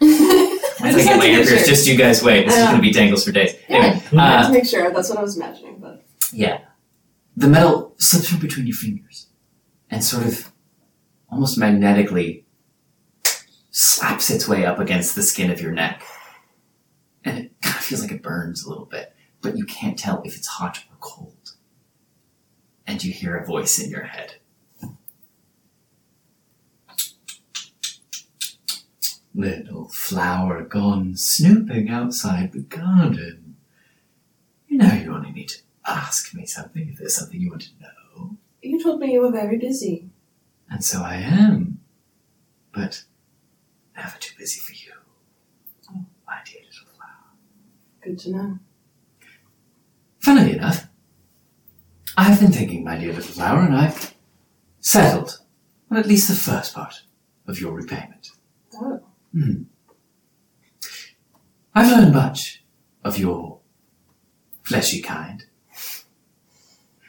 Speaker 3: I
Speaker 10: just
Speaker 3: get
Speaker 10: had
Speaker 3: my
Speaker 10: to make
Speaker 3: amper, it's
Speaker 10: sure.
Speaker 3: just you guys wait. This is
Speaker 10: Yeah.
Speaker 3: going to be tangles for days.
Speaker 6: Yeah.
Speaker 3: Anyway,
Speaker 10: I had
Speaker 3: uh,
Speaker 10: to make sure. That's what I was imagining, but
Speaker 3: the metal slips from between your fingers and sort of almost magnetically slaps its way up against the skin of your neck. And it kind of feels like it burns a little bit, but you can't tell if it's hot or cold. And you hear a voice in your head. Little flower gone snooping outside the garden. You know you only need to ask me something if there's something you want to know.
Speaker 2: you told me you were very busy.
Speaker 3: And so I am. But never too busy for you. Oh, My dear little flower.
Speaker 2: Good to know.
Speaker 3: Funnily enough, I've been thinking, my dear little flower, and I've settled on at least the first part of your repayment.
Speaker 2: Oh.
Speaker 3: Hmm. I've learned much of your fleshy kind,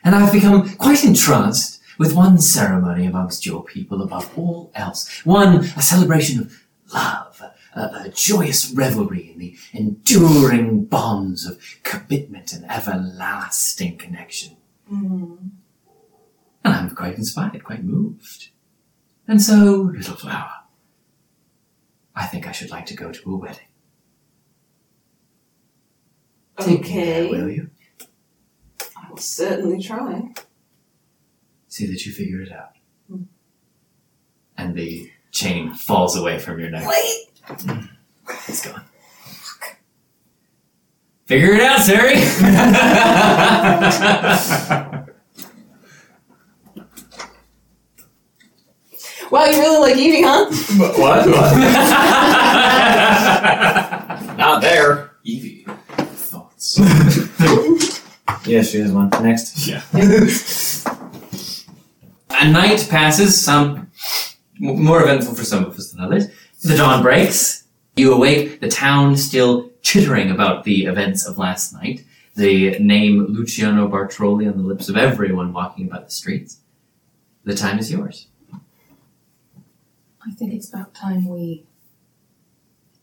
Speaker 3: and I've become quite entranced with one ceremony amongst your people above all else, one a celebration of love, a, a joyous revelry in the enduring bonds of commitment and everlasting connection. And I'm quite inspired, quite moved. And so, little flower, I think I should like to go to a wedding. Take me there,
Speaker 2: Okay.
Speaker 3: will you?
Speaker 2: I will certainly try.
Speaker 3: See that you figure it out. And the chain falls away from your neck.
Speaker 2: Wait!
Speaker 3: It's gone. Figure it out, Sari.
Speaker 2: Wow, you really like eating, huh?
Speaker 4: What? Not there.
Speaker 5: Evie, thoughts?
Speaker 8: Yeah, she has one. Next.
Speaker 5: yeah.
Speaker 3: (laughs) A night passes, some m- more eventful for some of us than others. The dawn breaks. You awake, the town still chittering about the events of last night. The name Luciano Bartoli on the lips of everyone walking about the streets. The time is yours.
Speaker 6: I think it's about time we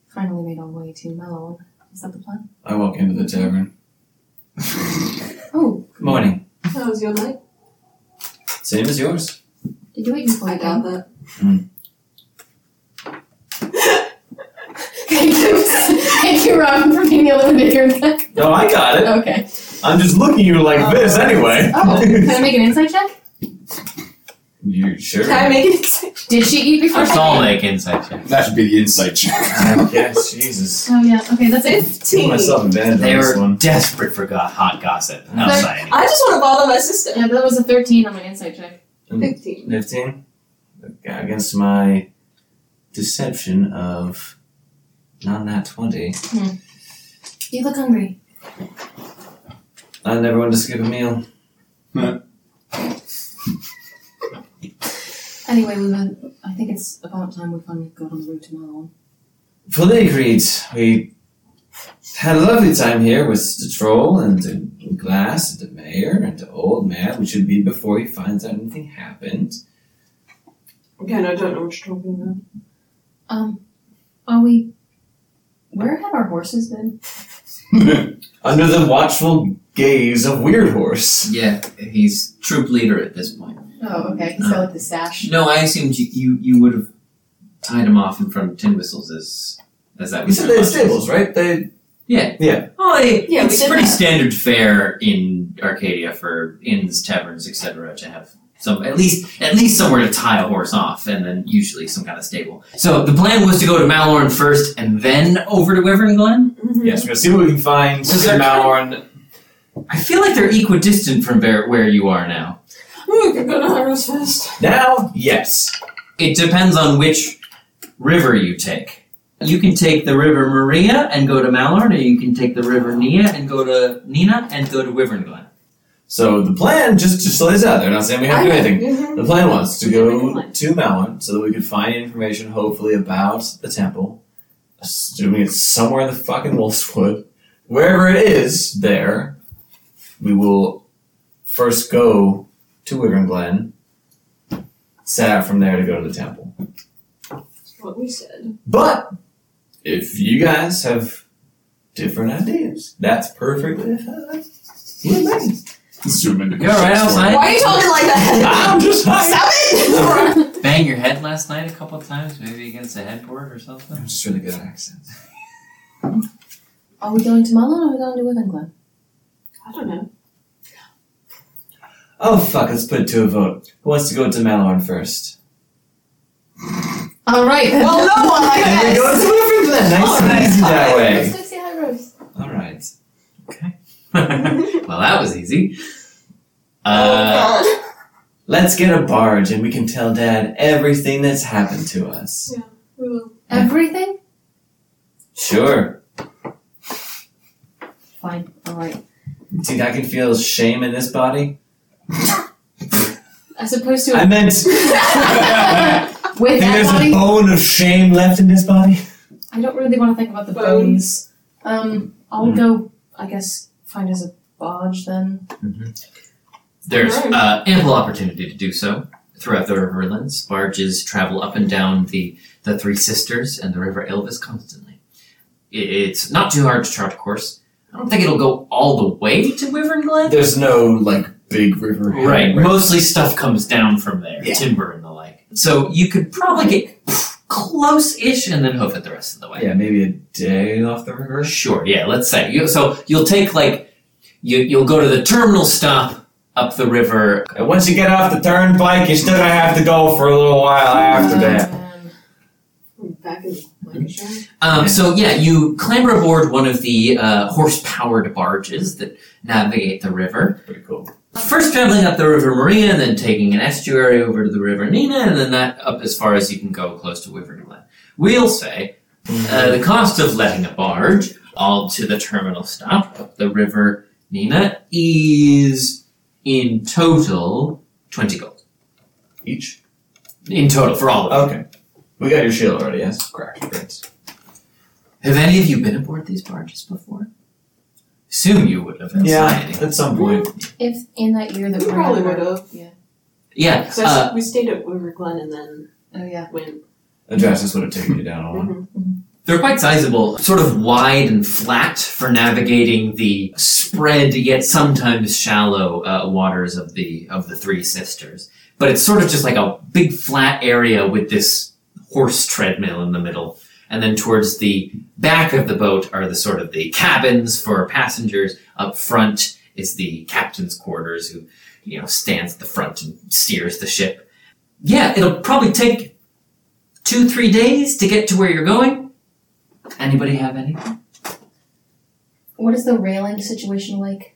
Speaker 6: finally made our way to Malone. Is that the plan?
Speaker 4: I walk into the
Speaker 8: (laughs)
Speaker 4: tavern.
Speaker 6: Oh,
Speaker 8: Morning.
Speaker 2: That was your night.
Speaker 4: Same as yours.
Speaker 6: did you wait for
Speaker 2: I
Speaker 6: me?
Speaker 2: doubt that.
Speaker 6: (laughs) Thank you. Thank you, Robin, for being the only one to hear that.
Speaker 4: No, I got it.
Speaker 6: Okay.
Speaker 4: I'm just looking at you like this anyway.
Speaker 6: Oh, can I make an insight check?
Speaker 4: You sure?
Speaker 2: Can (laughs) I make it?
Speaker 6: Did she eat before?
Speaker 3: Let's
Speaker 6: she
Speaker 3: all
Speaker 6: ate?
Speaker 3: make insight checks.
Speaker 5: That should be the insight check.
Speaker 4: yes, Jesus.
Speaker 6: Oh yeah. Okay, that's it.
Speaker 4: Put
Speaker 2: Fifteen.
Speaker 4: myself in bed on
Speaker 3: They
Speaker 4: this
Speaker 3: were
Speaker 4: one.
Speaker 3: desperate for go- hot gossip outside.
Speaker 2: I just want to bother my sister.
Speaker 6: Yeah, that was a thirteen on my insight check.
Speaker 2: Fifteen.
Speaker 8: 15 against my deception of not that 20
Speaker 6: You look hungry.
Speaker 8: i never want to skip a meal
Speaker 6: Anyway, we went. I think it's about time we finally got on the route to Malone.
Speaker 8: fully agreed we had a lovely time here with the troll and the glass and the mayor and the old man which should be before he finds out anything happened (laughs)
Speaker 2: Again, I don't know what you're talking about.
Speaker 6: Um, are we? Where have our horses been?
Speaker 8: under the watchful gaze of weird horse
Speaker 3: Yeah, he's troop leader at this point.
Speaker 6: Oh, okay.
Speaker 3: he's got,
Speaker 6: like the sash.
Speaker 3: No, I assumed you you, you would have tied him off in front of Tin Whistles as as that
Speaker 8: you
Speaker 3: was.
Speaker 8: said
Speaker 3: your
Speaker 8: they're
Speaker 3: logic.
Speaker 8: stables right they
Speaker 3: Well, it-
Speaker 2: Oh, Yeah, we
Speaker 3: it's
Speaker 2: did
Speaker 3: pretty
Speaker 2: that.
Speaker 3: standard fare in Arcadia for inns, taverns, etc. to have some at least at least somewhere to tie a horse off, and then usually some kind of stable. So the plan was to go to Malorn first, and then over to Wyvern Glen.
Speaker 2: Mm-hmm.
Speaker 4: Yes, we're gonna see what we can find.
Speaker 3: Is there-
Speaker 4: Malorn.
Speaker 3: I feel like they're equidistant from where, where you are now.
Speaker 2: Ooh, Oh, you're gonna hire us first.
Speaker 4: Now, yes.
Speaker 3: It depends on which river you take. You can take the River Maria and go to Malorn, or you can take the River Nia and go to Nina and go to Wyvern Glen.
Speaker 8: so the plan just just lays out there not saying we have to do anything
Speaker 2: Mhm.
Speaker 8: The plan was to
Speaker 6: Make a
Speaker 8: go
Speaker 6: plan.
Speaker 8: to Malin so that we could find information, hopefully, about the temple. Assuming it's somewhere in the fucking Wolf's Wood. Wherever it is, there, we will first go to Wyvern Glen, set out from there to go to the temple.
Speaker 2: That's what we said.
Speaker 8: But if you guys have different ideas, that's perfectly fine. With me.
Speaker 5: Zoom into
Speaker 3: You're right outside.
Speaker 2: Why are you talking like
Speaker 8: (laughs)
Speaker 2: that?
Speaker 8: I'm just
Speaker 2: Stop it!
Speaker 3: bang your head last night a couple times, maybe against a headboard or something?
Speaker 8: I'm just really good at accents.
Speaker 6: Are we going to Malone or are we going to Wyvern Glen?
Speaker 2: I don't know.
Speaker 8: Oh fuck, let's put it to a vote. Who wants to go to Malorn first?
Speaker 6: All right.
Speaker 2: Well, no one, I
Speaker 8: And
Speaker 2: guess.
Speaker 8: we go to Wyvern Glen. Nice and easy that way.
Speaker 6: Let's go see how it goes.
Speaker 8: All
Speaker 3: (laughs)
Speaker 8: right.
Speaker 3: well, that was easy. Uh,
Speaker 2: Oh, God.
Speaker 8: Let's get a barge and we can tell Dad everything that's happened to us.
Speaker 2: We will.
Speaker 6: Everything?
Speaker 8: Sure.
Speaker 6: Fine. All right.
Speaker 8: You think I can feel shame in this body?
Speaker 6: As opposed to
Speaker 8: I meant, think
Speaker 2: (laughs)
Speaker 6: with that
Speaker 8: there's
Speaker 6: body,
Speaker 8: a bone of shame left in this body?
Speaker 6: I don't really want to think about the
Speaker 2: Bones.
Speaker 6: bones. Um, I'll go. I guess find us a barge then.
Speaker 3: there's uh, ample opportunity to do so. throughout the river lands. Barges travel up and down the, the Three Sisters and the River Elvis constantly. I- It's not too hard to chart a course. I don't think it'll go all the way to Wyvern Glen.
Speaker 8: There's no like big river. heading
Speaker 3: Right. Mostly stuff comes down from there, timber and the like. So you could probably get close-ish and then hoof it the rest of the way.
Speaker 8: Yeah, maybe a day off the river.
Speaker 3: Sure. Yeah. Let's say you. So you'll take like you. You'll go to the terminal stop up the river.
Speaker 8: And once you get off the turnpike, you're still gonna have to go for a little while after that.
Speaker 6: Um,
Speaker 2: (laughs) Back in Lancashire.
Speaker 3: Um, so yeah, you clamber aboard one of the uh, horse-powered barges that navigate the river.
Speaker 8: Pretty cool.
Speaker 3: First traveling up the River Maria, and then taking an estuary over to the River Nina, and then that up as far as you can go close to Wyvern Glen. We'll say uh, the cost of letting a barge all to the terminal stop up the River Nina is in total twenty gold.
Speaker 8: Each.
Speaker 3: In total, for all of them.
Speaker 8: Okay. We got your shield already. Yes. Correct. Great.
Speaker 3: Have any of you been aboard these barges before? Assume you would have. That's
Speaker 8: Yeah.
Speaker 3: exciting.
Speaker 8: At some point.
Speaker 6: if in that year that
Speaker 2: We
Speaker 6: we're
Speaker 2: probably
Speaker 6: not-
Speaker 2: would have.
Speaker 3: Yeah.
Speaker 2: So
Speaker 3: uh,
Speaker 2: we stayed at River Glen and then
Speaker 6: Oh yeah.
Speaker 2: (laughs) went.
Speaker 8: Adrastus would have taken you down a lot.
Speaker 3: they're quite sizable, sort of wide and flat for navigating the spread yet sometimes shallow uh, waters of the of the Three Sisters. But it's sort of just like a big flat area with this horse treadmill in the middle, and then towards the back of the boat are the sort of the cabins for passengers. Up front is the captain's quarters, who you know stands at the front and steers the ship. Yeah, it'll probably take two three days to get to where you're going. Anybody have any?
Speaker 6: What is the railing situation like?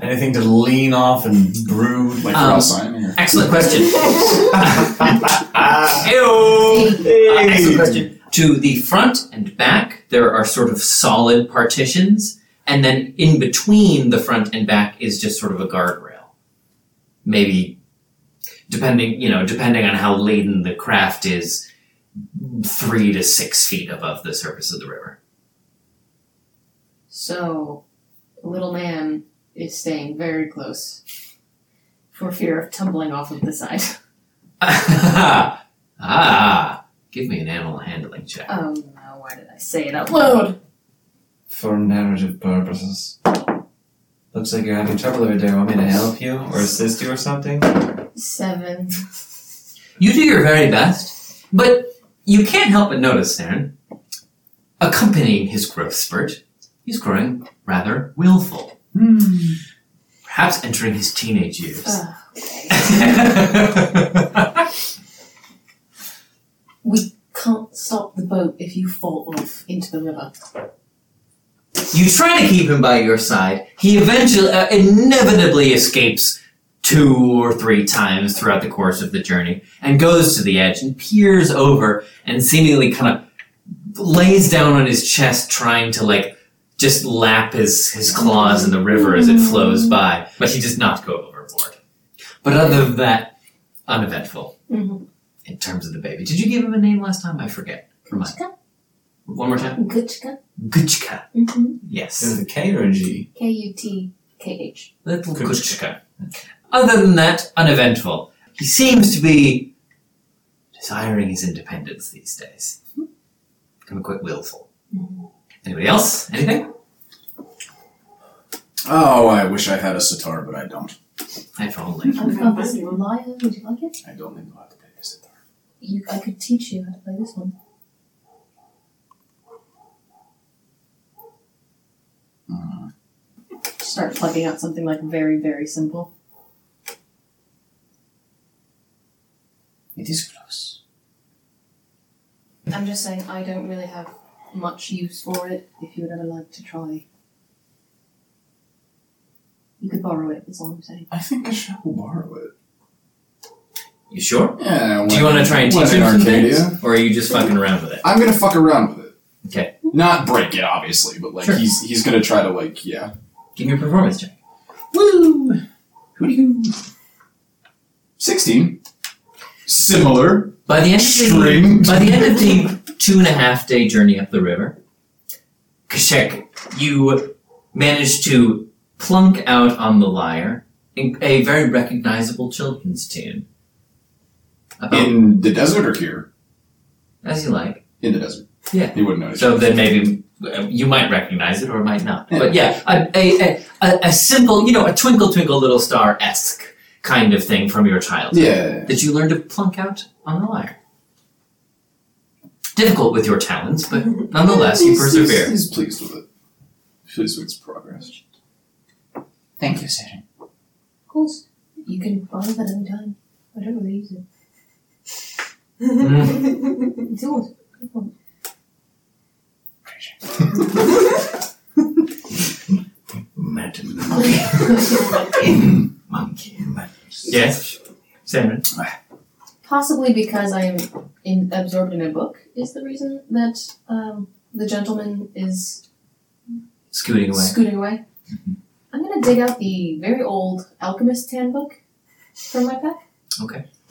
Speaker 8: Anything to lean off and brood.
Speaker 5: Like
Speaker 3: Um,
Speaker 5: for (laughs) outside here.
Speaker 3: Excellent question. (laughs) Ayo! Uh, excellent question. To the front and back, there are sort of solid partitions, and then in between the front and back is just sort of a guardrail. Maybe, depending, you know, depending on how laden the craft is, three to six feet above the surface of the river. (laughs)
Speaker 6: So, little man is staying very close for fear of tumbling off of the (laughs) side.
Speaker 3: ah, give me an animal handling check.
Speaker 6: Oh no! Why did I say it out loud?
Speaker 8: For narrative purposes. Looks like you're having trouble over there. Want me to help you or assist you or something?
Speaker 6: Seven.
Speaker 3: You do your very best, but you can't help but notice, Saren, accompanying his growth spurt, he's growing rather willful. Perhaps entering his teenage years.
Speaker 6: Ugh, okay.
Speaker 3: (laughs)
Speaker 6: Can't stop the boat if you fall off into the river.
Speaker 3: you try to keep him by your side. He eventually, uh, inevitably escapes two or three times throughout the course of the journey and goes to the edge and peers over and seemingly kind of lays down on his chest trying to like just lap his, his claws in the river as it flows by. But he does not go overboard. But other than that, uneventful
Speaker 6: Mhm.
Speaker 3: in terms of the baby. Did you give him a name last time? I forget. Remind me. One more time.
Speaker 6: Good chica.
Speaker 3: Guchka.
Speaker 6: Mm-hmm.
Speaker 3: Yes.
Speaker 8: Is it a K or a G?
Speaker 6: K U T K H.
Speaker 3: Little Kuchka. Other than that, uneventful. He seems to be desiring his independence these days. Becoming quite willful. Anybody else? Anything?
Speaker 5: Oh, I wish I had a sitar, but I don't.
Speaker 3: If only.
Speaker 6: I've this lyre. Would you like it?
Speaker 5: I don't even know how to play a sitar.
Speaker 6: You, I could teach you how to play this one. Hmm. Start plucking out something like very, very simple.
Speaker 4: It is close.
Speaker 6: I'm just saying, I don't really have much use for it. If you would ever like to try, you could borrow it. That's all I'm saying.
Speaker 5: I think I shall borrow it.
Speaker 3: You sure?
Speaker 5: Yeah.
Speaker 3: Do
Speaker 5: when-
Speaker 3: you want to try and
Speaker 5: when
Speaker 3: teach
Speaker 5: in
Speaker 3: him some
Speaker 5: Arcadia.
Speaker 3: things? Or are you just fucking around with it?
Speaker 5: I'm gonna fuck around with it.
Speaker 3: Okay.
Speaker 5: Not break it, obviously, but like
Speaker 3: Sure.
Speaker 5: he's he's gonna try to like yeah.
Speaker 3: Give me a performance check.
Speaker 5: Woo! Who do you? Sixteen. Similar.
Speaker 3: By the end of the,
Speaker 5: String.
Speaker 3: by the end of the two and a half day journey up the river, Kashek, you managed to plunk out on the lyre in- a very recognizable children's tune. about
Speaker 5: In the desert or here?
Speaker 3: as you like.
Speaker 5: In the desert.
Speaker 3: Yeah.
Speaker 5: You wouldn't notice.
Speaker 3: So then maybe uh, you might recognize it or it might not.
Speaker 5: Yeah.
Speaker 3: But yeah, a, a, a- a, a simple, you know, a twinkle twinkle little star esque kind of thing from your childhood
Speaker 5: yeah.
Speaker 3: that you learned to plunk out on the lyre. Difficult with your talents, but nonetheless, you
Speaker 5: He's- he's-
Speaker 3: persevere.
Speaker 5: He's pleased with it. Pleased with its progress.
Speaker 4: Thank you, Saren.
Speaker 6: Of course, you can borrow that any time. I don't really use it.
Speaker 2: Mm-hmm. (laughs)
Speaker 3: Mm-hmm.
Speaker 6: It's yours. Good one.
Speaker 1: Madam Monkey.
Speaker 3: Yes, Saren.
Speaker 6: Possibly because I am in, absorbed in a book is the reason that um, the gentleman is
Speaker 3: Scooting away. Mm-hmm.
Speaker 6: scooting away. I'm gonna dig out the very old alchemist handbook from my pack.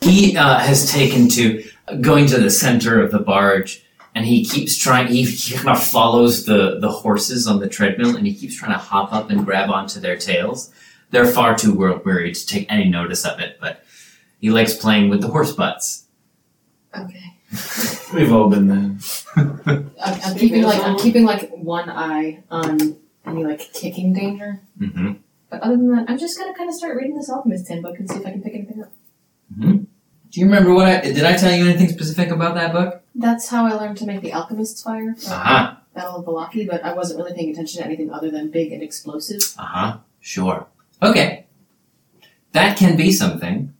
Speaker 3: He uh, has taken to going to the center of the barge, and he keeps trying. He, he kind of follows the the horses on the treadmill, and he keeps trying to hop up and grab onto their tails. They're far too world weary to take any notice of it, but he likes playing with the horse butts.
Speaker 6: Okay.
Speaker 4: We've all been there.
Speaker 6: I'm, I'm keeping like I'm keeping like one eye on any like kicking danger.
Speaker 3: Mm-hmm.
Speaker 6: But other than that, I'm just gonna kind of start reading this alchemist handbook and see if I can pick anything up.
Speaker 3: Do you remember what I did? I tell you anything specific about that book?
Speaker 6: That's how I learned to make the alchemist's fire.
Speaker 3: Uh huh.
Speaker 6: Battle of Valaki, but I wasn't really paying attention to anything other than big and explosive.
Speaker 3: Uh huh. Sure. Okay. That can be something.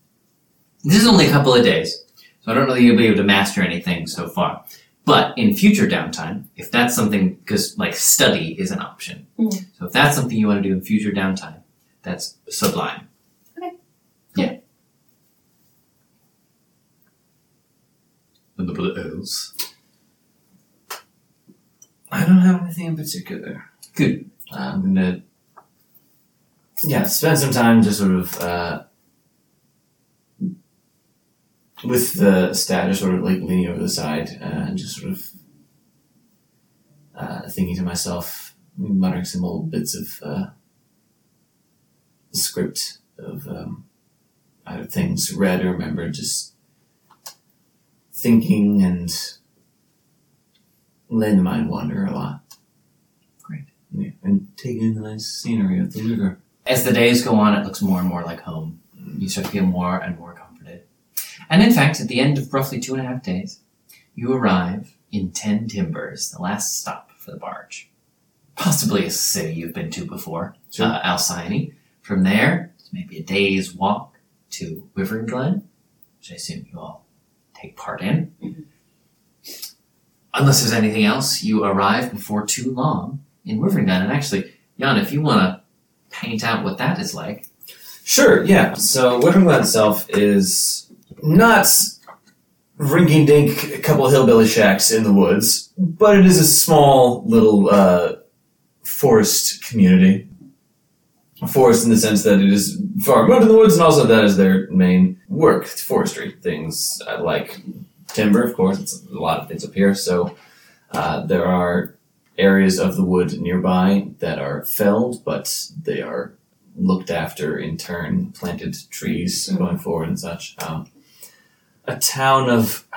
Speaker 3: This is only a couple of days, so I don't know that you'll be able to master anything so far. But in future downtime, if that's something, because like study is an option.
Speaker 6: Mm.
Speaker 3: So if that's something you want to do in future downtime, that's sublime.
Speaker 6: Okay.
Speaker 3: Yeah. And the blues.
Speaker 4: I don't have anything in particular.
Speaker 3: Good.
Speaker 4: I'm gonna, yeah, spend some time just sort of uh, with the status, sort of like leaning over the side uh, and just sort of uh, thinking to myself, muttering some old bits of uh, script of um, either things read or remembered, just thinking and letting the mind wander a lot.
Speaker 3: Great.
Speaker 4: Yeah, and taking in the nice scenery of the river.
Speaker 3: As the days go on, it looks more and more like home. You start to feel more and more comforted. And in fact, at the end of roughly two and a half days, you arrive in Ten Timbers, the last stop for the barge. Possibly a city you've been to before,
Speaker 4: Sure.
Speaker 3: uh, Alcyone. From there, it's maybe a day's walk to Wyvern Glen, which I assume you all take part in. Mm-hmm. Unless there's anything else, you arrive before too long in Wyvern Glen. And actually, Jan, if you want to paint out what that is like.
Speaker 8: Sure, yeah. So Whittingland itself is not rinky dink a couple hillbilly shacks in the woods, but it is a small little uh, forest community. A forest in the sense that it is far removed in the woods, and also that is their main work, it's forestry things uh, like timber, of course. It's a lot of things up here, so uh, there are areas of the wood nearby that are felled, but they are looked after in turn, planted trees going forward and such. Um, a town of,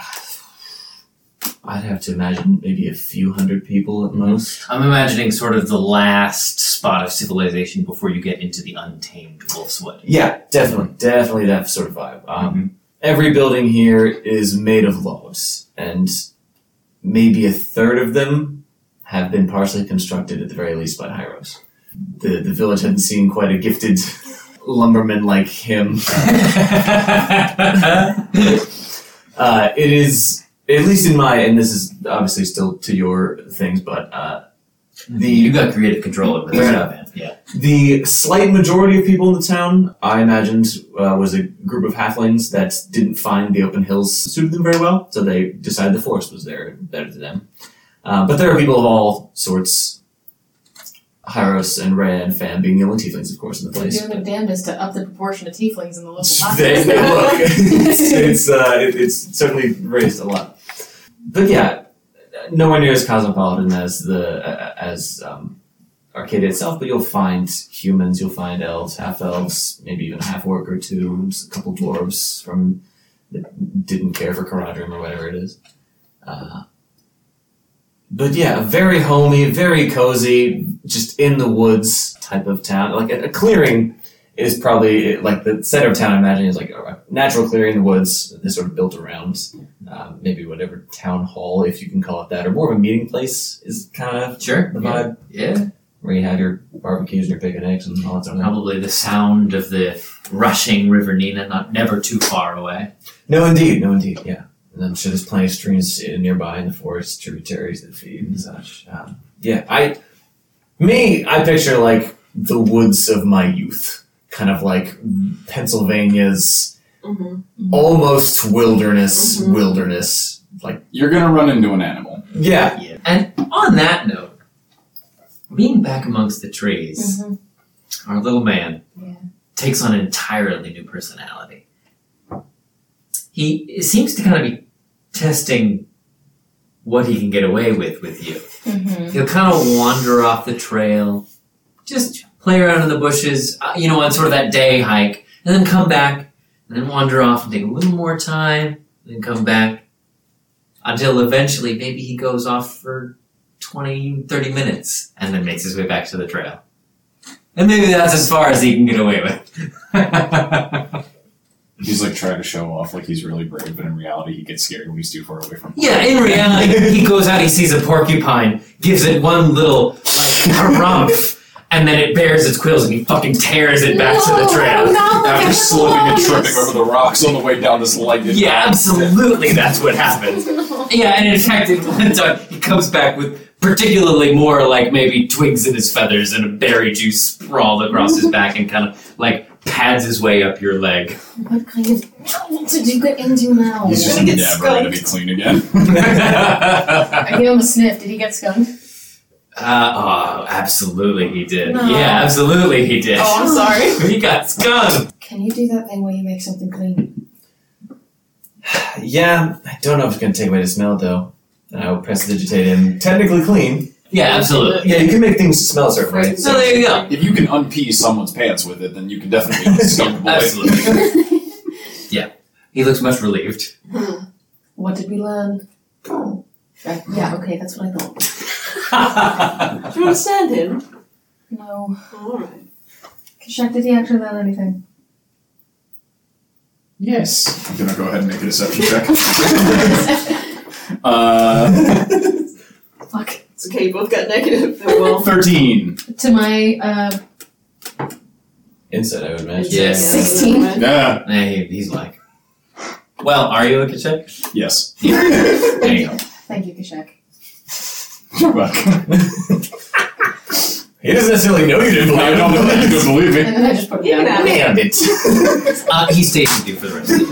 Speaker 8: I'd have to imagine maybe a few hundred people at most.
Speaker 3: I'm imagining sort of the last spot of civilization before you get into the untamed Wolfswood.
Speaker 8: Yeah, definitely, definitely that sort of vibe. Um,
Speaker 3: Mm-hmm.
Speaker 8: (laughs) Every building here is made of logs, and maybe a third of them have been partially constructed at the very least by Hyros. The, the village hadn't seen quite a gifted (laughs) lumberman like him Uh, it is at least in my, and this is obviously still to your things, but uh,
Speaker 3: you
Speaker 8: the
Speaker 3: got creative control over this
Speaker 8: Fair
Speaker 3: stuff, man. Yeah.
Speaker 8: the slight majority of people in the town, I imagined, uh, was a group of halflings that didn't find the open hills suited them very well, so they decided the forest was there better to them. Uh, but there are people of all sorts. Hyros and Rhea and Fam being the only tieflings, of course, in the
Speaker 6: They're
Speaker 8: place.
Speaker 6: doing their damnedest to up the proportion of tieflings in the local (laughs)
Speaker 8: (laughs)
Speaker 6: populace.
Speaker 8: they, they look. it's it's, uh, it, it's certainly raised a lot. But yeah, nowhere near as cosmopolitan as the uh, as um, Arcadia itself. But you'll find humans, you'll find elves, half elves, maybe even a half orc or two, a couple dwarves from the didn't care for Caradrim or whatever it is. Uh, but yeah, a very homey, very cozy, just in the woods type of town. Like a, a clearing is probably like the center of town. I imagine is like a natural clearing in the woods. Is sort of built around uh, maybe whatever town hall, if you can call it that, or more of a meeting place is kind of
Speaker 3: Sure.
Speaker 8: the vibe
Speaker 3: Yeah.
Speaker 8: where you have your barbecues and your picnics and all that sort of thing.
Speaker 3: Probably the sound of the rushing River Nina, not never too far away.
Speaker 8: No, indeed, no, indeed, yeah. And I'm sure there's plenty of streams in- nearby in the forest, tributaries that feed and such. Um, yeah, I, me, I picture like the woods of my youth, kind of like Pennsylvania's
Speaker 2: Mm-hmm.
Speaker 8: almost wilderness,
Speaker 2: Mhm.
Speaker 8: wilderness. Like,
Speaker 5: You're gonna run into an animal.
Speaker 8: yeah,
Speaker 3: Yeah. And on that note, being back amongst the trees,
Speaker 6: Mhm.
Speaker 3: our little man
Speaker 6: Yeah.
Speaker 3: takes on an entirely new personality. He seems to kind of be testing what he can get away with with you.
Speaker 6: Mm-hmm.
Speaker 3: He'll kind of wander off the trail, just play around in the bushes, uh, you know, on sort of that day hike, and then come back, and then wander off and take a little more time, and then come back, until eventually maybe he goes off for 20, 30 minutes, and then makes his way back to the trail. And maybe that's as far as he can get away with. (laughs)
Speaker 5: He's like trying to show off like he's really brave, but in reality he gets scared when he's too far away from
Speaker 3: Yeah, in reality, he goes out, he sees a porcupine, gives it one little like harumph, and then it bears its quills and he fucking tears it back to the trail.
Speaker 2: No, look
Speaker 5: (laughs) After
Speaker 2: at
Speaker 5: slipping and
Speaker 2: this.
Speaker 5: tripping over the rocks on the way down this lighted
Speaker 3: Yeah, absolutely, that's what happens.
Speaker 2: No.
Speaker 3: Yeah, and in fact, in one time he comes back with particularly more like maybe twigs in his feathers and a berry juice sprawled across his back and kind of like pads his way up your leg.
Speaker 6: What kind of trouble did you get into now?
Speaker 5: He's just
Speaker 10: Gonna get
Speaker 5: never gonna be
Speaker 10: skunked.
Speaker 5: clean again. (laughs)
Speaker 6: I gave him a sniff. Did he get skunked?
Speaker 3: Uh, oh, absolutely he did.
Speaker 6: No.
Speaker 3: Yeah, absolutely he did.
Speaker 10: Oh, I'm sorry.
Speaker 3: He got skunked.
Speaker 6: Can you do that thing where you make something clean?
Speaker 8: yeah. I don't know if it's gonna take away the smell though. And I will press digitate him. Technically clean.
Speaker 3: Yeah, absolutely.
Speaker 8: Yeah, you can make things smell a certain way.
Speaker 3: So there you go.
Speaker 5: If you can unpee someone's pants with it, then you can definitely
Speaker 3: (laughs)
Speaker 5: skunk boy.
Speaker 3: Absolutely. He looks much relieved.
Speaker 6: (laughs) What did we learn? Right, Oh. yeah, okay, that's what I thought.
Speaker 2: Do you want to send him?
Speaker 6: No.
Speaker 2: Alright.
Speaker 6: Kashak, did he actually learn anything?
Speaker 5: Yes. I'm gonna go ahead and make a deception check. (laughs) uh,
Speaker 6: (laughs) Fuck.
Speaker 2: It's okay, you both got
Speaker 10: (laughs)
Speaker 2: negative. Well,
Speaker 5: oh, thirteen.
Speaker 6: To my, uh,
Speaker 8: (laughs) Inside, I would imagine.
Speaker 3: Yes.
Speaker 2: yeah,
Speaker 6: 16.
Speaker 2: never mind.
Speaker 5: Yeah.
Speaker 3: Hey, he's like, well, are you a Kachek?
Speaker 5: Yes.
Speaker 3: There (laughs) you go.
Speaker 6: thank you, Kashak.
Speaker 8: (laughs)
Speaker 5: You're (laughs) welcome.
Speaker 8: He doesn't necessarily know you didn't
Speaker 5: I don't know (laughs) that you don't believe me.
Speaker 6: And then I just put it
Speaker 2: Yeah.
Speaker 6: down.
Speaker 8: Damn it.
Speaker 3: Uh, he stays with you for the rest of the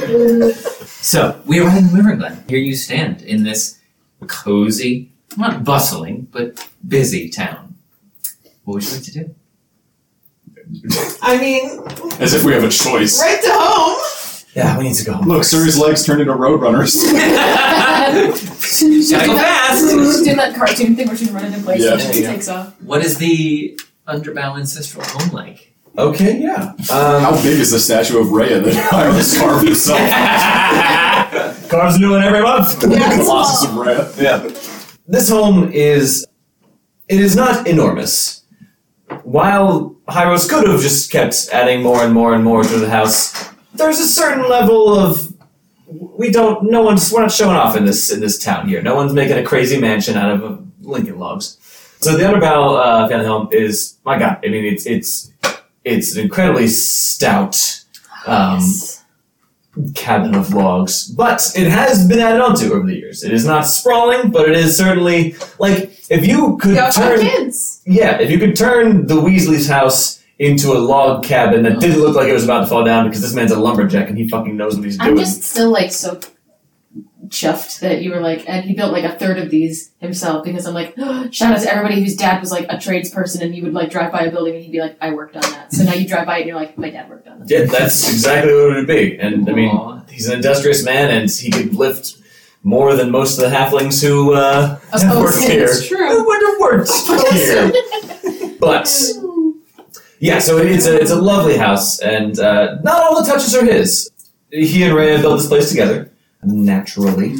Speaker 3: day. So, we arrive in River Glen. Here you stand in this cozy, not bustling, but busy town. What would you like to do?
Speaker 10: (laughs) I mean,
Speaker 5: As if we have a choice.
Speaker 10: right to home.
Speaker 8: yeah, we need to go.
Speaker 5: Look, Siri's legs turned into roadrunners. (laughs)
Speaker 6: She's
Speaker 3: Gotta go
Speaker 6: doing that-
Speaker 3: fast.
Speaker 6: She's doing that cartoon thing where she's running in place
Speaker 5: Yeah.
Speaker 6: and she
Speaker 8: Yeah.
Speaker 6: takes off.
Speaker 3: What is the underbow ancestral home like?
Speaker 8: Okay, yeah.
Speaker 5: How
Speaker 8: Um,
Speaker 5: big is the statue of Rhea that
Speaker 8: (laughs)
Speaker 5: (laughs) Iris carved himself?
Speaker 8: cars new one every month.
Speaker 5: (laughs) the Colossus of Rhea. Yeah.
Speaker 8: This home is. It is not enormous. While Hyros could have just kept adding more and more and more to the house, there's a certain level of. We don't. No one's. We're not showing off in this in this town here. No one's making a crazy mansion out of uh, Lincoln logs. So the Underbow uh, family home is. My God, I mean, it's it's it's an incredibly stout. Um,
Speaker 6: Oh, Yes.
Speaker 8: cabin of logs, but it has been added onto over the years. It is not sprawling, but it is certainly like if you could
Speaker 10: Y'all got
Speaker 8: turn,
Speaker 10: kids.
Speaker 8: yeah, if you could turn the Weasley's house into a log cabin that didn't look like it was about to fall down because this man's a lumberjack and he fucking knows what he's
Speaker 6: I'm
Speaker 8: doing.
Speaker 6: just still like so chuffed that you were like, and he built like a third of these himself because I'm like, (gasps) shout out to everybody whose dad was like a tradesperson and you would like drive by a building and he'd be like, I worked on that. So now you drive by it and you're like, my dad worked on that.
Speaker 8: yeah, that's exactly what it would be. And I mean,
Speaker 3: Aw.
Speaker 8: he's an industrious man and he could lift more than most of the halflings who uh,
Speaker 6: Of
Speaker 8: have
Speaker 6: course,
Speaker 8: worked here.
Speaker 10: It's true.
Speaker 8: Who would have worked
Speaker 6: (laughs)
Speaker 8: here? But yeah, so it- it's a it's a lovely house, and uh, not all the touches are his. He and Ray have built this place together. naturally,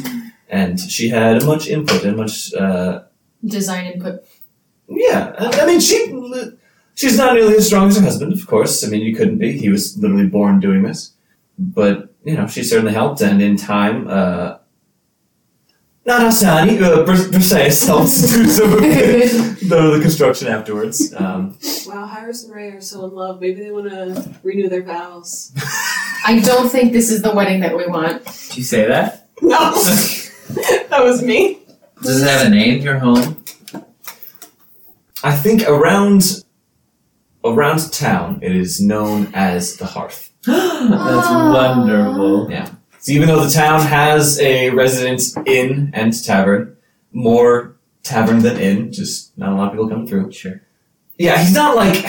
Speaker 8: and she had much input and much. Uh,
Speaker 14: Design
Speaker 6: (laughs)
Speaker 14: input.
Speaker 8: yeah, I, I mean, she she's not nearly as strong as her husband, of course. I mean, you couldn't be. He was literally born doing this, but you know, she certainly helped, and in time. Uh, not Asani, uh, per, per se, helped (laughs) do some of the, the, the construction afterwards. Um,
Speaker 2: Wow, Hyrus and Ray are so in love. Maybe they want to renew their vows.
Speaker 14: I don't think this is the wedding that we want.
Speaker 3: Did you say that?
Speaker 10: No, (laughs) that was me.
Speaker 3: Does it have a name, your home? (gasps)
Speaker 8: I think around around town it is known as the Hearth.
Speaker 3: That's
Speaker 14: Ah.
Speaker 3: wonderful.
Speaker 8: So even though the town has a residence inn and tavern, more tavern than inn, just not a lot of people come through.
Speaker 3: Sure.
Speaker 8: Yeah, he's not like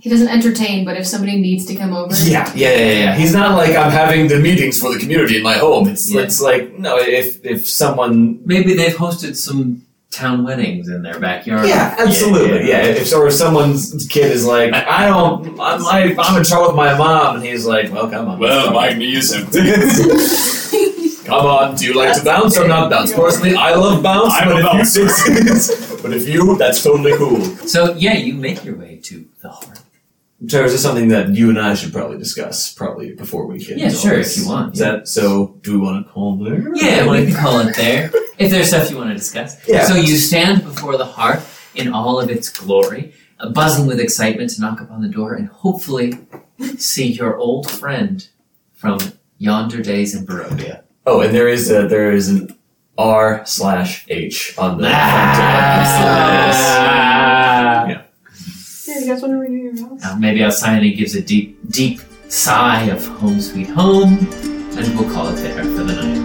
Speaker 14: He doesn't entertain, but if somebody needs to come over,
Speaker 8: yeah, yeah, yeah, yeah. He's not like I'm having the meetings for the community in my home. It's
Speaker 3: Yeah.
Speaker 8: it's like no, if if someone
Speaker 3: Maybe they've hosted some town weddings in their backyard.
Speaker 8: Yeah, absolutely. Yeah, if or if someone's kid is like, I don't, I'm, like, I'm in trouble with my mom, and he's like, well, come on.
Speaker 5: knee is
Speaker 8: Come on, do you like to bounce or not bounce? Personally, I love bounce,
Speaker 5: I'm
Speaker 8: but,
Speaker 5: a
Speaker 8: if
Speaker 5: bouncer.
Speaker 8: You, (laughs) but if you, that's totally cool.
Speaker 3: So yeah, you make your way to the hearth.
Speaker 8: Tara, is this something that you and I should probably discuss, probably before we get
Speaker 3: Yeah,
Speaker 8: into all
Speaker 3: sure,
Speaker 8: this?
Speaker 3: if you want,
Speaker 8: Is that so? Do we want to call there?
Speaker 3: Yeah, we can call it
Speaker 8: (laughs)
Speaker 3: there. If there's stuff you want to discuss.
Speaker 8: Yeah.
Speaker 3: So you stand before the hearth in all of its glory, uh, buzzing with excitement to knock upon the door and hopefully see your old friend from yonder days in Barovia.
Speaker 8: Oh, and there is a, there is an R slash H on the front door.
Speaker 3: Ah.
Speaker 2: Yeah, you guys want to renew your vows?
Speaker 3: Now maybe Alcyone gives a deep, deep sigh of home sweet home, and we'll call it there for the night.